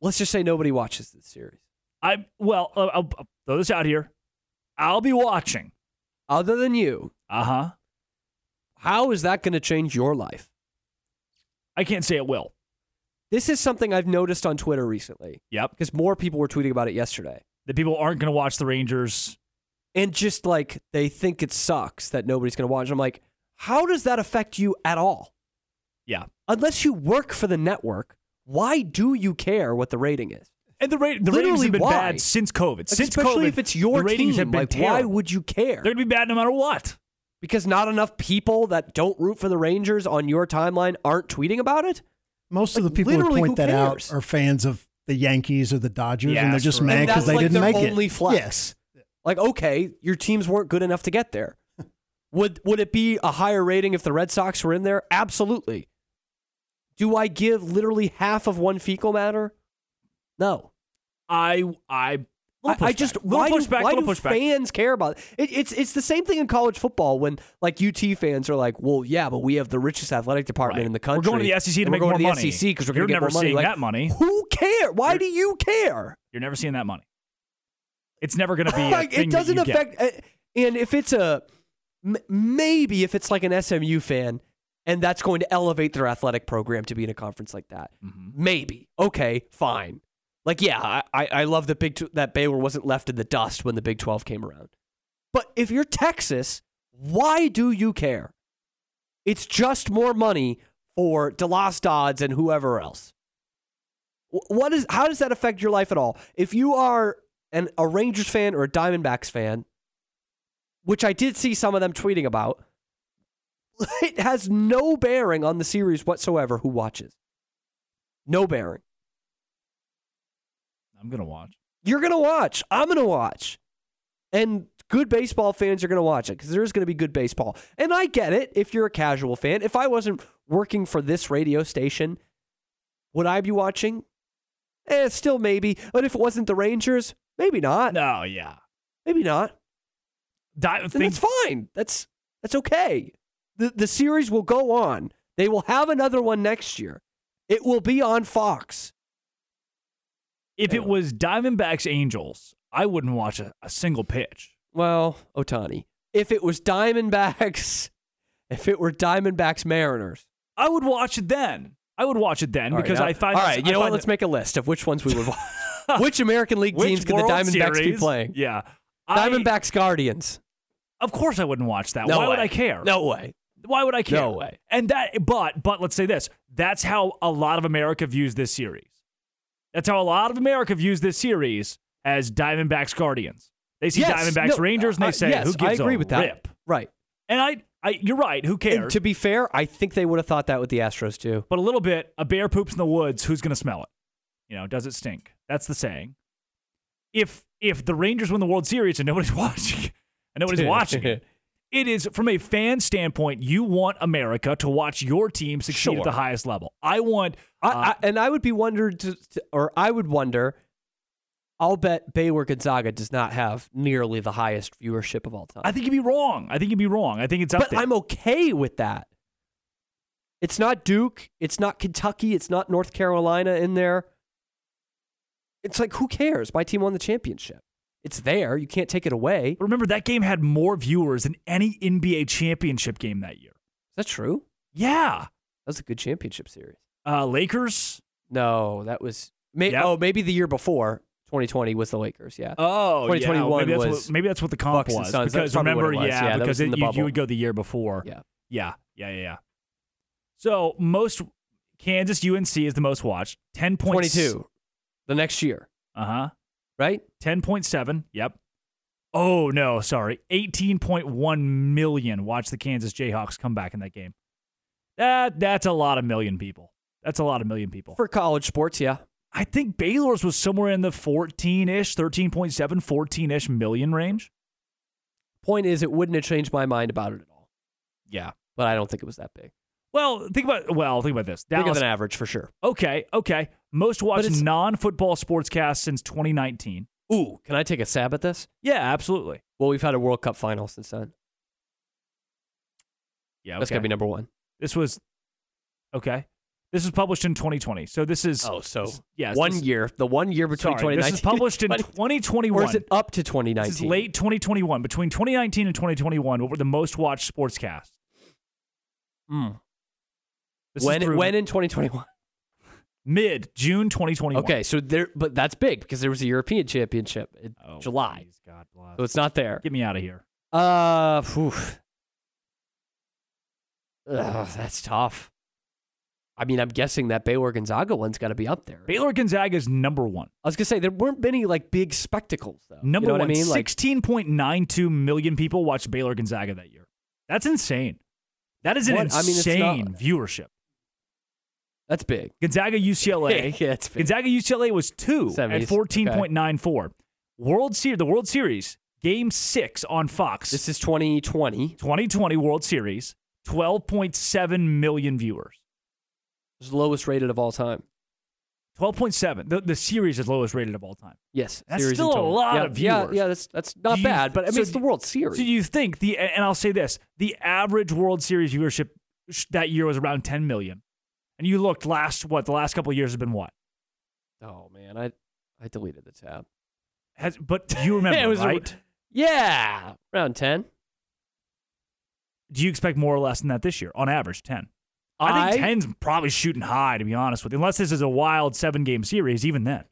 Speaker 7: Let's just say nobody watches this series.
Speaker 9: I well, uh, I'll, I'll throw this out here. I'll be watching.
Speaker 7: Other than you.
Speaker 9: Uh huh.
Speaker 7: How is that going to change your life?
Speaker 9: I can't say it will.
Speaker 7: This is something I've noticed on Twitter recently.
Speaker 9: Yep.
Speaker 7: Because more people were tweeting about it yesterday.
Speaker 9: That people aren't going to watch the Rangers.
Speaker 7: And just like they think it sucks that nobody's going to watch. I'm like, how does that affect you at all?
Speaker 9: Yeah.
Speaker 7: Unless you work for the network, why do you care what the rating is?
Speaker 9: And the, ra- the ratings
Speaker 7: Literally,
Speaker 9: have been
Speaker 7: why?
Speaker 9: bad since COVID.
Speaker 7: Like,
Speaker 9: since
Speaker 7: especially
Speaker 9: COVID,
Speaker 7: if it's your
Speaker 9: the ratings
Speaker 7: team,
Speaker 9: have been
Speaker 7: like, why
Speaker 9: terrible.
Speaker 7: would you care? They're
Speaker 9: going to be bad no matter what.
Speaker 7: Because not enough people that don't root for the Rangers on your timeline aren't tweeting about it?
Speaker 10: Most of the
Speaker 7: Like,
Speaker 10: people who
Speaker 7: literally,
Speaker 10: point
Speaker 7: who
Speaker 10: that
Speaker 7: cares?
Speaker 10: out are fans of the Yankees or the Dodgers, and they're
Speaker 7: Yes,
Speaker 10: just
Speaker 7: right.
Speaker 10: mad
Speaker 7: And that's
Speaker 10: because they
Speaker 7: like
Speaker 10: didn't
Speaker 7: their
Speaker 10: make
Speaker 7: only
Speaker 10: it.
Speaker 7: flex.
Speaker 10: Yes,
Speaker 7: Like, okay, your teams weren't good enough to get there. would would it be a higher rating if the Red Sox were in there? Absolutely. Do I give literally half of one fecal matter? No.
Speaker 9: I I
Speaker 7: I,
Speaker 9: Little pushback.
Speaker 7: just
Speaker 9: Little
Speaker 7: why do,
Speaker 9: pushback,
Speaker 7: why
Speaker 9: little
Speaker 7: do
Speaker 9: pushback.
Speaker 7: fans care about it? it? It's it's the same thing in college football when like UT fans are like, well, yeah, but we have the richest athletic department in the country.
Speaker 9: We're going to the SEC to
Speaker 7: and
Speaker 9: make
Speaker 7: we're
Speaker 9: more
Speaker 7: going to
Speaker 9: money.
Speaker 7: the SEC because we're
Speaker 9: You're
Speaker 7: going to get
Speaker 9: never
Speaker 7: more money.
Speaker 9: seeing
Speaker 7: Like,
Speaker 9: that money.
Speaker 7: Who care? Why do you care?
Speaker 9: You're never seeing that money. It's never going to be. a
Speaker 7: like
Speaker 9: thing
Speaker 7: it
Speaker 9: that
Speaker 7: doesn't
Speaker 9: you get.
Speaker 7: affect uh, and if it's a m- maybe if it's like an smu fan and that's going to elevate their athletic program to be in a conference like that
Speaker 9: Mm-hmm.
Speaker 7: maybe okay fine like yeah i, I I love that big Tw- that baylor wasn't left in the dust when the big 12 came around but if you're texas why do you care it's just more money for delos dodds and whoever else Wh- what is how does that affect your life at all if you are an a rangers fan or a diamondbacks fan which i did see some of them tweeting about it has no bearing on the series whatsoever who watches no bearing
Speaker 9: I'm going to watch.
Speaker 7: you're gonna watch i'm gonna watch and good baseball fans are gonna watch it because there's gonna be good baseball and i get it if you're a casual fan if i wasn't working for this radio station would i be watching eh still maybe but if it wasn't the rangers maybe not
Speaker 9: no yeah
Speaker 7: maybe not
Speaker 9: Di-
Speaker 7: then that's fine. That's that's okay. The the series will go on. They will have another one next year. It will be on Fox.
Speaker 9: If it was Diamondbacks Angels, I wouldn't watch a, a single pitch.
Speaker 7: Well, Otani. If it was Diamondbacks, if it were Diamondbacks Mariners,
Speaker 9: I would watch it then. I would watch it then
Speaker 7: All right,
Speaker 9: because
Speaker 7: now-
Speaker 9: I find
Speaker 7: all right.
Speaker 9: I
Speaker 7: You know what?
Speaker 9: find
Speaker 7: Let's make a list of which ones we would. watch. which American League
Speaker 9: Which
Speaker 7: teams could the
Speaker 9: World
Speaker 7: Diamondbacks be
Speaker 9: Series?
Speaker 7: playing?
Speaker 9: Yeah,
Speaker 7: Diamondbacks Guardians.
Speaker 9: Of course, I wouldn't watch that.
Speaker 7: No
Speaker 9: Why would
Speaker 7: way.
Speaker 9: I care?
Speaker 7: No way.
Speaker 9: Why would I care?
Speaker 7: No way.
Speaker 9: And that, but but let's say this: that's how a lot of America views this series. That's how a lot of America views this series as Diamondbacks Guardians. They see
Speaker 7: Yes,
Speaker 9: Diamondbacks
Speaker 7: no,
Speaker 9: Rangers and
Speaker 7: uh,
Speaker 9: they say,
Speaker 7: yes,
Speaker 9: "Who gives
Speaker 7: I agree
Speaker 9: a
Speaker 7: with that.
Speaker 9: rip?"
Speaker 7: Right.
Speaker 9: And I, I, you're right. Who
Speaker 7: And
Speaker 9: cares?
Speaker 7: to be fair, I think they would have thought that with the Astros too.
Speaker 9: but a little bit, a bear poops in the woods. Who's gonna smell it? You know, does it stink? That's the saying. If if the Rangers win the World Series and nobody's watching, and nobody's watching it, It is from a fan standpoint, you want America to watch your team succeed
Speaker 7: Sure.
Speaker 9: at the highest level. I want, uh,
Speaker 7: I, I, and I would be wondered, to, to- or I would wonder. I'll bet Baylor Gonzaga does not have nearly the highest viewership of all time.
Speaker 9: I think you'd be wrong. I think you'd be wrong. I think it's up
Speaker 7: but
Speaker 9: there.
Speaker 7: I'm okay with that. It's not Duke. It's not Kentucky. It's not North Carolina in there. It's like who cares? My team won the championship. It's there. You can't take it away.
Speaker 9: Remember that game had more viewers than any NBA championship game that year.
Speaker 7: Is that true?
Speaker 9: Yeah. That
Speaker 7: was a good championship series.
Speaker 9: Uh, Lakers?
Speaker 7: No, that was. May, Oh, maybe the year before 2020 was the Lakers. Yeah.
Speaker 9: Oh, yeah.
Speaker 7: 2021
Speaker 9: maybe that's
Speaker 7: was
Speaker 9: what, maybe that's what the comp
Speaker 7: Bucks and
Speaker 9: was
Speaker 7: Suns. That's
Speaker 9: because
Speaker 7: probably what
Speaker 9: remember,
Speaker 7: it was.
Speaker 9: yeah,
Speaker 7: Yeah, that
Speaker 9: because
Speaker 7: was in
Speaker 9: it-
Speaker 7: the
Speaker 9: you, you
Speaker 7: bubble.
Speaker 9: would go the year before.
Speaker 7: Yeah.
Speaker 9: yeah, yeah, yeah, yeah. So most Kansas UNC is the most watched. Ten point
Speaker 7: 22 the next year.
Speaker 9: Uh huh.
Speaker 7: Right.
Speaker 9: Ten point seven. Yep. Oh no, sorry. Eighteen point one million watched the Kansas Jayhawks come back in that game. That that's a lot of million people. That's a lot of million people
Speaker 7: for college sports. Yeah.
Speaker 9: I think Baylor's was somewhere in the 14 ish, 13.7, 14 ish million range.
Speaker 7: Point is, it wouldn't have changed my mind about it at all.
Speaker 9: Yeah.
Speaker 7: But I don't think it was that big.
Speaker 9: Well, think about well, think about this.
Speaker 7: Bigger
Speaker 9: Dallas,
Speaker 7: than average for sure.
Speaker 9: okay, okay. Most watched
Speaker 7: it's-
Speaker 9: non-football sportscast since 2019.
Speaker 7: Ooh, can I take a stab at this?
Speaker 9: Yeah, absolutely.
Speaker 7: Well, we've had a World Cup final since then.
Speaker 9: Yeah,
Speaker 7: That's
Speaker 9: okay.
Speaker 7: gotta be number one.
Speaker 9: This was okay. This was published in 2020. So this is
Speaker 7: Oh, so
Speaker 9: yes,
Speaker 7: one
Speaker 9: this-
Speaker 7: year, the one year between
Speaker 9: Sorry,
Speaker 7: 2019.
Speaker 9: this is published in 2021.
Speaker 7: Or is it up to 2019?
Speaker 9: This is late 2021. Between 2019 and 2021, what were the most watched sportscasts?
Speaker 7: Mm.
Speaker 9: This is
Speaker 7: When
Speaker 9: through-
Speaker 7: when in 2021?
Speaker 9: Mid June 2021.
Speaker 7: Okay, so there, but that's big because there was a European Championship in July.
Speaker 9: Oh, God bless.
Speaker 7: So it's not there.
Speaker 9: Get me out of here.
Speaker 7: Uh, phew. Ugh, that's tough. I mean, I'm guessing that Baylor Gonzaga one's got to be up there.
Speaker 9: Baylor Gonzaga is number one.
Speaker 7: I was gonna say there weren't many like big spectacles though. You
Speaker 9: Number
Speaker 7: know
Speaker 9: one,
Speaker 7: what I mean? Like,
Speaker 9: 16.92 million people watched Baylor Gonzaga that year. That's insane. That is an
Speaker 7: What? I mean, it's
Speaker 9: insane
Speaker 7: not-
Speaker 9: viewership.
Speaker 7: that's big.
Speaker 9: Gonzaga UCLA.
Speaker 7: Yeah, it's big.
Speaker 9: Gonzaga UCLA was two at
Speaker 7: 70s,
Speaker 9: 14.94. World Series, the World Series, game six on Fox. This
Speaker 7: is 2020.
Speaker 9: 2020 World Series, 12.7 million viewers.
Speaker 7: It's the lowest rated of all time.
Speaker 9: 12.7. The, the series is lowest rated of all time.
Speaker 7: Yes,
Speaker 9: That's
Speaker 7: series in
Speaker 9: still a
Speaker 7: total.
Speaker 9: lot
Speaker 7: yeah,
Speaker 9: of
Speaker 7: yeah,
Speaker 9: viewers.
Speaker 7: Yeah, that's that's not
Speaker 9: Do you-
Speaker 7: bad, but I mean,
Speaker 9: so
Speaker 7: it's the
Speaker 9: do-
Speaker 7: World Series.
Speaker 9: So do you think the and I'll say this: the average World Series viewership sh- that year was around 10 million, and you looked last what the last couple of years has been what?
Speaker 7: oh man, I I deleted the tab.
Speaker 9: Has, but you remember,
Speaker 7: It was a-
Speaker 9: right?
Speaker 7: yeah, around 10.
Speaker 9: Do you expect more or less than that this year on average? 10. I, think
Speaker 7: I-
Speaker 9: 10's probably shooting high to be honest with you, unless this is a wild seven game series. Even then,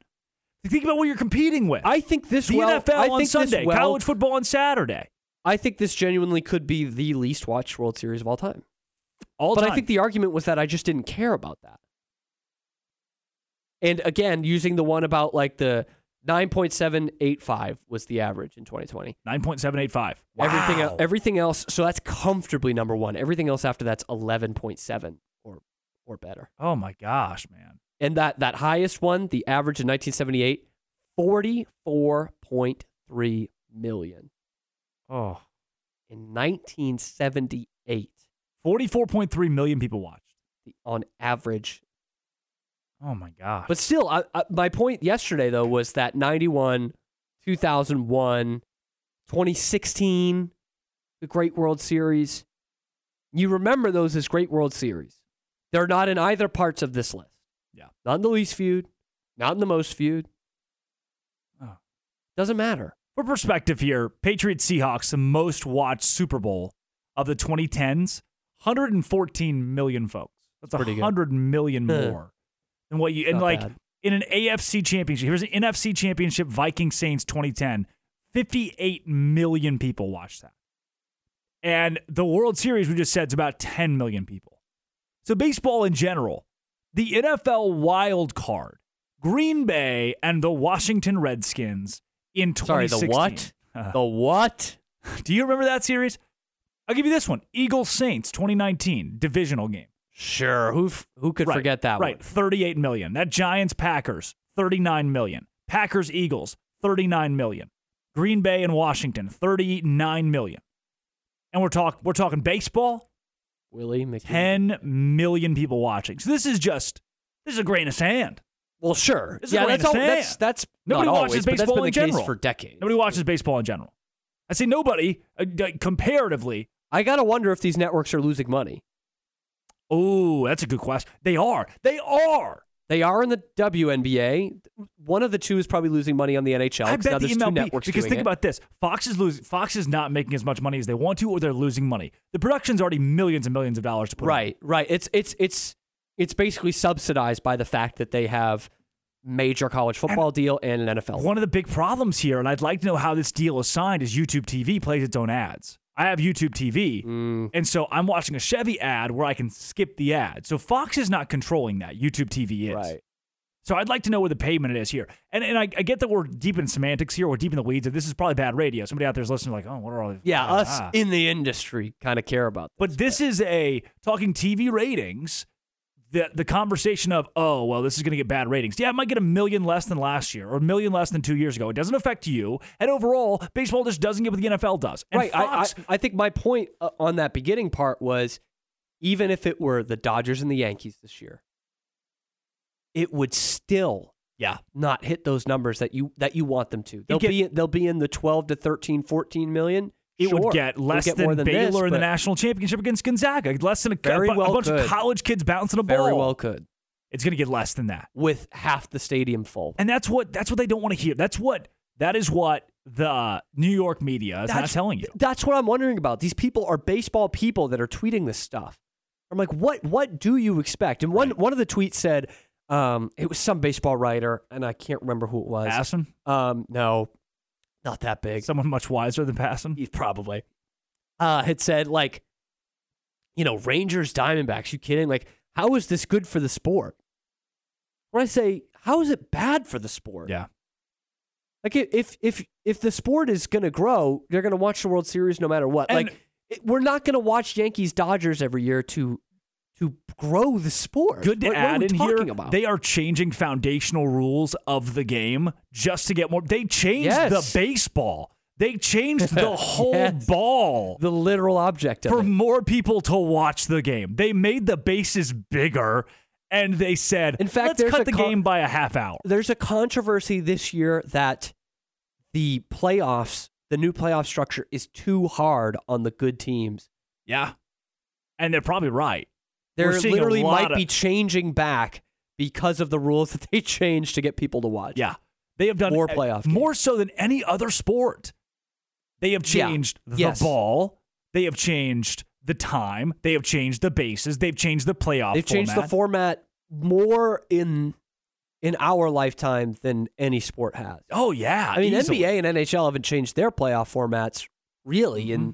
Speaker 9: think about what you're competing with.
Speaker 7: I think this
Speaker 9: the
Speaker 7: well,
Speaker 9: NFL
Speaker 7: I
Speaker 9: on
Speaker 7: think this
Speaker 9: Sunday,
Speaker 7: well-
Speaker 9: college football on Saturday.
Speaker 7: I think this genuinely could be the least watched World Series of all time.
Speaker 9: All
Speaker 7: but I
Speaker 9: time.
Speaker 7: think the argument was that I just didn't care about that. And again, using the one about like the 9.785 was the average in 2020.
Speaker 9: 9.785.
Speaker 7: Everything el- everything else so that's comfortably number 1. Everything else after that's 11.7 or or better.
Speaker 9: Oh my gosh, man.
Speaker 7: And that that highest one, the average in 1978, 44.3 million.
Speaker 9: Oh.
Speaker 7: In 1978
Speaker 9: 44.3 million people watched
Speaker 7: on average.
Speaker 9: Oh my gosh.
Speaker 7: But still, I, I, my point yesterday though was that 91, 2001, 2016, the Great World Series. You remember those as Great World Series. They're not in either parts of this list.
Speaker 9: Yeah.
Speaker 7: Not in the least viewed, not in the most viewed.
Speaker 9: Oh.
Speaker 7: Doesn't matter.
Speaker 9: For perspective here, Patriots Seahawks, the most watched Super Bowl of the 2010s, 114 million folks. That's
Speaker 7: Pretty good.
Speaker 9: 100 million
Speaker 7: Huh.
Speaker 9: more than what you, and
Speaker 7: Not
Speaker 9: like
Speaker 7: bad.
Speaker 9: in an AFC championship, here's an NFC championship, Viking Saints 2010, 58 million people watched that. And the World Series, we just said, is about 10 million people. So, baseball in general, the NFL wild card, Green Bay and the Washington Redskins in
Speaker 7: Sorry, the
Speaker 9: 2016.
Speaker 7: what? The what?
Speaker 9: Do you remember that series? I'll give you this one Eagles Saints 2019, divisional game.
Speaker 7: Sure. Who f- who could
Speaker 9: Right,
Speaker 7: forget that
Speaker 9: Right,
Speaker 7: one?
Speaker 9: 38 million. That Giants Packers, 39 million. Packers Eagles, 39 million. Green Bay and Washington, 39 million. and we're talk we're talking baseball.
Speaker 7: Willie McGee.
Speaker 9: Ten million people watching. So this is just this is a grain of sand.
Speaker 7: Well, sure.
Speaker 9: This is
Speaker 7: yeah,
Speaker 9: a grain
Speaker 7: that's
Speaker 9: of
Speaker 7: all,
Speaker 9: sand.
Speaker 7: that's that's
Speaker 9: nobody
Speaker 7: not
Speaker 9: watches
Speaker 7: always, but
Speaker 9: baseball
Speaker 7: that's been
Speaker 9: in
Speaker 7: the
Speaker 9: general
Speaker 7: case for decades.
Speaker 9: Nobody watches baseball in general. I say nobody uh, d- comparatively.
Speaker 7: I gotta wonder if these networks are losing money.
Speaker 9: Oh, that's a good question. They are. They are.
Speaker 7: They are in the WNBA. One of the two is probably losing money on the NHL.
Speaker 9: I
Speaker 7: 'cause now
Speaker 9: bet the
Speaker 7: there's two
Speaker 9: MLB
Speaker 7: networks
Speaker 9: because
Speaker 7: doing
Speaker 9: think
Speaker 7: it.
Speaker 9: about this: Fox is losing. Fox is not making as much money as they want to, or they're losing money. The production's already millions and millions of dollars to put. in.
Speaker 7: right, right. It's it's it's it's basically subsidized by the fact that they have major college football deal and an NFL.
Speaker 9: One of the big problems here, and I'd like to know how this deal is signed, is YouTube TV plays its own ads. I have YouTube TV,
Speaker 7: Mm.
Speaker 9: and so I'm watching a Chevy ad where I can skip the ad. So Fox is not controlling that. YouTube TV is. Right. So I'd like to know where the payment is here. And and I, I get that we're deep in semantics here, we're deep in the weeds, and this is probably bad radio. Somebody out there's listening, like, oh, what are all these?
Speaker 7: Yeah, us
Speaker 9: Ah.
Speaker 7: in the industry kind of care about.
Speaker 9: But this is a talking TV ratings. The, the conversation of oh well this is going to get bad ratings yeah it might get a million less than last year or a million less than two years ago it doesn't affect you and overall baseball just doesn't get what the NFL does and
Speaker 7: right.
Speaker 9: Fox
Speaker 7: I, I I think my point uh, on that beginning part was, even if it were the Dodgers and the Yankees this year, it would still
Speaker 9: yeah
Speaker 7: not hit those numbers that you that you want them to. They'll
Speaker 9: get-
Speaker 7: be they'll be in the 12 to 13, 14 million.
Speaker 9: it
Speaker 7: Sure,
Speaker 9: would get
Speaker 7: it'll
Speaker 9: less than,
Speaker 7: more than
Speaker 9: Baylor
Speaker 7: this,
Speaker 9: in the
Speaker 7: but
Speaker 9: national championship against Gonzaga less than a,
Speaker 7: Very
Speaker 9: bu- a
Speaker 7: well
Speaker 9: bunch of
Speaker 7: could.
Speaker 9: college kids bouncing a ball
Speaker 7: Very well could
Speaker 9: it's going to get less than that
Speaker 7: with half the stadium full.
Speaker 9: and that's what that's what they don't want to hear that's what that is what the uh, New York media is not
Speaker 7: That's-
Speaker 9: telling you
Speaker 7: That's what I'm wondering about. These people are baseball people that are tweeting this stuff. I'm like, what what do you expect? And one one of the tweets said, um, it was some baseball writer, and I can't remember who it was.
Speaker 9: Passon?
Speaker 7: Um, no, not that big.
Speaker 9: Someone much wiser than Passon?
Speaker 7: He's probably. Uh, had said like, you know, Rangers, Diamondbacks. You kidding? Like, how is this good for the sport? When I say, how is it bad for the sport?
Speaker 9: Yeah.
Speaker 7: Like i- if if if the sport is going to grow, they're going to watch the World Series no matter what. like it, we're not going to watch Yankees Dodgers every year to to grow the sport.
Speaker 9: Good to
Speaker 7: What- what are
Speaker 9: add
Speaker 7: we
Speaker 9: in
Speaker 7: talking
Speaker 9: here.
Speaker 7: About?
Speaker 9: They are changing foundational rules of the game just to get more. They changed
Speaker 7: Yes.
Speaker 9: the baseball. They changed the whole
Speaker 7: Yes.
Speaker 9: ball,
Speaker 7: the literal object of
Speaker 9: for
Speaker 7: it.
Speaker 9: more people to watch the game. They made the bases bigger, and they said, "In
Speaker 7: fact,
Speaker 9: let's
Speaker 7: there's
Speaker 9: cut
Speaker 7: a
Speaker 9: the
Speaker 7: con-
Speaker 9: game by a half hour."
Speaker 7: There's a controversy this year that the playoffs, the new playoff structure, is too hard on the good teams.
Speaker 9: Yeah, and they're probably right.
Speaker 7: There
Speaker 9: We're seeing a
Speaker 7: literally
Speaker 9: lot
Speaker 7: might
Speaker 9: of-
Speaker 7: be changing back because of the rules that they changed to get people to watch.
Speaker 9: Yeah, they have done e-,
Speaker 7: more playoff.
Speaker 9: more so than any other sport. They have
Speaker 7: Yeah.
Speaker 9: changed the
Speaker 7: Yes.
Speaker 9: ball. They have changed the time. They have changed the bases. They've changed the playoff.
Speaker 7: They've changed the
Speaker 9: format.
Speaker 7: format more in in our lifetime than any sport has.
Speaker 9: Oh yeah,
Speaker 7: I mean,
Speaker 9: easily.
Speaker 7: NBA and NHL haven't changed their playoff formats really
Speaker 9: Mm-hmm.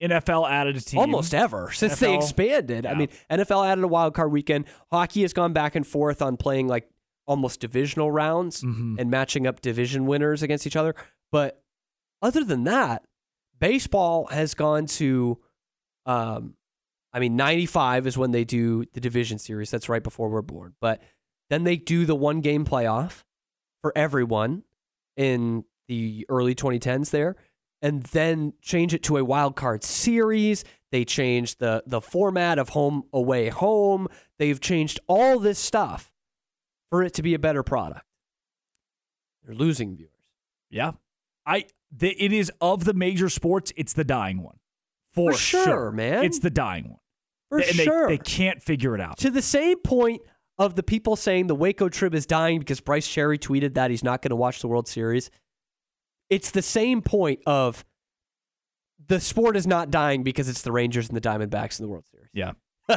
Speaker 7: in
Speaker 9: NFL added a team
Speaker 7: almost ever since they
Speaker 9: NFL
Speaker 7: expanded. I
Speaker 9: Yeah.
Speaker 7: mean, NFL added a wild card weekend. Hockey has gone back and forth on playing like almost divisional rounds
Speaker 9: Mm-hmm.
Speaker 7: and matching up division winners against each other. But other than that, baseball has gone to, um, I mean, 95 is when they do the division series. That's right before we're born. But then they do the one game playoff for everyone in the early 2010s there and then change it to a wild card series they changed the the format of home away home they've changed all this stuff for it to be a better product they're losing viewers
Speaker 9: Yeah, I. The, it is of the major sports. It's the dying one, for,
Speaker 7: For sure, man.
Speaker 9: It's the dying one.
Speaker 7: For
Speaker 9: They- and they-
Speaker 7: sure.
Speaker 9: they can't figure it out.
Speaker 7: to the same point of the people saying the waco trip is dying because bryce cherry tweeted that he's not going to watch the world series it's the same point of the sport is not dying because it's the rangers and the diamondbacks in the world series
Speaker 9: Yeah.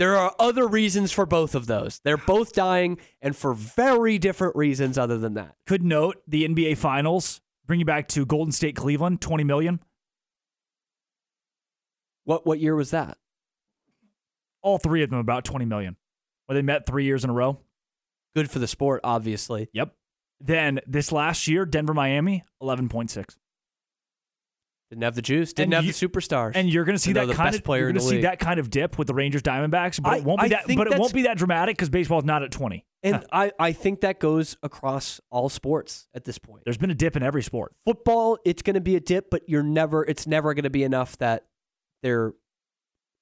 Speaker 7: There are other reasons for both of those. They're both dying and for very different reasons other than that.
Speaker 9: Could note the NBA Finals. Bring you back to Golden State, Cleveland, twenty million.
Speaker 7: What what year was that?
Speaker 9: All three of them about twenty million. Where they met three years in a row.
Speaker 7: Good for the sport, obviously.
Speaker 9: Yep. Then this last year, Denver, Miami, eleven point six.
Speaker 7: Didn't have the juice, didn't
Speaker 9: And
Speaker 7: have
Speaker 9: you-
Speaker 7: the superstars.
Speaker 9: And you're going to see
Speaker 7: Even though
Speaker 9: that
Speaker 7: the
Speaker 9: kind
Speaker 7: best
Speaker 9: of
Speaker 7: player
Speaker 9: you're
Speaker 7: in
Speaker 9: going to
Speaker 7: the
Speaker 9: see
Speaker 7: league.
Speaker 9: that kind of dip with the Rangers Diamondbacks, but
Speaker 7: I-
Speaker 9: it won't be
Speaker 7: I
Speaker 9: that.
Speaker 7: think
Speaker 9: But it
Speaker 7: that's-
Speaker 9: won't be that dramatic because baseball's not at twenty.
Speaker 7: And I, I think that goes across all sports at this point.
Speaker 9: There's been a dip in every sport.
Speaker 7: Football, it's going to be a dip, but you're never it's never going to be enough that they're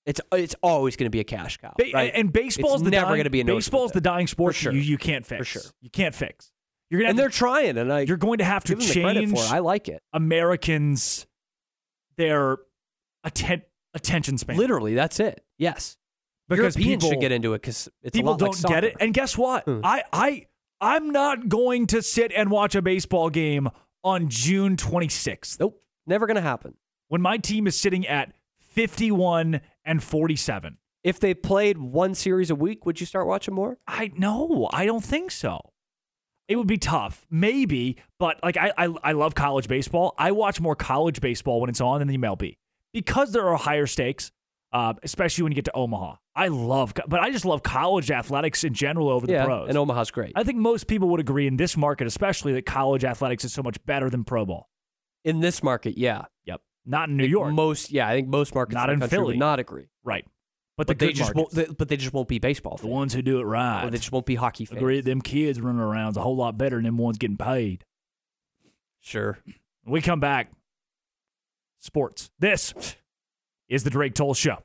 Speaker 7: it's it's always going to be a cash cow.
Speaker 9: Ba-
Speaker 7: right?
Speaker 9: And baseball's
Speaker 7: It's
Speaker 9: the
Speaker 7: never
Speaker 9: dying-
Speaker 7: going to be a noticeable
Speaker 9: baseball's the dying sport. that
Speaker 7: sure.
Speaker 9: You, you can't fix.
Speaker 7: For sure.
Speaker 9: You can't fix. You're gonna and
Speaker 7: they're trying, and I
Speaker 9: you're going to have to
Speaker 7: give them the credit
Speaker 9: change.
Speaker 7: for it. I like it.
Speaker 9: Americans, their atten- attention span.
Speaker 7: Literally, that's it. Yes,
Speaker 9: because
Speaker 7: Europeans
Speaker 9: people
Speaker 7: should get into it because it's a
Speaker 9: people
Speaker 7: lot
Speaker 9: don't
Speaker 7: like
Speaker 9: get
Speaker 7: soccer. Hmm.
Speaker 9: it. And guess what? I I I'm not going to sit and watch a baseball game on June 26th.
Speaker 7: Nope, never going to happen.
Speaker 9: When my team is sitting at 51 and 47.
Speaker 7: If they played one series a week, would you start watching more?
Speaker 9: I no, I don't think so. It would be tough, maybe, but like I, I, I love college baseball. I watch more college baseball when it's on than the MLB because there are higher stakes, uh, especially when you get to Omaha. I love, co- but I just love college athletics in general over the
Speaker 7: yeah,
Speaker 9: pros.
Speaker 7: and Omaha's great.
Speaker 9: I think most people would agree in this market, especially, that college athletics is so much better than pro ball.
Speaker 7: In this market, yeah,
Speaker 9: yep, not in New York.
Speaker 7: Most, yeah, I think most markets
Speaker 9: Not
Speaker 7: in,
Speaker 9: in
Speaker 7: the country
Speaker 9: Philly.
Speaker 7: would not agree.
Speaker 9: Right,
Speaker 7: but,
Speaker 9: But the
Speaker 7: they
Speaker 9: good
Speaker 7: just won't, they- but they just won't be baseball.
Speaker 9: The ones who do it right,
Speaker 7: Or they just won't be hockey fans.
Speaker 9: Agree, them kids running around's a whole lot better than them ones getting paid.
Speaker 7: Sure.
Speaker 9: When we come back, sports. This is the Drake Toll Show.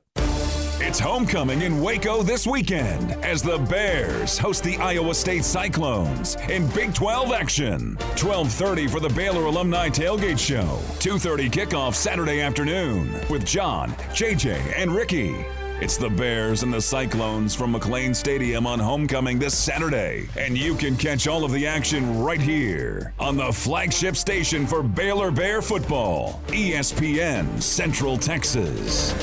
Speaker 4: It's homecoming in Waco this weekend as the Bears host the Iowa State Cyclones in Big 12 action. 12:30 for the Baylor Alumni Tailgate Show. 2:30 kickoff Saturday afternoon with John, JJ, and Ricky. It's the Bears and the Cyclones from McLean Stadium on homecoming this Saturday, and you can catch all of the action right here on the flagship station for Baylor Bear football, E ESPN Central Texas.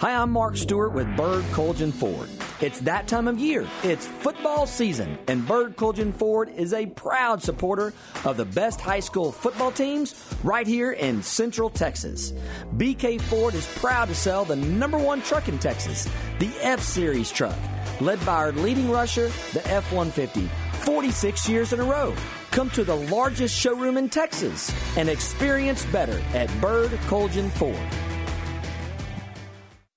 Speaker 25: Hi, I'm Mark Stewart with Bird Colgin Ford. It's that time of year. It's football season, and Bird Colgin Ford is a proud supporter of the best high school football teams right here in Central Texas. BK Ford is proud to sell the number one truck in Texas, the F Series truck, led by our leading rusher, the F 150, 46 years in a row. Come to the largest showroom in Texas and experience better at Bird Colgin Ford.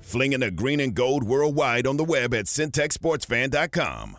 Speaker 17: Flinging the green and gold worldwide on the web at syntechsportsfan.com.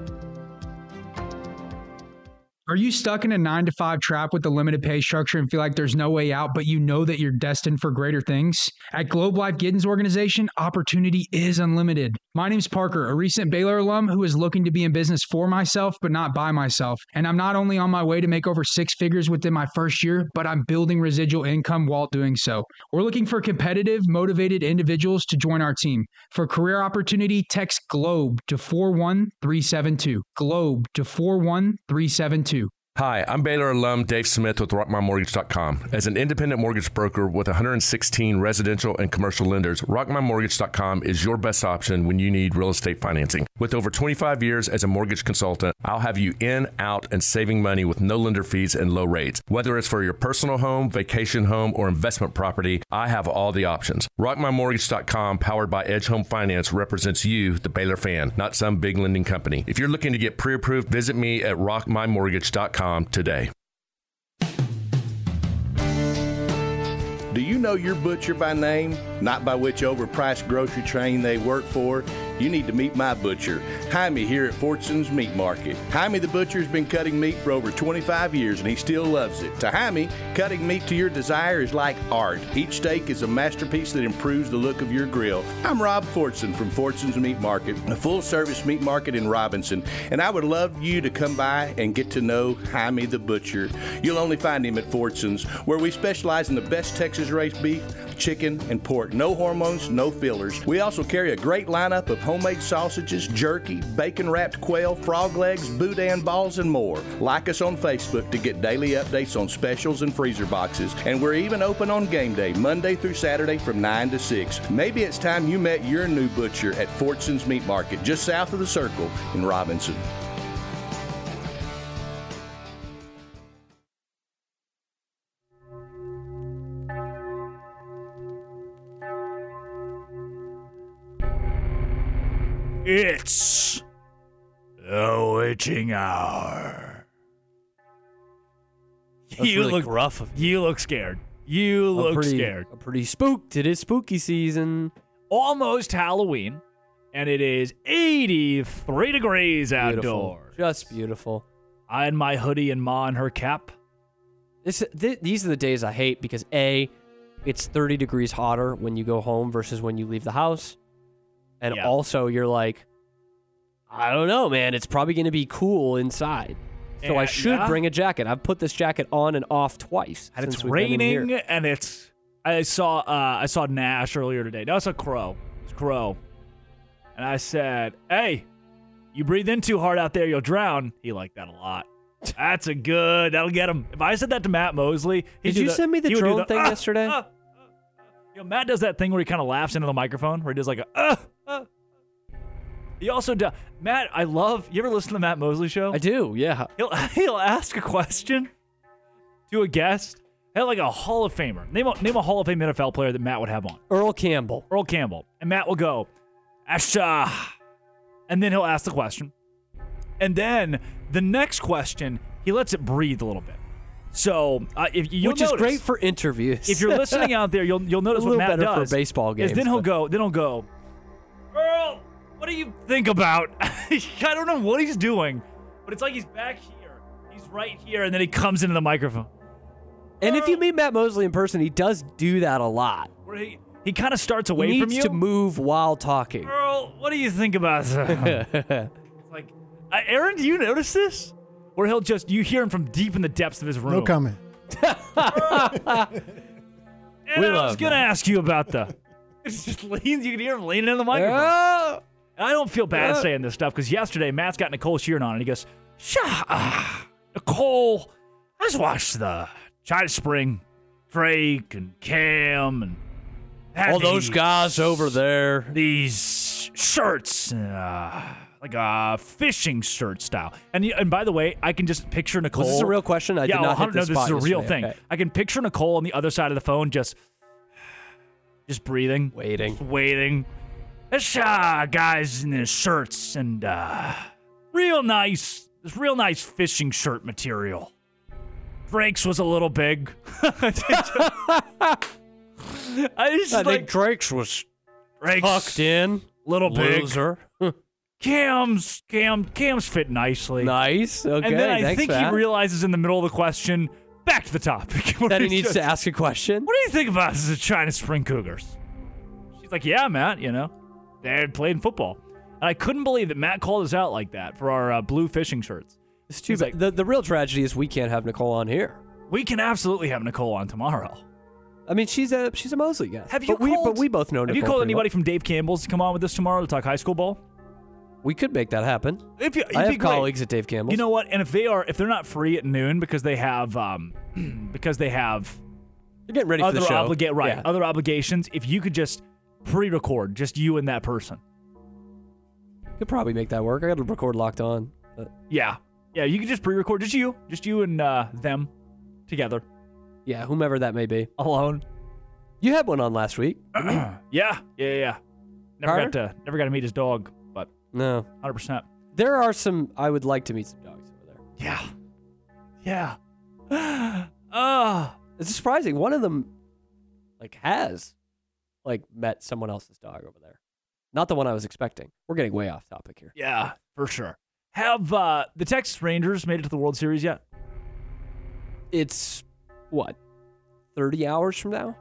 Speaker 20: Are you stuck in a nine to five trap with the limited pay structure and feel like there's no way out, but you know that you're destined for greater things? At Globe Life Giddens Organization, opportunity is unlimited. My name's Parker, a recent Baylor alum who is looking to be in business for myself, but not by myself. And I'm not only on my way to make over six figures within my first year, but I'm building residual income while doing so. We're looking for competitive, motivated individuals to join our team. For career opportunity, text GLOBE to 41372. GLOBE to 41372.
Speaker 21: Hi, I'm Baylor alum Dave Smith with RockMyMortgage.com. As an independent mortgage broker with 116 residential and commercial lenders, RockMyMortgage.com is your best option when you need real estate financing. With over 25 years as a mortgage consultant, I'll have you in, out, and saving money with no lender fees and low rates. Whether it's for your personal home, vacation home, or investment property, I have all the options. RockMyMortgage.com, powered by Edge Home Finance, represents you, the Baylor fan, not some big lending company. If you're looking to get pre approved, visit me at RockMyMortgage.com today.
Speaker 1: Do you know your butcher by name, not by which overpriced grocery chain they work for? you need to meet my butcher, Jaime, here at Fortune's Meat Market. Jaime the Butcher's been cutting meat for over 25 years and he still loves it. To Jaime, cutting meat to your desire is like art. Each steak is a masterpiece that improves the look of your grill. I'm Rob Fortson from Fortune's Meat Market, a full service meat market in Robinson, and I would love you to come by and get to know Jaime the Butcher. You'll only find him at Fortson's, where we specialize in the best Texas race beef, chicken, and pork. No hormones, no fillers. We also carry a great lineup of homemade sausages, jerky, bacon wrapped quail, frog legs, boudin balls, and more. Like us on Facebook to get daily updates on specials and freezer boxes. And we're even open on game day, Monday through Saturday from 9 to 6. Maybe it's time you met your new butcher at Fortson's Meat Market, just south of the Circle in Robinson.
Speaker 9: It's the witching hour.
Speaker 7: That's really gruff
Speaker 9: Of you look scared. You
Speaker 7: I'm
Speaker 9: look
Speaker 7: pretty-
Speaker 9: scared.
Speaker 7: I'm pretty spooked. It is spooky season.
Speaker 9: Almost Halloween, and it is 83 degrees
Speaker 7: Beautiful.
Speaker 9: outdoors.
Speaker 7: Just beautiful.
Speaker 9: I had my hoodie and Ma in her cap.
Speaker 7: This th- these are the days I hate because a, it's 30 degrees hotter when you go home versus when you leave the house, and also you're like, I don't know, man. It's probably going to be cool inside, so
Speaker 9: Yeah,
Speaker 7: I should
Speaker 9: yeah.
Speaker 7: bring a jacket. I've put this jacket on and off twice.
Speaker 9: and it's
Speaker 7: since we've been in here.
Speaker 9: raining and it's I saw uh, I saw Nash earlier today. No, it's a crow. It's crow. And I said, Hey, you breathe in too hard out there, you'll drown. He liked that a lot. That's a good that'll get him. If I said that to Matt Mosley, he'd
Speaker 7: Did
Speaker 9: do
Speaker 7: you send me the
Speaker 9: he would do
Speaker 7: drone thing
Speaker 9: "Ah,
Speaker 7: yesterday?
Speaker 9: ah, ah." You know, Matt does that thing where he kind of laughs into the microphone, where he does like a uh, uh. He also does Matt, I love you ever listen to the Matt Mosley show? I
Speaker 7: do, yeah.
Speaker 9: He'll he'll ask a question to a guest. Hell, like a Hall of Famer. Name a, name a Hall of Fame NFL player that Matt would have on.
Speaker 7: Earl Campbell.
Speaker 9: Earl Campbell. And Matt will go, Asha. And then he'll ask the question. And then the next question, he lets it breathe a little bit. So uh, if you
Speaker 7: which is great for interviews.
Speaker 9: if you're listening out there, you'll you'll notice
Speaker 7: a
Speaker 9: what
Speaker 7: little
Speaker 9: Matt
Speaker 7: better
Speaker 9: does
Speaker 7: for baseball games.
Speaker 9: Is then he'll
Speaker 7: but-
Speaker 9: go, then he'll go. Earl, what do you think about? I don't know what he's doing, but it's like he's back here. He's right here, and then he comes into the microphone.
Speaker 7: And if you meet Matt Mosley in person, he does do that a lot.
Speaker 9: Where he he kind of starts away
Speaker 7: he needs
Speaker 9: from you.
Speaker 7: to move while talking.
Speaker 9: Earl, what do you think about that? like, I, Aaron, do you notice this? Where he'll just you hear him from deep in the depths of his room.
Speaker 10: No comment.
Speaker 9: And
Speaker 10: We
Speaker 9: I was
Speaker 10: love
Speaker 9: gonna
Speaker 10: Matt.
Speaker 9: ask you about the. It's just leans. You can hear him leaning in the microphone.
Speaker 7: Yeah.
Speaker 9: And I don't feel bad
Speaker 7: Yeah.
Speaker 9: saying this stuff because yesterday Matt's got Nicole Sheeran on and he goes, "Shut up, Nicole. I just watched the China Spring, Drake and Cam and had
Speaker 7: All those
Speaker 9: these-
Speaker 7: guys over there.
Speaker 9: These shirts, uh, like a fishing shirt style. And y- and by the way, I can just picture Nicole.
Speaker 7: this a real question? I
Speaker 9: yeah,
Speaker 7: did not hit
Speaker 9: 100 no,
Speaker 7: this
Speaker 9: this
Speaker 7: spot
Speaker 9: is a real
Speaker 7: yesterday.
Speaker 9: thing.
Speaker 7: Okay.
Speaker 9: I can picture Nicole on the other side of the phone, just just breathing,
Speaker 7: waiting,
Speaker 9: waiting. This uh, guys in his shirts and uh, real nice, this real nice fishing shirt material. Drake's was a little big. I just
Speaker 7: I
Speaker 9: like
Speaker 7: think Drake's was
Speaker 9: Drake's
Speaker 7: tucked in.
Speaker 9: little big.
Speaker 7: loser.
Speaker 9: Cam's Cam Cam's fit nicely.
Speaker 7: Nice. Okay.
Speaker 9: and then I
Speaker 7: thanks,
Speaker 9: think
Speaker 7: Matt.
Speaker 9: he realizes in the middle of the question, back to the topic. where
Speaker 7: that he
Speaker 9: he's
Speaker 7: needs to
Speaker 9: just,
Speaker 7: ask a question.
Speaker 9: What do you think about the China Spring Cougars? She's like, yeah, Matt. You know, they had played football, and I couldn't believe that Matt called us out like that for our uh, blue fishing shirts.
Speaker 7: It's too bad. The, the real tragedy is we can't have Nicole on here.
Speaker 9: We can absolutely have Nicole on tomorrow.
Speaker 7: I mean, she's a she's a Mosley guy.
Speaker 9: Have you
Speaker 7: But we,
Speaker 9: called?
Speaker 7: but we both know
Speaker 9: Have
Speaker 7: Nicole.
Speaker 9: you called
Speaker 7: pretty
Speaker 9: anybody
Speaker 7: well.
Speaker 9: from Dave Campbell's to come on with us tomorrow to talk high school ball?
Speaker 7: We could make that happen.
Speaker 9: If you, it'd
Speaker 7: I
Speaker 9: be great.
Speaker 7: have colleagues at Dave Campbell's.
Speaker 9: You know what? And if they are, if they're not free at noon because they have, um, because they have,
Speaker 7: you're getting ready for
Speaker 9: other
Speaker 7: the show.
Speaker 9: obliga- right?
Speaker 7: Yeah.
Speaker 9: Other obligations. If you could just pre-record, just you and that person.
Speaker 7: could probably make that work. I got to record locked on. Uh, But
Speaker 9: Yeah, yeah. You could just pre-record, just you, just you and uh, them together.
Speaker 7: yeah, whomever that may be,
Speaker 9: alone.
Speaker 7: You had one on last week. didn't you?
Speaker 9: Yeah, yeah, yeah. Never
Speaker 7: Carter?
Speaker 9: got to, never got to meet his dog, but
Speaker 7: no,
Speaker 9: hundred percent.
Speaker 7: There are some. I would like to meet some dogs over there.
Speaker 9: Yeah. Yeah. Ah,
Speaker 7: it's surprising. One of them, like, has, like, met someone else's dog over there. Not the one I was expecting. We're getting way off topic here.
Speaker 9: Yeah, for sure. Have uh, the Texas Rangers made it to the World Series yet?
Speaker 7: It's what? 30 hours from now?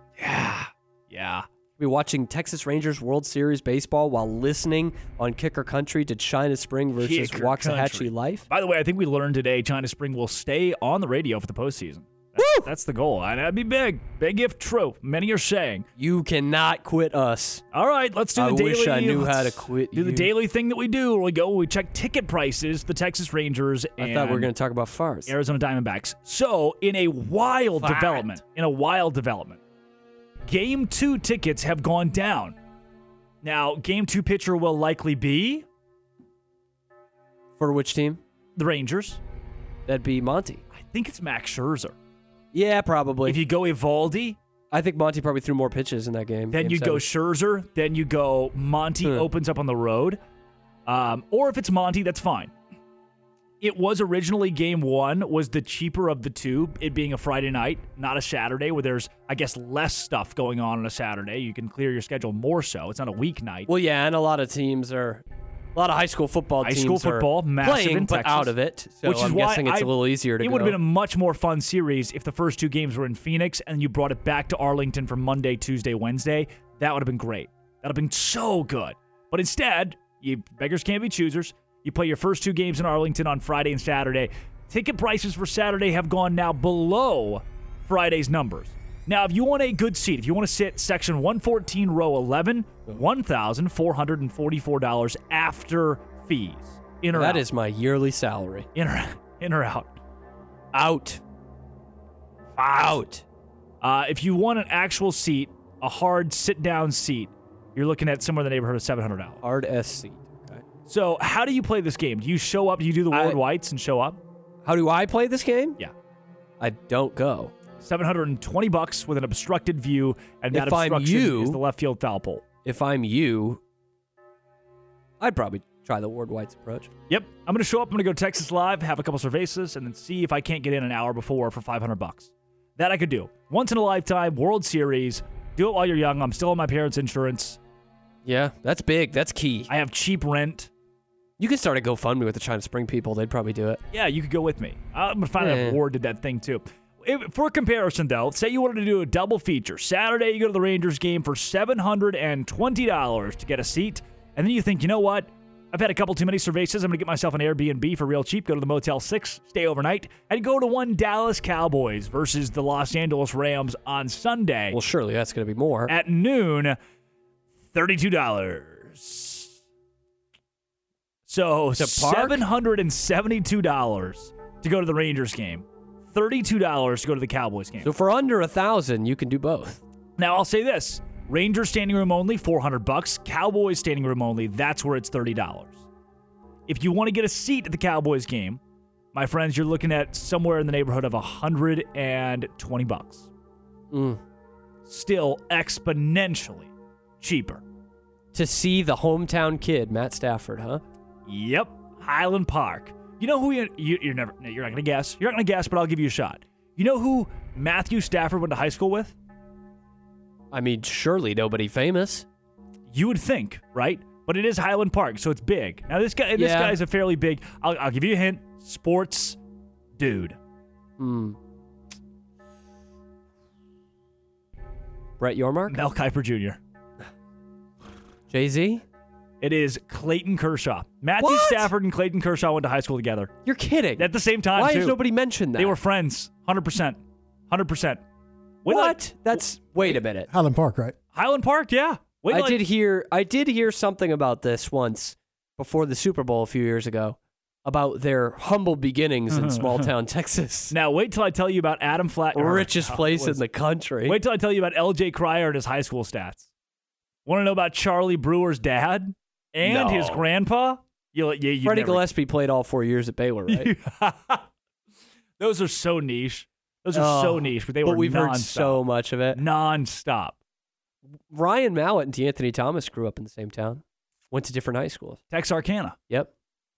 Speaker 9: Yeah.
Speaker 7: Be watching Texas Rangers World Series baseball while listening on Kicker Country to China Spring versus
Speaker 9: Kicker
Speaker 7: Waxahachie
Speaker 9: country.
Speaker 7: Life.
Speaker 9: By the way, I think we learned today China Spring will stay on the radio for the postseason. That's, that's the goal. And that'd be big. Big if true. Many are saying.
Speaker 7: You cannot quit us.
Speaker 9: All right, let's do the
Speaker 7: I
Speaker 9: daily.
Speaker 7: wish I knew how
Speaker 9: let's
Speaker 7: to quit
Speaker 9: Do the
Speaker 7: you.
Speaker 9: daily thing that we do. Where we go, we check ticket prices, the Texas Rangers, and
Speaker 7: I thought we were going to talk about farts.
Speaker 9: Arizona Diamondbacks. So, in a wild
Speaker 7: Fact.
Speaker 9: development, in a wild development, game two tickets have gone down. Now, game two pitcher will likely be
Speaker 7: for which team?
Speaker 9: The Rangers.
Speaker 7: That'd be Monty.
Speaker 9: I think it's Max Scherzer.
Speaker 7: Yeah, probably. If
Speaker 9: you go Evaldi,
Speaker 7: I think Monty probably threw more pitches in that game.
Speaker 9: Then
Speaker 7: game
Speaker 9: you go
Speaker 7: seven.
Speaker 9: Scherzer. Then you go Monty
Speaker 7: Hmm.
Speaker 9: opens up on the road. Um, or if it's Monty, that's fine. It was originally game one was the cheaper of the two, it being a Friday night, not a Saturday, where there's I guess less stuff going on on a Saturday. You can clear your schedule more so. It's not a weeknight.
Speaker 7: Well, yeah, and a lot of teams are, a lot of high school football
Speaker 9: High
Speaker 7: teams
Speaker 9: school
Speaker 7: are
Speaker 9: football, massive
Speaker 7: playing,
Speaker 9: in
Speaker 7: but
Speaker 9: Texas,
Speaker 7: out of it. So
Speaker 9: which is
Speaker 7: I'm
Speaker 9: why
Speaker 7: guessing it's
Speaker 9: a
Speaker 7: a little easier to
Speaker 9: It
Speaker 7: go.
Speaker 9: would have been a much more fun series if the first two games were in Phoenix and you brought it back to Arlington for Monday, Tuesday, Wednesday. That would have been great. That would have been so good. But instead, you beggars can't be choosers. You play your first two games in Arlington on Friday and Saturday. Ticket prices for Saturday have gone now below Friday's numbers. Now, if you want a good seat, if you want to sit section 114, row 11, $1,444 after fees. In or
Speaker 7: That
Speaker 9: out.
Speaker 7: is my yearly salary.
Speaker 9: In or, in or out?
Speaker 7: Out.
Speaker 9: Out. Uh, if you want an actual seat, a hard sit down seat, you're looking at somewhere in the neighborhood of $700.
Speaker 7: Hard S seat.
Speaker 9: So, how do you play this game? Do you show up? Do you do the Ward Whites and show up?
Speaker 7: How do I play this game?
Speaker 9: Yeah.
Speaker 7: I don't go.
Speaker 9: 720 bucks with an obstructed view, and that
Speaker 7: If I'm
Speaker 9: obstruction
Speaker 7: you-
Speaker 9: is the left field foul pole.
Speaker 7: If I'm you, I'd probably try the Ward White's approach.
Speaker 9: Yep. I'm going to show up. I'm going to go Texas Live, have a couple cervezas, and then see if I can't get in an hour before for 500 bucks. That I could do. Once in a lifetime, World Series. Do it while you're young. I'm still on my parents' insurance.
Speaker 7: Yeah, that's big. That's key.
Speaker 9: I have cheap rent.
Speaker 7: You could start a GoFundMe with the China Spring people. They'd probably do it.
Speaker 9: Yeah, you could go with me. I'm going to find out
Speaker 7: Yeah.
Speaker 9: if Ward did that thing too. If- for comparison, though, say you wanted to do a double feature. Saturday, you go to the Rangers game for $720 to get a seat. And then you think, you know what? I've had a couple too many cervezas. I'm going to get myself an Airbnb for real cheap, go to the Motel 6, stay overnight, and go to one Dallas Cowboys versus the Los Angeles Rams on Sunday. Well,
Speaker 7: surely that's going to be more.
Speaker 9: At noon, $32. So
Speaker 7: To park?
Speaker 9: seven hundred and seventy-two dollars to go to the Rangers game, thirty-two dollars to go to the Cowboys game.
Speaker 7: So for under a thousand, you can do both.
Speaker 9: Now I'll say this: Rangers standing room only, four hundred bucks. Cowboys standing room only. That's where it's thirty dollars. If you want to get a seat at the Cowboys game, my friends, you're looking at somewhere in the neighborhood of hundred and twenty bucks.
Speaker 7: Mm.
Speaker 9: Still exponentially cheaper.
Speaker 7: To see the hometown kid, Matt Stafford, huh?
Speaker 9: Yep, Highland Park. You know who you, you you're never no, you're not gonna guess. You're not gonna guess, but I'll give you a shot. You know who Matthew Stafford went to high school with?
Speaker 7: I mean, surely nobody famous.
Speaker 9: You would think, right? But it is Highland Park, so it's big. Now this guy, and this
Speaker 7: Yeah.
Speaker 9: guy is a fairly big. I'll, I'll give you a hint: sports dude.
Speaker 7: Hmm. Brett Yormark,
Speaker 9: Mel Kiper Jr.,
Speaker 7: Jay Z.
Speaker 9: It is Clayton Kershaw. Matthew
Speaker 7: What?
Speaker 9: Stafford and Clayton Kershaw went to high school together.
Speaker 7: You're kidding.
Speaker 9: At the same time,
Speaker 7: Why
Speaker 9: too.
Speaker 7: has nobody mentioned that?
Speaker 9: They were friends, hundred percent, hundred percent.
Speaker 7: What? That's wait a minute.
Speaker 10: Highland Park, right?
Speaker 9: Highland Park, yeah. Wait,
Speaker 7: I
Speaker 9: like-
Speaker 7: did hear I did hear something about this once before the Super Bowl a few years ago about their humble beginnings in small town Texas.
Speaker 9: Uh-huh. Now wait till I tell you about Adam Flatt,
Speaker 7: Richest
Speaker 9: Oh,
Speaker 7: place in
Speaker 9: was-
Speaker 7: the country.
Speaker 9: Wait till I tell you about LJ Crier and his high school stats. Want to know about Charlie Brewer's dad and
Speaker 7: No.
Speaker 9: his grandpa? You, you, you
Speaker 7: Freddie
Speaker 9: never-
Speaker 7: Gillespie played all four years at Baylor, right?
Speaker 9: Those are so niche. Those are so
Speaker 7: Oh,
Speaker 9: niche, but they were
Speaker 7: we've heard
Speaker 9: nonstop.
Speaker 7: so much of it.
Speaker 9: Nonstop.
Speaker 7: Ryan Mallett and D'Anthony Thomas grew up in the same town. Went to different high schools.
Speaker 9: Texarkana.
Speaker 7: Yep.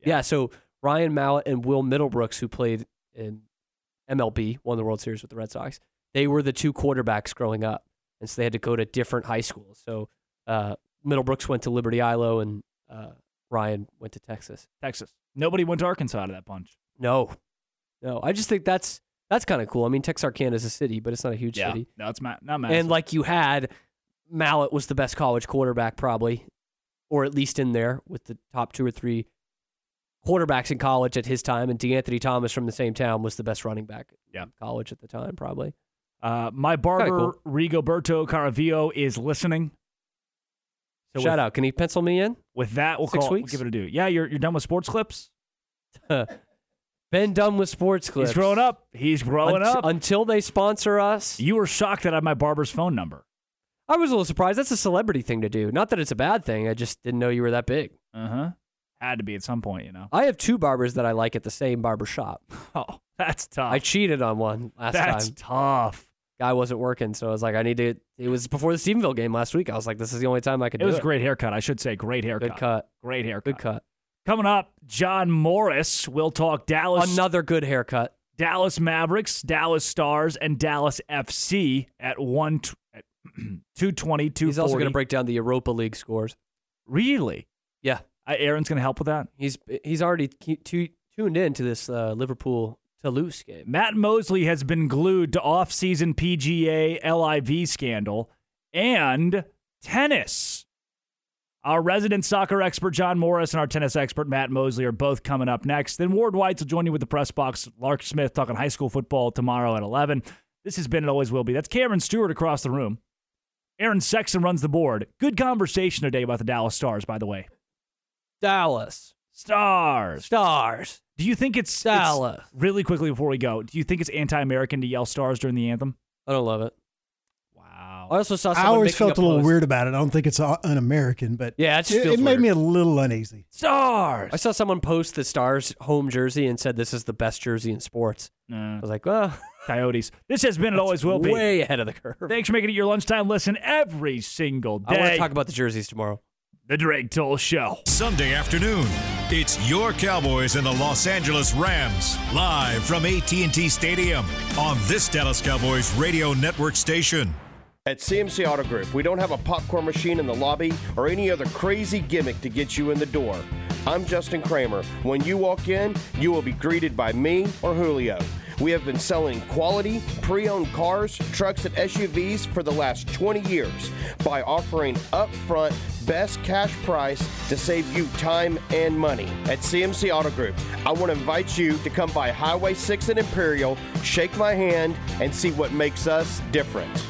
Speaker 7: Yeah. so Ryan Mallett and Will Middlebrooks, who played in MLB, won the World Series with the Red Sox, they were the two quarterbacks growing up. And so they had to go to different high schools. So uh, Middlebrooks went to Liberty Ilo and uh, Ryan went to Texas.
Speaker 9: Texas. Nobody went to Arkansas out of that bunch.
Speaker 7: No, no. I just think that's that's kind of cool. I mean, Texarkana is a city, but it's not a huge
Speaker 9: Yeah.
Speaker 7: city.
Speaker 9: No, it's ma- not massive.
Speaker 7: And like you had, Mallett was the best college quarterback probably, or at least in there with the top two or three quarterbacks in college at his time. And DeAnthony Thomas from the same town was the best running back
Speaker 9: yeah.
Speaker 7: in college at the time probably.
Speaker 9: Uh, my barber
Speaker 7: cool.
Speaker 9: Rigoberto Caravio is listening.
Speaker 7: Shout out. Can he pencil me in?
Speaker 9: With that, we'll
Speaker 7: Six
Speaker 9: call.
Speaker 7: weeks?
Speaker 9: We'll give it a do. Yeah, you're you're done with sports clips.
Speaker 7: Been done with sports clips.
Speaker 9: He's growing up. He's growing
Speaker 7: Unt-
Speaker 9: up.
Speaker 7: Until they sponsor us.
Speaker 9: You were shocked that I had my barber's phone number.
Speaker 7: I was a little surprised. That's a celebrity thing to do. Not that it's a bad thing. I just didn't know you were that big.
Speaker 9: Uh huh. Had to be at some point, you know.
Speaker 7: I have two barbers that I like at the same barber shop.
Speaker 9: Oh, that's tough.
Speaker 7: I cheated on one last
Speaker 9: That's
Speaker 7: time.
Speaker 9: tough.
Speaker 7: Guy wasn't working, so I was like, I need to. It was before the Stephenville game last week. I was like, this is the only time I could
Speaker 9: It
Speaker 7: do
Speaker 9: was a
Speaker 7: it.
Speaker 9: great haircut. I should say, great haircut.
Speaker 7: Good cut.
Speaker 9: Great haircut.
Speaker 7: Good cut.
Speaker 9: Coming up, John Morris. We'll talk Dallas.
Speaker 7: Another good haircut.
Speaker 9: Dallas Mavericks, Dallas Stars, and Dallas FC at one t- at 220, 240.
Speaker 7: He's also going to break down the Europa League scores.
Speaker 9: Really?
Speaker 7: Yeah.
Speaker 9: Uh, Aaron's going to help with that.
Speaker 7: He's he's already t- tuned in to this uh, Liverpool Toulouse game.
Speaker 9: Matt Mosley has been glued to off-season PGA LIV scandal and tennis. Our resident soccer expert John Morris and our tennis expert Matt Mosley are both coming up next. Then Ward White will join you with the press box. Lark Smith talking high school football tomorrow at 11. This has been and always will be. That's Cameron Stewart across the room. Aaron Sexton runs the board. Good conversation today about the Dallas Stars, by the way.
Speaker 7: Dallas
Speaker 9: Stars.
Speaker 7: Stars.
Speaker 9: Do you think it's, it's-
Speaker 7: Dallas.
Speaker 9: really quickly before we go? Do you think it's anti-American to yell stars during the anthem?
Speaker 7: I don't love it.
Speaker 9: Wow.
Speaker 7: I also saw
Speaker 10: I
Speaker 7: someone
Speaker 10: always
Speaker 7: making
Speaker 10: felt a,
Speaker 7: a
Speaker 10: little
Speaker 7: post.
Speaker 10: weird about it. I don't think it's un- un-American, but
Speaker 7: Yeah, it just
Speaker 10: it,
Speaker 7: feels
Speaker 10: made
Speaker 7: weird.
Speaker 10: me a little uneasy.
Speaker 9: Stars.
Speaker 7: I saw someone post the Stars home jersey and said this is the best jersey in sports.
Speaker 9: I
Speaker 7: was like, well,
Speaker 9: Coyotes. This has been and always will be.
Speaker 7: way ahead of the curve.
Speaker 9: Thanks for making it your lunchtime listen every single
Speaker 7: I
Speaker 9: day.
Speaker 7: want to talk about the jerseys tomorrow.
Speaker 9: The Drake Toll Show.
Speaker 15: Sunday afternoon, it's your Cowboys and the Los Angeles Rams live from AT&T Stadium on this Dallas Cowboys radio network station.
Speaker 2: At CMC Auto Group, we don't have a popcorn machine in the lobby or any other crazy gimmick to get you in the door. I'm Justin Kramer. When you walk in, you will be greeted by me or Julio. We have been selling quality, pre owned cars, trucks, and SUVs for the last 20 years by offering upfront best cash price to save you time and money. At CMC Auto Group, I want to invite you to come by Highway 6 in Imperial, shake my hand, and see what makes us different.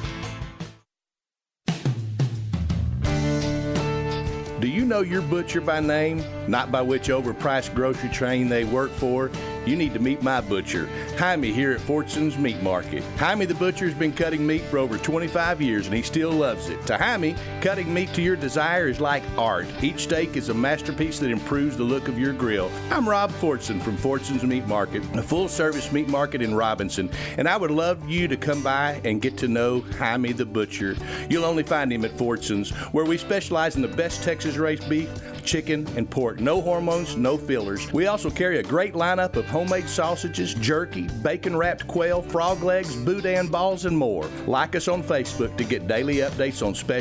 Speaker 1: Do you know your butcher by name? Not by which overpriced grocery chain they work for? You need to meet my butcher, Jaime, here at Fortune's Meat Market. Jaime the Butcher's been cutting meat for over 25 years and he still loves it. To Jaime, cutting meat to your desire is like art. Each steak is a masterpiece that improves the look of your grill. I'm Rob Fortune from Fortune's Meat Market, a full service meat market in Robinson, and I would love you to come by and get to know Jaime the Butcher. You'll only find him at Fortune's, where we specialize in the best Texas race beef, chicken, and pork. No hormones, no fillers. We also carry a great lineup of homemade sausages, jerky, bacon wrapped quail, frog legs, boudin balls, and more. Like us on Facebook to get daily updates on special.